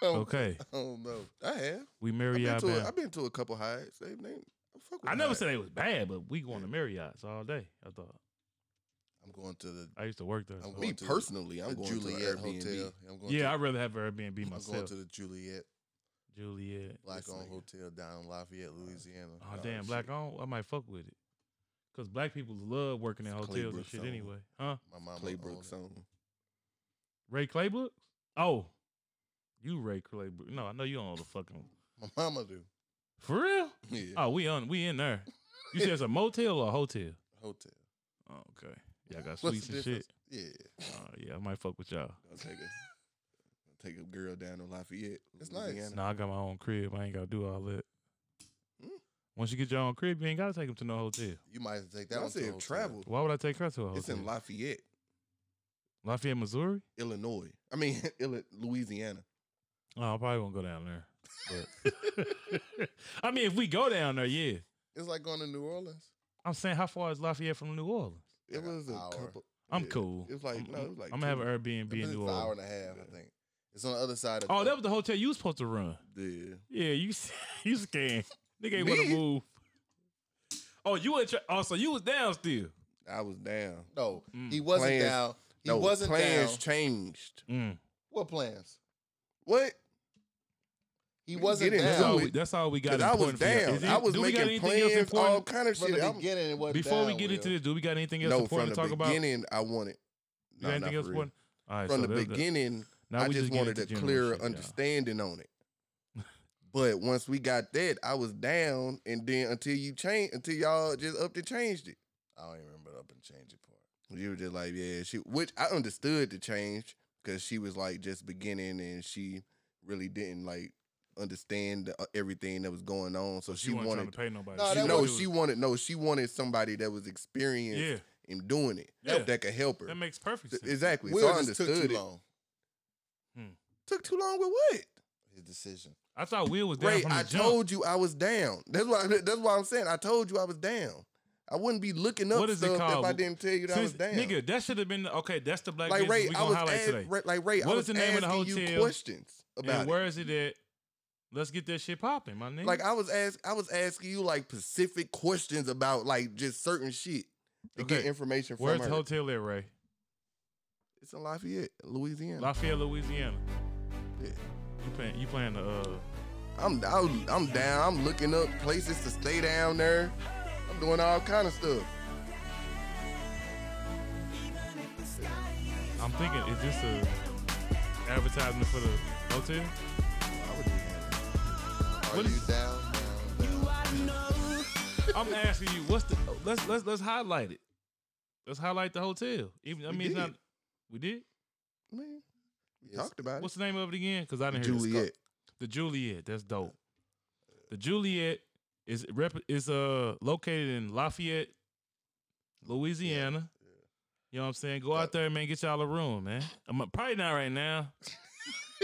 [SPEAKER 1] Oh,
[SPEAKER 2] Okay,
[SPEAKER 1] I don't know. I have.
[SPEAKER 2] we
[SPEAKER 1] I've been,
[SPEAKER 2] Marriott.
[SPEAKER 1] to a,
[SPEAKER 2] bad.
[SPEAKER 1] I've been to a couple highs. They, they, I, fuck with
[SPEAKER 2] I never
[SPEAKER 1] Hyatt.
[SPEAKER 2] said it was bad, but we going to Marriott's all day. I thought
[SPEAKER 3] I'm going to the,
[SPEAKER 2] I used to work there.
[SPEAKER 3] I'm
[SPEAKER 2] so-
[SPEAKER 1] Me
[SPEAKER 3] going to the-
[SPEAKER 1] personally, I'm
[SPEAKER 3] the
[SPEAKER 1] going to
[SPEAKER 3] Juliet
[SPEAKER 1] an Airbnb.
[SPEAKER 3] Hotel. I'm going
[SPEAKER 2] yeah,
[SPEAKER 3] to,
[SPEAKER 2] I'd rather have Airbnb
[SPEAKER 3] I'm going
[SPEAKER 2] myself.
[SPEAKER 3] to the Juliet
[SPEAKER 2] Juliet.
[SPEAKER 3] Black
[SPEAKER 1] This
[SPEAKER 3] Owned
[SPEAKER 1] nigga. Uh,
[SPEAKER 3] Hotel down in Lafayette, Louisiana.
[SPEAKER 2] Oh, damn, black on. I might fuck with it because black people love working in
[SPEAKER 1] It's
[SPEAKER 2] hotels and
[SPEAKER 1] Claybrook's
[SPEAKER 2] shit
[SPEAKER 1] own.
[SPEAKER 2] anyway, huh?
[SPEAKER 3] My mama owned
[SPEAKER 1] Playbrook
[SPEAKER 3] it.
[SPEAKER 1] song.
[SPEAKER 2] Ray Claybrook. Oh, you Ray Claybrook? No, I know you on the fucking
[SPEAKER 3] My mama do
[SPEAKER 2] for real.
[SPEAKER 1] Yeah.
[SPEAKER 2] Oh, we on we in there. You said it's a motel or a hotel?
[SPEAKER 3] hotel.
[SPEAKER 2] Oh, okay. Y'all got
[SPEAKER 3] What's
[SPEAKER 2] sweets
[SPEAKER 3] the
[SPEAKER 2] and shit.
[SPEAKER 3] difference? Yeah.
[SPEAKER 2] Oh yeah, I might fuck with y'all.
[SPEAKER 1] I'll take a, I'll take a girl down to Lafayette.
[SPEAKER 3] It's nice.
[SPEAKER 1] Louisiana.
[SPEAKER 2] Nah, I got my own crib. I ain't gotta do all that.
[SPEAKER 1] Mm.
[SPEAKER 2] Once you get your own crib, you ain't gotta take them to no hotel.
[SPEAKER 3] You might have to take that
[SPEAKER 1] That I
[SPEAKER 3] one. to a
[SPEAKER 1] said
[SPEAKER 3] hotel.
[SPEAKER 1] travel.
[SPEAKER 2] Why would I take her to a hotel?
[SPEAKER 1] It's in Lafayette,
[SPEAKER 2] Lafayette, Missouri.
[SPEAKER 1] Illinois. I mean, Illi- Louisiana.
[SPEAKER 2] Oh, I probably won't go down there. But I mean, if we go down there, yeah.
[SPEAKER 3] It's like going to New Orleans.
[SPEAKER 2] I'm saying, how far is Lafayette from New Orleans?
[SPEAKER 1] It
[SPEAKER 3] Like a
[SPEAKER 1] was a
[SPEAKER 3] hour.
[SPEAKER 1] couple.
[SPEAKER 2] I'm
[SPEAKER 1] yeah.
[SPEAKER 2] cool.
[SPEAKER 1] It was like
[SPEAKER 2] I'm,
[SPEAKER 1] no, it was like
[SPEAKER 2] I'm gonna have
[SPEAKER 1] two.
[SPEAKER 2] an Airbnb
[SPEAKER 3] It's
[SPEAKER 2] in
[SPEAKER 3] an
[SPEAKER 2] New
[SPEAKER 3] hour and
[SPEAKER 2] Orleans.
[SPEAKER 3] a half, I
[SPEAKER 1] Yeah.
[SPEAKER 3] think. It's on the other side of.
[SPEAKER 2] Oh, that was the hotel you was supposed to run.
[SPEAKER 1] Yeah.
[SPEAKER 2] Yeah, you s- you scared. Nigga ain't wanna
[SPEAKER 1] Me?
[SPEAKER 2] move. Oh, you were tra- oh, so you was down still.
[SPEAKER 1] I was down.
[SPEAKER 3] no.
[SPEAKER 2] Mm.
[SPEAKER 3] He wasn't
[SPEAKER 1] Plans-
[SPEAKER 3] down. He
[SPEAKER 1] no,
[SPEAKER 3] wasn't
[SPEAKER 1] plans
[SPEAKER 3] down.
[SPEAKER 1] changed.
[SPEAKER 2] Mm.
[SPEAKER 3] what plans?
[SPEAKER 1] What?
[SPEAKER 3] He
[SPEAKER 1] We
[SPEAKER 3] wasn't
[SPEAKER 1] get into
[SPEAKER 2] That's, all
[SPEAKER 1] it.
[SPEAKER 3] down
[SPEAKER 2] we, that's all we got.
[SPEAKER 1] Because I was
[SPEAKER 2] important for y'all.
[SPEAKER 1] down.
[SPEAKER 2] Is it-
[SPEAKER 1] I was
[SPEAKER 2] do we got
[SPEAKER 1] making
[SPEAKER 2] anything else
[SPEAKER 1] plans, all
[SPEAKER 2] important?
[SPEAKER 1] kind of
[SPEAKER 3] from
[SPEAKER 1] shit.
[SPEAKER 3] the
[SPEAKER 1] I'm-
[SPEAKER 3] beginning. It wasn't
[SPEAKER 2] Before we
[SPEAKER 3] down,
[SPEAKER 2] get into
[SPEAKER 3] Will.
[SPEAKER 2] this, do we got anything else
[SPEAKER 1] no, from
[SPEAKER 2] important
[SPEAKER 1] the
[SPEAKER 2] to talk about? You
[SPEAKER 1] beginning, I wanted.
[SPEAKER 2] got
[SPEAKER 1] No, not
[SPEAKER 2] anything
[SPEAKER 1] for
[SPEAKER 2] else
[SPEAKER 1] real.
[SPEAKER 2] important? All right,
[SPEAKER 1] From
[SPEAKER 2] so
[SPEAKER 1] the
[SPEAKER 2] that was-
[SPEAKER 1] beginning,
[SPEAKER 2] now
[SPEAKER 1] I
[SPEAKER 2] we
[SPEAKER 1] just
[SPEAKER 2] get
[SPEAKER 1] wanted
[SPEAKER 2] into
[SPEAKER 1] a
[SPEAKER 2] general
[SPEAKER 1] clearer
[SPEAKER 2] shit, y'all.
[SPEAKER 1] understanding on it. But once we got that, I was down, and then until you change, until y'all just up and changed it,
[SPEAKER 3] I don't even remember the up and change it part.
[SPEAKER 1] you were just like, yeah, she. Which I understood the change because she was like just beginning, and she really didn't like understand the, uh, everything that was going on. So she,
[SPEAKER 2] She wasn't trying
[SPEAKER 1] wanted,
[SPEAKER 2] to pay nobody.
[SPEAKER 3] No,
[SPEAKER 1] she,
[SPEAKER 3] that
[SPEAKER 2] knew
[SPEAKER 1] no,
[SPEAKER 2] it was-
[SPEAKER 1] she wanted, no, she wanted somebody that was experienced
[SPEAKER 2] Yeah,
[SPEAKER 1] in doing it
[SPEAKER 2] Yeah.
[SPEAKER 1] that could help her.
[SPEAKER 2] that makes perfect
[SPEAKER 1] Th-
[SPEAKER 2] sense.
[SPEAKER 1] Exactly.
[SPEAKER 3] Will
[SPEAKER 1] so I
[SPEAKER 3] just took too
[SPEAKER 1] understood it.
[SPEAKER 3] long.
[SPEAKER 1] Took too long with what?
[SPEAKER 3] His decision.
[SPEAKER 2] I thought Will was down
[SPEAKER 1] Ray,
[SPEAKER 2] from the
[SPEAKER 1] I
[SPEAKER 2] jump.
[SPEAKER 1] told you I was down. That's why. That's why I'm saying I told you I was down. I wouldn't be looking up
[SPEAKER 2] What is it
[SPEAKER 1] stuff if I
[SPEAKER 2] called?
[SPEAKER 1] didn't tell you that
[SPEAKER 2] Since-
[SPEAKER 1] I was down.
[SPEAKER 2] Nigga, that should have been okay. That's the black
[SPEAKER 1] like
[SPEAKER 2] business
[SPEAKER 1] Ray,
[SPEAKER 2] we
[SPEAKER 1] I
[SPEAKER 2] gonna
[SPEAKER 1] was
[SPEAKER 2] highlight
[SPEAKER 1] ask,
[SPEAKER 2] today.
[SPEAKER 1] Ray, like Ray, I
[SPEAKER 2] What
[SPEAKER 1] was
[SPEAKER 2] is the name of the
[SPEAKER 1] asking you
[SPEAKER 2] hotel?
[SPEAKER 1] questions about
[SPEAKER 2] And
[SPEAKER 1] it.
[SPEAKER 2] where is it at? Let's get that shit popping, my nigga.
[SPEAKER 1] Like I was ask, I was asking you like specific questions about like just certain shit to get
[SPEAKER 2] Okay.
[SPEAKER 1] information from
[SPEAKER 2] Where's the
[SPEAKER 1] her.
[SPEAKER 2] hotel at, Ray?
[SPEAKER 1] it's in Lafayette, Louisiana.
[SPEAKER 2] Lafayette, Louisiana.
[SPEAKER 1] Yeah.
[SPEAKER 2] You playing? You playing the? Uh,
[SPEAKER 1] I'm, I'm I'm down. I'm looking up places to stay down there. I'm doing all kind of stuff.
[SPEAKER 2] I'm thinking, is this a advertisement for the hotel?
[SPEAKER 3] I would do that. Are
[SPEAKER 2] What
[SPEAKER 3] you
[SPEAKER 2] is-
[SPEAKER 3] down? down, down?
[SPEAKER 2] I'm asking you, what's the? Let's let's let's highlight it. Let's highlight the hotel. Even I
[SPEAKER 1] We
[SPEAKER 2] mean, it's
[SPEAKER 1] did.
[SPEAKER 2] not. We did.
[SPEAKER 1] Man, we
[SPEAKER 3] Yes.
[SPEAKER 1] talked about
[SPEAKER 2] What's the name of it again? Because I
[SPEAKER 1] it.
[SPEAKER 2] didn't hear
[SPEAKER 1] Juliet.
[SPEAKER 2] The Juliet. That's dope. The Juliet is rep is uh located in Lafayette, Louisiana. You know what I'm saying? Go out there, man. Get y'all a room, man. I'm uh, probably not right now.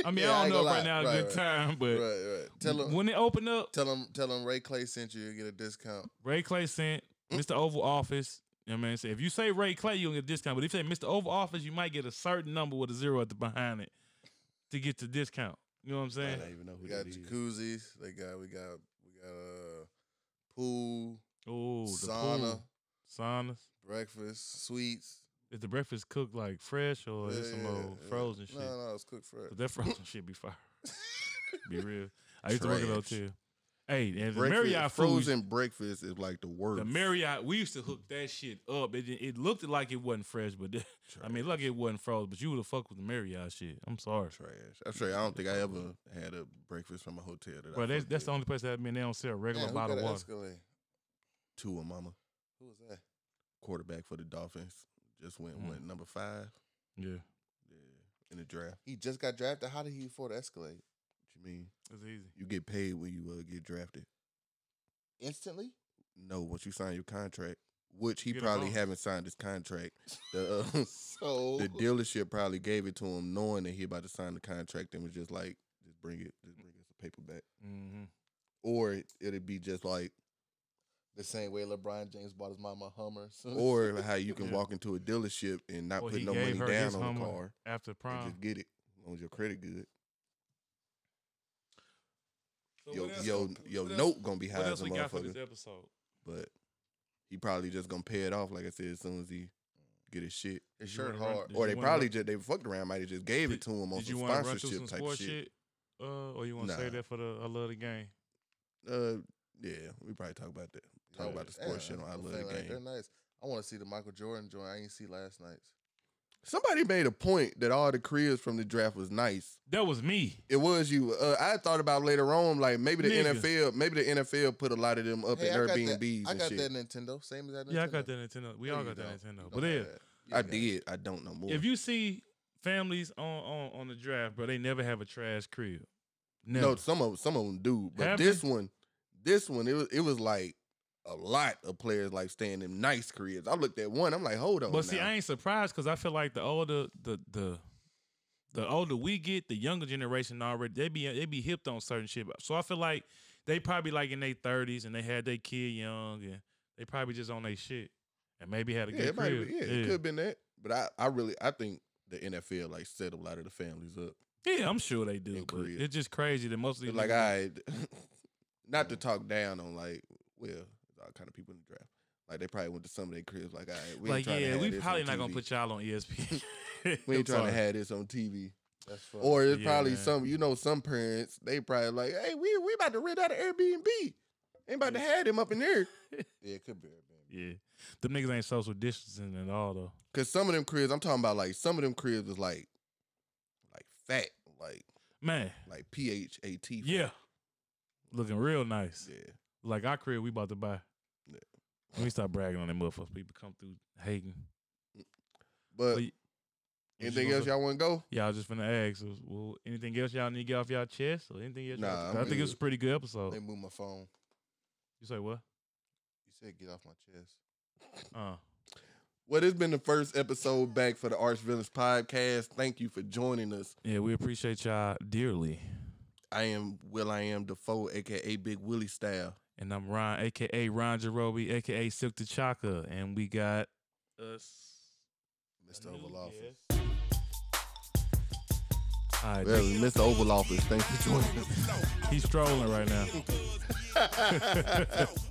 [SPEAKER 2] I mean,
[SPEAKER 3] Yeah,
[SPEAKER 2] I
[SPEAKER 3] I ain't
[SPEAKER 2] don't know
[SPEAKER 3] gonna
[SPEAKER 2] if right
[SPEAKER 3] lie.
[SPEAKER 2] now is a
[SPEAKER 3] Right,
[SPEAKER 2] good
[SPEAKER 3] right.
[SPEAKER 2] time, but
[SPEAKER 3] Right, right. Tell him.
[SPEAKER 2] when it opened up,
[SPEAKER 3] Tell him. Tell him. Ray Clay sent you. You get a discount.
[SPEAKER 2] Ray Clay sent Mr. Oval Office. You know what I mean, So if you say Ray Clay, you don't get a discount. But if you say Mr. Oval Office, you might get a certain number with a zero at the behind it to get the discount. You know what I'm saying?
[SPEAKER 1] even know who
[SPEAKER 3] We got jacuzzis. They got. We got. We got a uh, pool,
[SPEAKER 2] Oh, the
[SPEAKER 3] sauna,
[SPEAKER 2] pool, saunas.
[SPEAKER 3] breakfast, sweets.
[SPEAKER 2] Is the breakfast cooked like fresh or is it Oh, some old
[SPEAKER 3] yeah.
[SPEAKER 2] frozen shit?
[SPEAKER 3] No, no, it's cooked fresh.
[SPEAKER 2] But that frozen shit be fire. be real. I used to work at a
[SPEAKER 3] Trash.
[SPEAKER 2] hotel. Hey, and the
[SPEAKER 1] Breakfast-
[SPEAKER 2] Marriott food,
[SPEAKER 1] frozen breakfast is like the worst.
[SPEAKER 2] the Marriott, we used to hook that shit up. It it looked like it wasn't fresh, but I mean, lucky it wasn't frozen. But you would have fucked with the Marriott shit. I'm sorry,
[SPEAKER 1] trash. I'm sure I don't think I ever had a breakfast from a hotel that.
[SPEAKER 2] bro.
[SPEAKER 1] I
[SPEAKER 2] That's
[SPEAKER 1] fucked
[SPEAKER 2] that's the
[SPEAKER 1] with.
[SPEAKER 2] only place that I been. They don't sell regular
[SPEAKER 3] who
[SPEAKER 2] bottled
[SPEAKER 3] got an
[SPEAKER 2] water.
[SPEAKER 3] Escalade?
[SPEAKER 1] two of mama
[SPEAKER 3] Who was that?
[SPEAKER 1] quarterback for the Dolphins. Just went
[SPEAKER 2] Mm.
[SPEAKER 1] went number five
[SPEAKER 2] Yeah,
[SPEAKER 1] in the draft.
[SPEAKER 3] He just got drafted. How did he afford an Escalade?
[SPEAKER 1] What you mean?
[SPEAKER 2] it's easy.
[SPEAKER 1] You get paid when you uh, get drafted.
[SPEAKER 3] Instantly?
[SPEAKER 1] No, once you sign your contract, which he
[SPEAKER 2] Get a
[SPEAKER 1] probably
[SPEAKER 2] bonus.
[SPEAKER 1] haven't signed his contract. The uh,
[SPEAKER 3] So
[SPEAKER 1] the dealership probably gave it to him knowing that he about to sign the contract and was just like, just bring it, just bring us a paper back.
[SPEAKER 2] Mm-hmm.
[SPEAKER 1] Or it, it'd be just like,
[SPEAKER 3] the same way LeBron James bought his mama a Hummer. So
[SPEAKER 1] or how you can
[SPEAKER 2] Yeah.
[SPEAKER 1] walk into a dealership and not
[SPEAKER 2] Well,
[SPEAKER 1] put
[SPEAKER 2] he
[SPEAKER 1] no money
[SPEAKER 2] gave her
[SPEAKER 1] down
[SPEAKER 2] his
[SPEAKER 1] on the
[SPEAKER 2] Hummer
[SPEAKER 1] car
[SPEAKER 2] after
[SPEAKER 1] and
[SPEAKER 2] prime.
[SPEAKER 1] just get it as long as your credit good.
[SPEAKER 2] So
[SPEAKER 1] your
[SPEAKER 2] what else-
[SPEAKER 1] your
[SPEAKER 2] what
[SPEAKER 1] your
[SPEAKER 2] else-
[SPEAKER 1] note gonna be high
[SPEAKER 2] What
[SPEAKER 1] as
[SPEAKER 2] else
[SPEAKER 1] a
[SPEAKER 2] we got for
[SPEAKER 1] motherfucker.
[SPEAKER 2] this e-, episode?
[SPEAKER 1] but he probably just gonna pay it off, like I said, as soon as he get his shit.
[SPEAKER 3] his
[SPEAKER 2] You
[SPEAKER 3] shirt
[SPEAKER 2] wanna run-
[SPEAKER 3] hard.
[SPEAKER 2] did
[SPEAKER 1] or
[SPEAKER 2] you
[SPEAKER 1] they
[SPEAKER 2] wanna
[SPEAKER 1] probably
[SPEAKER 2] run-
[SPEAKER 1] just they fucked around, might have just gave it
[SPEAKER 2] Did-
[SPEAKER 1] to him on
[SPEAKER 2] Did you
[SPEAKER 1] some
[SPEAKER 2] want to run through
[SPEAKER 1] sponsorship
[SPEAKER 2] some
[SPEAKER 1] type
[SPEAKER 2] sports
[SPEAKER 1] shit.
[SPEAKER 2] shit? Uh, or you want to
[SPEAKER 1] Nah.
[SPEAKER 2] say that for the I love the game?
[SPEAKER 1] Uh, yeah, we probably talk about that. Talk
[SPEAKER 3] Yeah.
[SPEAKER 1] about the sports
[SPEAKER 3] Yeah,
[SPEAKER 1] shit on I
[SPEAKER 3] I'm
[SPEAKER 1] love
[SPEAKER 3] saying,
[SPEAKER 1] the
[SPEAKER 3] like,
[SPEAKER 1] game.
[SPEAKER 3] They're nice. I want to see the Michael Jordan joint. I ain't see last night's.
[SPEAKER 1] Somebody made a point that all the careers from the draft was nice.
[SPEAKER 2] That was me.
[SPEAKER 1] It was you. Uh, I thought about later on, like maybe the
[SPEAKER 2] Nigga.
[SPEAKER 1] NFL, maybe the NFL put a lot of them up
[SPEAKER 3] Hey,
[SPEAKER 1] in
[SPEAKER 3] I got that-
[SPEAKER 1] Airbnbs
[SPEAKER 3] I
[SPEAKER 1] and
[SPEAKER 3] got
[SPEAKER 1] shit.
[SPEAKER 3] that Nintendo. Same as that. Nintendo.
[SPEAKER 2] Yeah, I got that Nintendo. We
[SPEAKER 3] No,
[SPEAKER 2] all
[SPEAKER 3] you
[SPEAKER 2] got that
[SPEAKER 3] don't.
[SPEAKER 2] Nintendo.
[SPEAKER 3] You
[SPEAKER 2] But
[SPEAKER 3] don't
[SPEAKER 2] yeah,
[SPEAKER 3] have that. You
[SPEAKER 1] I
[SPEAKER 3] got it.
[SPEAKER 1] did. I don't know more.
[SPEAKER 2] if you see families on, on on the draft, bro, they never have a trash crib. Never.
[SPEAKER 1] No, some of some of them do, but
[SPEAKER 2] Have they?
[SPEAKER 1] this one, this one, it was it was like a lot of players like staying in nice careers. I looked at one, I'm like, hold on,
[SPEAKER 2] but see,
[SPEAKER 1] now.
[SPEAKER 2] I ain't surprised because I feel like the older the the the older we get, the younger generation already they be they be hipped on certain shit. So I feel like they probably like in their thirties and they had their kid young and they probably just on their shit and maybe had a
[SPEAKER 1] yeah,
[SPEAKER 2] good
[SPEAKER 1] it might
[SPEAKER 2] crib.
[SPEAKER 1] be, yeah, it could have been that. But I, I really, I think the NFL like set a lot of the families up.
[SPEAKER 2] Yeah, I'm sure they do.
[SPEAKER 1] In
[SPEAKER 2] But
[SPEAKER 1] Korea.
[SPEAKER 2] it's just crazy that most of
[SPEAKER 1] They're
[SPEAKER 2] these
[SPEAKER 1] like,
[SPEAKER 2] niggas-
[SPEAKER 1] I, not to talk down on like, well, it's all kind of people in the draft. Like they probably went to some of their cribs. Like, all right, we
[SPEAKER 2] like, yeah, we probably not gonna
[SPEAKER 1] put.
[SPEAKER 2] put y'all on E ESPN.
[SPEAKER 1] We ain't
[SPEAKER 2] I'm
[SPEAKER 1] trying to
[SPEAKER 2] sorry.
[SPEAKER 1] have this on TV.
[SPEAKER 3] That's funny.
[SPEAKER 1] Or it's
[SPEAKER 2] Yeah,
[SPEAKER 1] probably
[SPEAKER 2] man.
[SPEAKER 1] some, you know, some parents, they probably like, hey, we we about to rent out an Airbnb. Ain't about to have them up in there.
[SPEAKER 3] yeah, it could be. Airbnb.
[SPEAKER 2] Yeah, them niggas ain't social distancing at all though.
[SPEAKER 1] Cause some of them cribs, I'm talking about like some of them cribs was like like fat, like
[SPEAKER 2] Man,
[SPEAKER 1] like P H A T.
[SPEAKER 2] yeah, looking real nice.
[SPEAKER 1] Yeah.
[SPEAKER 2] Like our crib, we about to buy.
[SPEAKER 1] Yeah.
[SPEAKER 2] Let me stop bragging on them motherfuckers. People come through hating.
[SPEAKER 1] But
[SPEAKER 2] Well, you- You
[SPEAKER 1] anything
[SPEAKER 2] just
[SPEAKER 1] else
[SPEAKER 2] gonna-
[SPEAKER 1] y'all wanna go?
[SPEAKER 2] Y'all just finna ask. was- Well, anything else y'all need to get off y'all chest or anything else? y'all-
[SPEAKER 1] Nah, I'm
[SPEAKER 2] I think it was a
[SPEAKER 1] good.
[SPEAKER 2] pretty good
[SPEAKER 3] Let
[SPEAKER 2] episode.
[SPEAKER 3] me move my phone.
[SPEAKER 2] You say what?
[SPEAKER 3] You said get off my chest.
[SPEAKER 2] Uh,
[SPEAKER 1] Well, it's been the first episode back for the Arch Villains podcast. Thank you for joining us.
[SPEAKER 2] yeah, we appreciate y'all dearly.
[SPEAKER 1] I am Will I Am Defoe, aka Big Willie style.
[SPEAKER 2] And I'm Ron, aka Ron Jarobi, aka Silk the Chaka, and we got us.
[SPEAKER 3] Mr. Oval Office.
[SPEAKER 2] All right,
[SPEAKER 1] Well, Mr. Oval Office, thanks for joining us.
[SPEAKER 2] he's strolling right now.